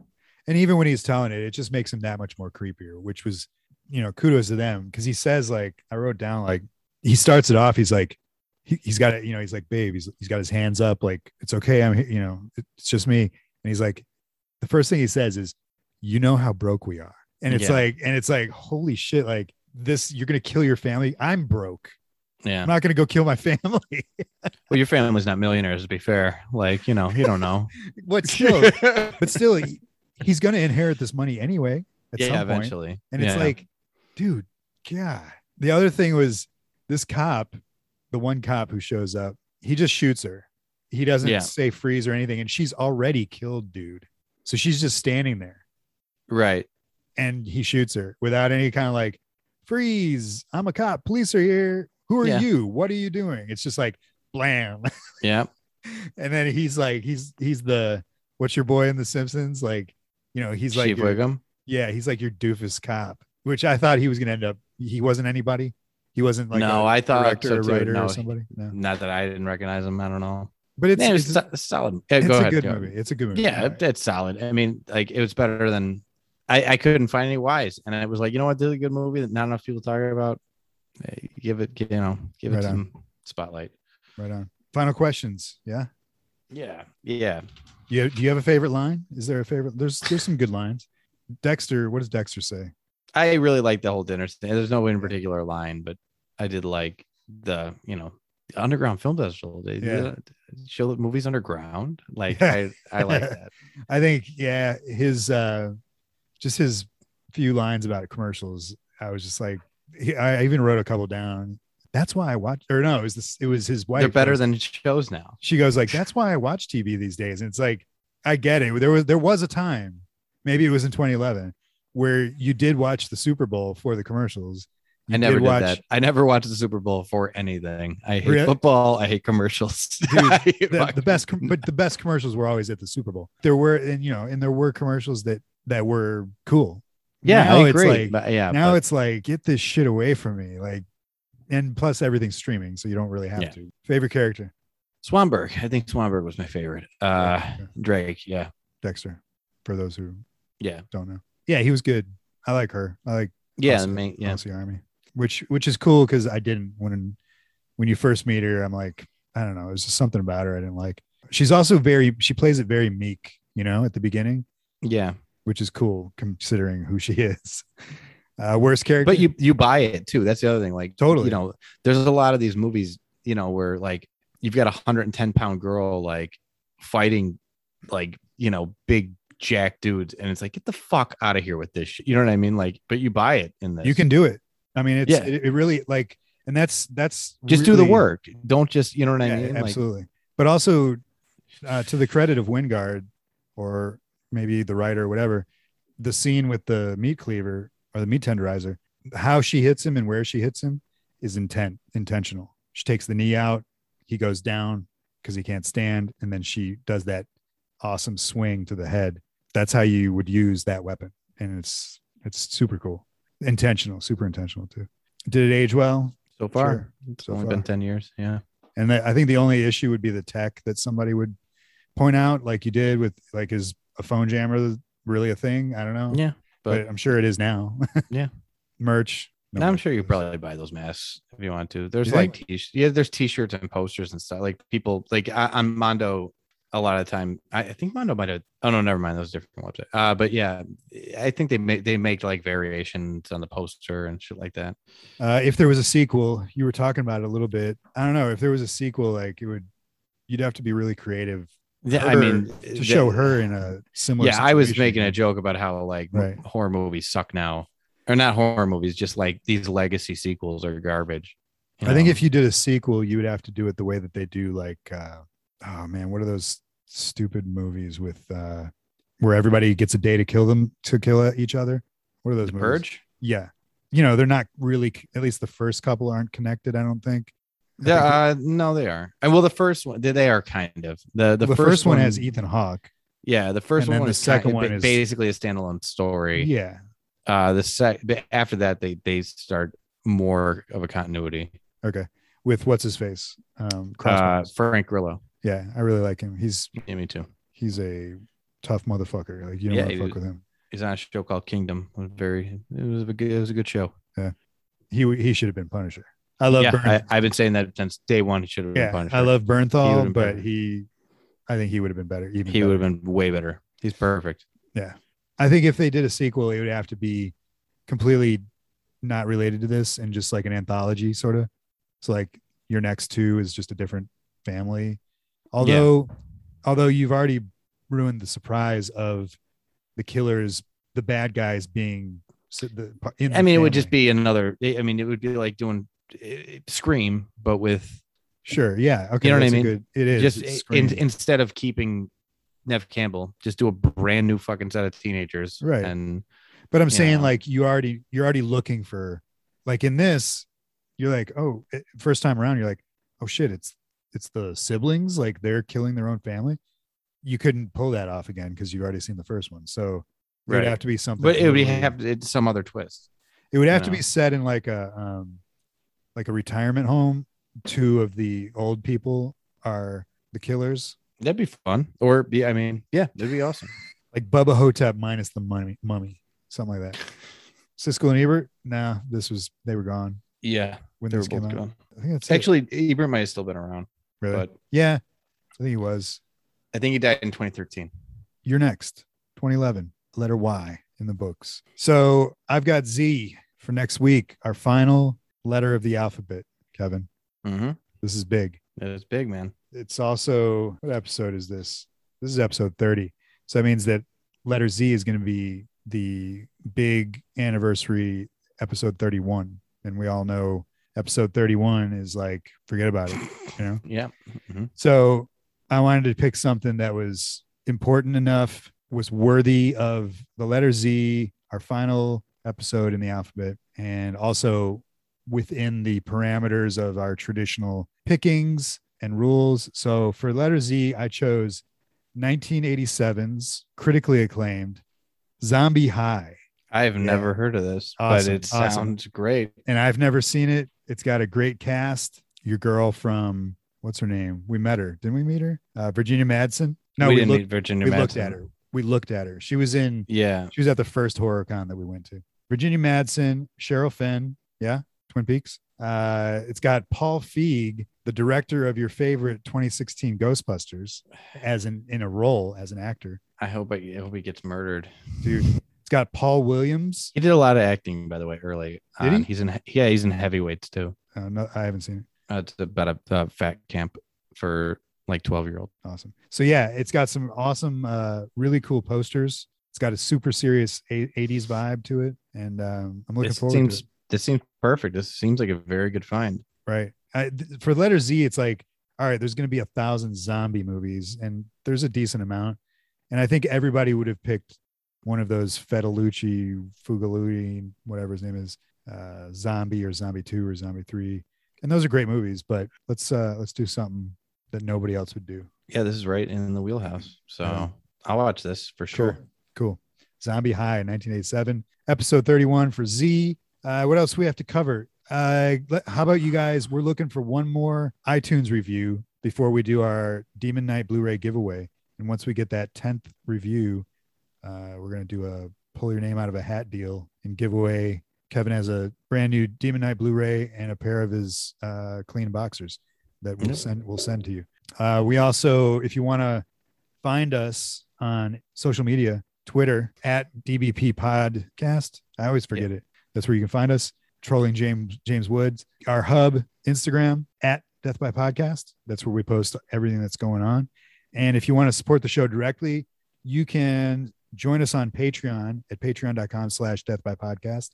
[SPEAKER 1] And even when he's telling it, it just makes him that much more creepier, which was, you know, kudos to them because he says, like, I wrote down, like, he starts it off. He's like, he, he's got it, you know, he's like, babe, he's, he's got his hands up, like, it's okay. I'm, he- you know, it's just me. And he's like, the first thing he says is, you know how broke we are. And it's
[SPEAKER 2] Yeah.
[SPEAKER 1] like, and it's like, holy shit, like, this, you're going to kill your family. I'm broke.
[SPEAKER 2] yeah.
[SPEAKER 1] I'm not going to go kill my family.
[SPEAKER 2] Well, your family's not millionaires, to be fair. Like, you know, you don't know.
[SPEAKER 1] but still, but still, he- he's going to inherit this money anyway at
[SPEAKER 2] yeah,
[SPEAKER 1] some point.
[SPEAKER 2] eventually.
[SPEAKER 1] And it's
[SPEAKER 2] Yeah.
[SPEAKER 1] like, dude, God. The other thing was this cop, the one cop who shows up, he just shoots her. He doesn't
[SPEAKER 2] Yeah.
[SPEAKER 1] say freeze or anything. And she's already killed, dude. So she's just standing there
[SPEAKER 2] right.
[SPEAKER 1] and he shoots her without any kind of like, freeze. I'm a cop. Police are here. Who are
[SPEAKER 2] Yeah.
[SPEAKER 1] you? What are you doing? It's just like, blam.
[SPEAKER 2] Yeah.
[SPEAKER 1] and then he's like, he's, he's the, what's your boy in The Simpsons? Like, you know, he's like,
[SPEAKER 2] Chief
[SPEAKER 1] your-
[SPEAKER 2] Wiggum.
[SPEAKER 1] yeah, he's like your doofus cop, which I thought he was gonna end up. He wasn't anybody. He wasn't like
[SPEAKER 2] no,
[SPEAKER 1] a
[SPEAKER 2] I thought
[SPEAKER 1] director,
[SPEAKER 2] so
[SPEAKER 1] or
[SPEAKER 2] too.
[SPEAKER 1] writer,
[SPEAKER 2] no, Mm-hmm.
[SPEAKER 1] or somebody. No,
[SPEAKER 2] Not that I didn't recognize him. I don't know.
[SPEAKER 1] but it's
[SPEAKER 2] Man, it was
[SPEAKER 1] it's,
[SPEAKER 2] so- solid. Yeah,
[SPEAKER 1] it's
[SPEAKER 2] go
[SPEAKER 1] a
[SPEAKER 2] ahead.
[SPEAKER 1] good
[SPEAKER 2] go.
[SPEAKER 1] movie. It's a good movie.
[SPEAKER 2] Yeah,
[SPEAKER 1] All right.
[SPEAKER 2] it's solid. I mean, like it was better than I, I couldn't find any whys. And it was like, you know what, this is a good movie that not enough people talk about. Hey, give it, you know, give
[SPEAKER 1] Right
[SPEAKER 2] it
[SPEAKER 1] on.
[SPEAKER 2] some spotlight.
[SPEAKER 1] right on. Final questions. Yeah,
[SPEAKER 2] Yeah. Yeah.
[SPEAKER 1] you, do you have a favorite line? Is there a favorite? There's there's some good lines. Dexter, what does Dexter say?
[SPEAKER 2] I really like the whole dinner thing. There's no in particular line, but I did like the you know the underground film festival. They
[SPEAKER 1] Yeah.
[SPEAKER 2] yeah. show that movies underground. Like
[SPEAKER 1] Yeah.
[SPEAKER 2] I I like that.
[SPEAKER 1] I think yeah, his uh, just his few lines about commercials. I was just like, he, I even wrote a couple down. That's why I watched. Or no, it was this. It was his wife.
[SPEAKER 2] They're
[SPEAKER 1] than.
[SPEAKER 2] better than shows now.
[SPEAKER 1] she goes like that's why i watch tv these days and it's like i get it there was there was a time maybe it was in 2011 where you did watch the super bowl for the commercials you
[SPEAKER 2] I never did that. I never watched the Super Bowl for anything. I hate
[SPEAKER 1] Really?
[SPEAKER 2] football. I hate commercials. I hate
[SPEAKER 1] the, the
[SPEAKER 2] fucking-
[SPEAKER 1] best com- but the best commercials were always at the super bowl there were and you know and there were commercials that that were cool
[SPEAKER 2] Yeah,
[SPEAKER 1] now
[SPEAKER 2] I agree.
[SPEAKER 1] it's like
[SPEAKER 2] but yeah,
[SPEAKER 1] now
[SPEAKER 2] but
[SPEAKER 1] it's like get this shit away from me like and plus everything's streaming so you don't really have
[SPEAKER 2] Yeah.
[SPEAKER 1] to favorite character
[SPEAKER 2] Swanberg. I think Swanberg was my favorite. Uh, Drake. Yeah,
[SPEAKER 1] dexter for those who
[SPEAKER 2] yeah,
[SPEAKER 1] don't know yeah he was good i like her i like
[SPEAKER 2] yeah.
[SPEAKER 1] Awesome.
[SPEAKER 2] I mean, yeah.
[SPEAKER 1] Aussie Army, which which is cool because I didn't when when you first meet her, I'm like, I don't know, there's just something about her I didn't like. She's also very she plays it very meek, you know, at the beginning,
[SPEAKER 2] yeah.
[SPEAKER 1] which is cool considering who she is. Uh, worst character,
[SPEAKER 2] but you you buy it too that's the other thing like
[SPEAKER 1] Totally.
[SPEAKER 2] you know there's a lot of these movies you know where like you've got a 110 pound girl like fighting like you know big jack dudes and it's like get the fuck out of here with this shit. you know what i mean like but you buy it in this
[SPEAKER 1] you can do it. I mean, it's
[SPEAKER 2] Yeah.
[SPEAKER 1] it, it really like, and that's that's
[SPEAKER 2] just do the
[SPEAKER 1] really-
[SPEAKER 2] work don't just you know what i
[SPEAKER 1] Yeah,
[SPEAKER 2] mean
[SPEAKER 1] absolutely. but also, uh, to the credit of Wingard, or maybe the writer, or whatever, the scene with the meat cleaver or the meat tenderizer, how she hits him and where she hits him is intent intentional. She takes the knee out, he goes down because he can't stand, and then she does that awesome swing to the head. That's how you would use that weapon, and it's it's super cool, intentional, super intentional too. Did it age well?
[SPEAKER 2] like so far
[SPEAKER 1] Sure.
[SPEAKER 2] it's
[SPEAKER 1] So
[SPEAKER 2] only
[SPEAKER 1] far.
[SPEAKER 2] been 10 years yeah
[SPEAKER 1] And I I think the only issue would be the tech that somebody would point out, like you did with like is a phone jammer really a thing? I don't know.
[SPEAKER 2] yeah
[SPEAKER 1] but,
[SPEAKER 2] but-
[SPEAKER 1] I'm sure it is now.
[SPEAKER 2] Yeah.
[SPEAKER 1] Merch.
[SPEAKER 2] And I'm sure you probably buy those masks if you want to. There's
[SPEAKER 1] You
[SPEAKER 2] like t- yeah, there's t-shirts and posters and stuff. Like people like I, on Mondo a lot of time. I, I think Mondo might have. Oh no, never mind. That was a different website. Uh, but yeah, I think they make they make like variations on the poster and shit like that.
[SPEAKER 1] Uh, if there was a sequel, you were talking about it a little bit. I don't know if there was a sequel, like it would, you'd have to be really creative
[SPEAKER 2] Yeah, I
[SPEAKER 1] Her-
[SPEAKER 2] mean,
[SPEAKER 1] to show
[SPEAKER 2] the-
[SPEAKER 1] her in a similar.
[SPEAKER 2] Yeah, I was
[SPEAKER 1] situation.
[SPEAKER 2] making a joke about how like m-
[SPEAKER 1] Right.
[SPEAKER 2] horror movies suck now, or not horror movies, just like these legacy sequels are garbage. Um,
[SPEAKER 1] I think if you did a sequel, you would have to do it the way that they do, like, uh, oh man, what are those stupid movies with uh, where everybody gets a day to kill them to kill each other? What are those?
[SPEAKER 2] the
[SPEAKER 1] movies?
[SPEAKER 2] Purge.
[SPEAKER 1] Yeah, you know they're not really. At least the first couple aren't connected. I don't think.
[SPEAKER 2] The, uh, no, they are. And well, the first one, they- they are kind of the the,
[SPEAKER 1] The, first, one, has Ethan Hawke.
[SPEAKER 2] Yeah, the first
[SPEAKER 1] and then
[SPEAKER 2] one.
[SPEAKER 1] the
[SPEAKER 2] is
[SPEAKER 1] second
[SPEAKER 2] ki-
[SPEAKER 1] one
[SPEAKER 2] ba-
[SPEAKER 1] is-
[SPEAKER 2] basically a standalone story.
[SPEAKER 1] Yeah.
[SPEAKER 2] Uh, the sec ba- after that, they they start more of a continuity.
[SPEAKER 1] Okay. With what's his face? Um,
[SPEAKER 2] Uh,
[SPEAKER 1] Crossbones.
[SPEAKER 2] Frank Grillo.
[SPEAKER 1] yeah, I really like him. He's
[SPEAKER 2] Yeah, me too.
[SPEAKER 1] he's a tough motherfucker. Like you don't
[SPEAKER 2] Yeah,
[SPEAKER 1] want to
[SPEAKER 2] he
[SPEAKER 1] fuck with
[SPEAKER 2] was-
[SPEAKER 1] him.
[SPEAKER 2] He's on a show called Kingdom. It was very. It was a good. It was a good show.
[SPEAKER 1] He w- he should have been Punisher. I love.
[SPEAKER 2] yeah,
[SPEAKER 1] Bern-
[SPEAKER 2] I, I've been saying that since day one. He should have
[SPEAKER 1] yeah,
[SPEAKER 2] been punished.
[SPEAKER 1] I love
[SPEAKER 2] He
[SPEAKER 1] Bernthal,
[SPEAKER 2] would've been
[SPEAKER 1] but
[SPEAKER 2] better.
[SPEAKER 1] he, I think he would have been better. Even
[SPEAKER 2] He
[SPEAKER 1] better.
[SPEAKER 2] would have been way better. He's perfect.
[SPEAKER 1] I think if they did a sequel, it would have to be completely not related to this and just like an anthology sort of. So like your next two is just a different family. Although although you've already ruined the surprise of the killers, the bad guys being s- the, in the
[SPEAKER 2] I mean, it would just
[SPEAKER 1] family.
[SPEAKER 2] be another. I mean, it would be like doing eh, Scream, but with
[SPEAKER 1] sure, yeah, okay,
[SPEAKER 2] You know what I
[SPEAKER 1] that's a
[SPEAKER 2] mean?
[SPEAKER 1] good- it is
[SPEAKER 2] just
[SPEAKER 1] it's
[SPEAKER 2] i-
[SPEAKER 1] Scream.
[SPEAKER 2] in, instead of keeping Nev Campbell, just do a brand new fucking set of teenagers.
[SPEAKER 1] Right.
[SPEAKER 2] And
[SPEAKER 1] But I'm
[SPEAKER 2] you
[SPEAKER 1] saying
[SPEAKER 2] know.
[SPEAKER 1] like you already you're already looking for like in this you're like oh it- first time around you're like oh shit it's it's the siblings like they're killing their own family. You couldn't pull that off again because you've already seen the first one. So it would
[SPEAKER 2] Right.
[SPEAKER 1] have to be something.
[SPEAKER 2] but it would be
[SPEAKER 1] totally-
[SPEAKER 2] have it's some other twist.
[SPEAKER 1] it would have
[SPEAKER 2] you
[SPEAKER 1] to
[SPEAKER 2] know.
[SPEAKER 1] be set in like a um like a retirement home. Two of the old people are the killers.
[SPEAKER 2] That'd be fun. Or be I mean, yeah, that'd be awesome.
[SPEAKER 1] Like Bubba Hotep minus the mummy, mummy, something like that. Siskel and Ebert, nah, this was they were gone
[SPEAKER 2] Yeah,
[SPEAKER 1] when
[SPEAKER 2] they were
[SPEAKER 1] this came
[SPEAKER 2] both
[SPEAKER 1] out.
[SPEAKER 2] gone.
[SPEAKER 1] I think that's it,
[SPEAKER 2] Actually, Ebert might have still been around,
[SPEAKER 1] really.
[SPEAKER 2] but
[SPEAKER 1] yeah, I think he was.
[SPEAKER 2] I think he died in 2013.
[SPEAKER 1] You're next, 2011, letter Y in the books. So I've got Z for next week, our final letter of the alphabet. Kevin,
[SPEAKER 2] Mm-hmm.
[SPEAKER 1] this is big.
[SPEAKER 2] That was big, man.
[SPEAKER 1] It's also what episode is this? This is episode 30. So that means that letter Z is going to be the big anniversary episode 31, and we all know episode 31 is like forget about it, you know.
[SPEAKER 2] Yeah.
[SPEAKER 1] So I wanted to pick something that was important enough, was worthy of the letter Z, our final episode in the alphabet, and also within the parameters of our traditional pickings and rules. So for letter Z, I chose 1987's critically acclaimed Zombie High.
[SPEAKER 2] I have
[SPEAKER 1] Yeah.
[SPEAKER 2] never heard of this,
[SPEAKER 1] Awesome,
[SPEAKER 2] but it
[SPEAKER 1] awesome.
[SPEAKER 2] sounds great.
[SPEAKER 1] and I've never seen it. It's got a great cast. Your girl from what's her name? We met her, didn't we meet her? Uh, Virginia Madsen. No,
[SPEAKER 2] we,
[SPEAKER 1] we,
[SPEAKER 2] didn't
[SPEAKER 1] looked,
[SPEAKER 2] meet Virginia.
[SPEAKER 1] we looked
[SPEAKER 2] Madsen.
[SPEAKER 1] at her. We looked at her. She was in.
[SPEAKER 2] Yeah,
[SPEAKER 1] She was at the first horror con that we went to. Virginia Madsen, Cheryl Fenn. Yeah, Twin Peaks. Uh, it's got Paul Feig, the director of your favorite 2016 Ghostbusters, as an in a role as an actor.
[SPEAKER 2] I hope I, I hope he gets murdered.
[SPEAKER 1] Dude, it's got Paul Williams.
[SPEAKER 2] He did a lot of acting, by the way, early.
[SPEAKER 1] Did
[SPEAKER 2] on.
[SPEAKER 1] he?
[SPEAKER 2] He's in yeah, he's in heavyweights too.
[SPEAKER 1] Uh, no, I haven't seen it.
[SPEAKER 2] Uh, it's about a, a fat camp for like twelve year old.
[SPEAKER 1] Awesome. So yeah, it's got some awesome, uh, really cool posters. It's got a super serious eight- '80s vibe to it, and um, I'm looking
[SPEAKER 2] This
[SPEAKER 1] forward.
[SPEAKER 2] seems
[SPEAKER 1] to it.
[SPEAKER 2] this seems perfect. This seems like a very good find.
[SPEAKER 1] right I, th- for letter Z. It's like, all right, there's going to be a thousand zombie movies, and there's a decent amount, and I think everybody would have picked one of those Fetalucci, Fugaluti, whatever his name is, uh, Zombie or Zombie Two or Zombie Three, and those are great movies. But let's uh, let's do something that nobody else would do.
[SPEAKER 2] Yeah, this is right in the wheelhouse. So
[SPEAKER 1] Yeah.
[SPEAKER 2] I'll watch this for sure.
[SPEAKER 1] Cool. Zombie High, 1987, episode 31 for Z. Uh, what else we have to cover? Uh, let- how about you guys? We're looking for one more iTunes review before we do our Demon Night Blu-ray giveaway. And once we get that 10th review, uh, we're gonna do a pull your name out of a hat deal and give away. Kevin has a brand new Demon Night Blu-ray and a pair of his uh, clean boxers that we'll
[SPEAKER 2] Yep.
[SPEAKER 1] send we'll send to you. Uh, we also, if you want to Find us on social media, Twitter at DBP Podcast. I always forget it. That's where you can find us. Trolling James James Woods, our hub, Instagram at Death by Podcast. That's where we post everything that's going on. And if you want to support the show directly, you can join us on Patreon at patreon.com slash death by podcast,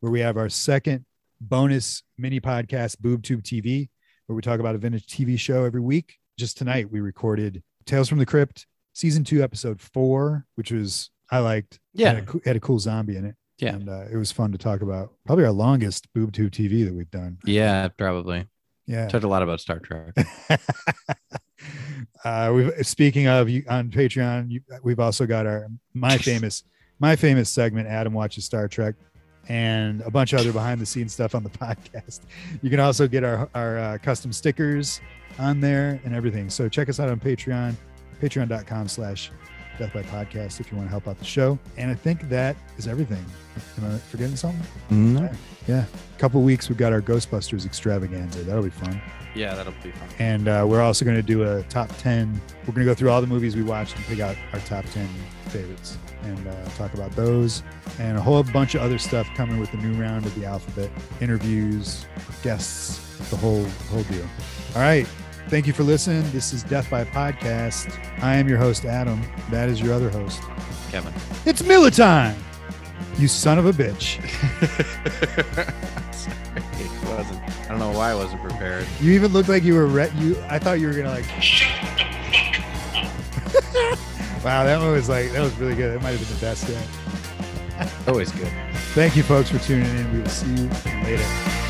[SPEAKER 1] where we have our second bonus mini podcast, BoobTube TV, where we talk about a vintage TV show every week. Just tonight, we recorded Tales from the Crypt, season two, episode four, which was, I liked. Had a,
[SPEAKER 2] Yeah.
[SPEAKER 1] coo- had a cool zombie in it.
[SPEAKER 2] Yeah.
[SPEAKER 1] And uh, it was fun to talk about. Probably our longest BoobTube TV that we've done.
[SPEAKER 2] Yeah, probably.
[SPEAKER 1] Yeah.
[SPEAKER 2] Talked a lot about Star Trek.
[SPEAKER 1] uh, we've speaking of you on Patreon, you, we've also got our my famous my famous segment. Adam watches Star Trek and a bunch of other behind the scenes stuff on the podcast. You can also get our our uh, custom stickers on there and everything. So check us out on Patreon, patreon.com slash death by podcast if you want to help out the show. And I think that is everything. Am I forgetting something?
[SPEAKER 2] No.
[SPEAKER 1] A couple weeks we've got our Ghostbusters extravaganza. That'll be fun.
[SPEAKER 2] Yeah, that'll be fun.
[SPEAKER 1] And uh, we're also going to do a top 10. We're going to go through all the movies we watched and pick out our top 10 favorites and uh, talk about those and a whole bunch of other stuff coming with the new round of the alphabet interviews, guests, the whole whole deal. All right. Thank you for listening. This is Death by Podcast. I am your host, Adam. That is your other host.
[SPEAKER 2] Kevin.
[SPEAKER 1] It's Miller time. You son of a bitch.
[SPEAKER 2] Sorry, it wasn't. I don't know why I wasn't prepared.
[SPEAKER 1] You even looked like you were. Re- you, I thought you were gonna like. wow, that one was like that was really good. That might have been the best yet.
[SPEAKER 2] Always good.
[SPEAKER 1] Thank you, folks, for tuning in. We will see you later.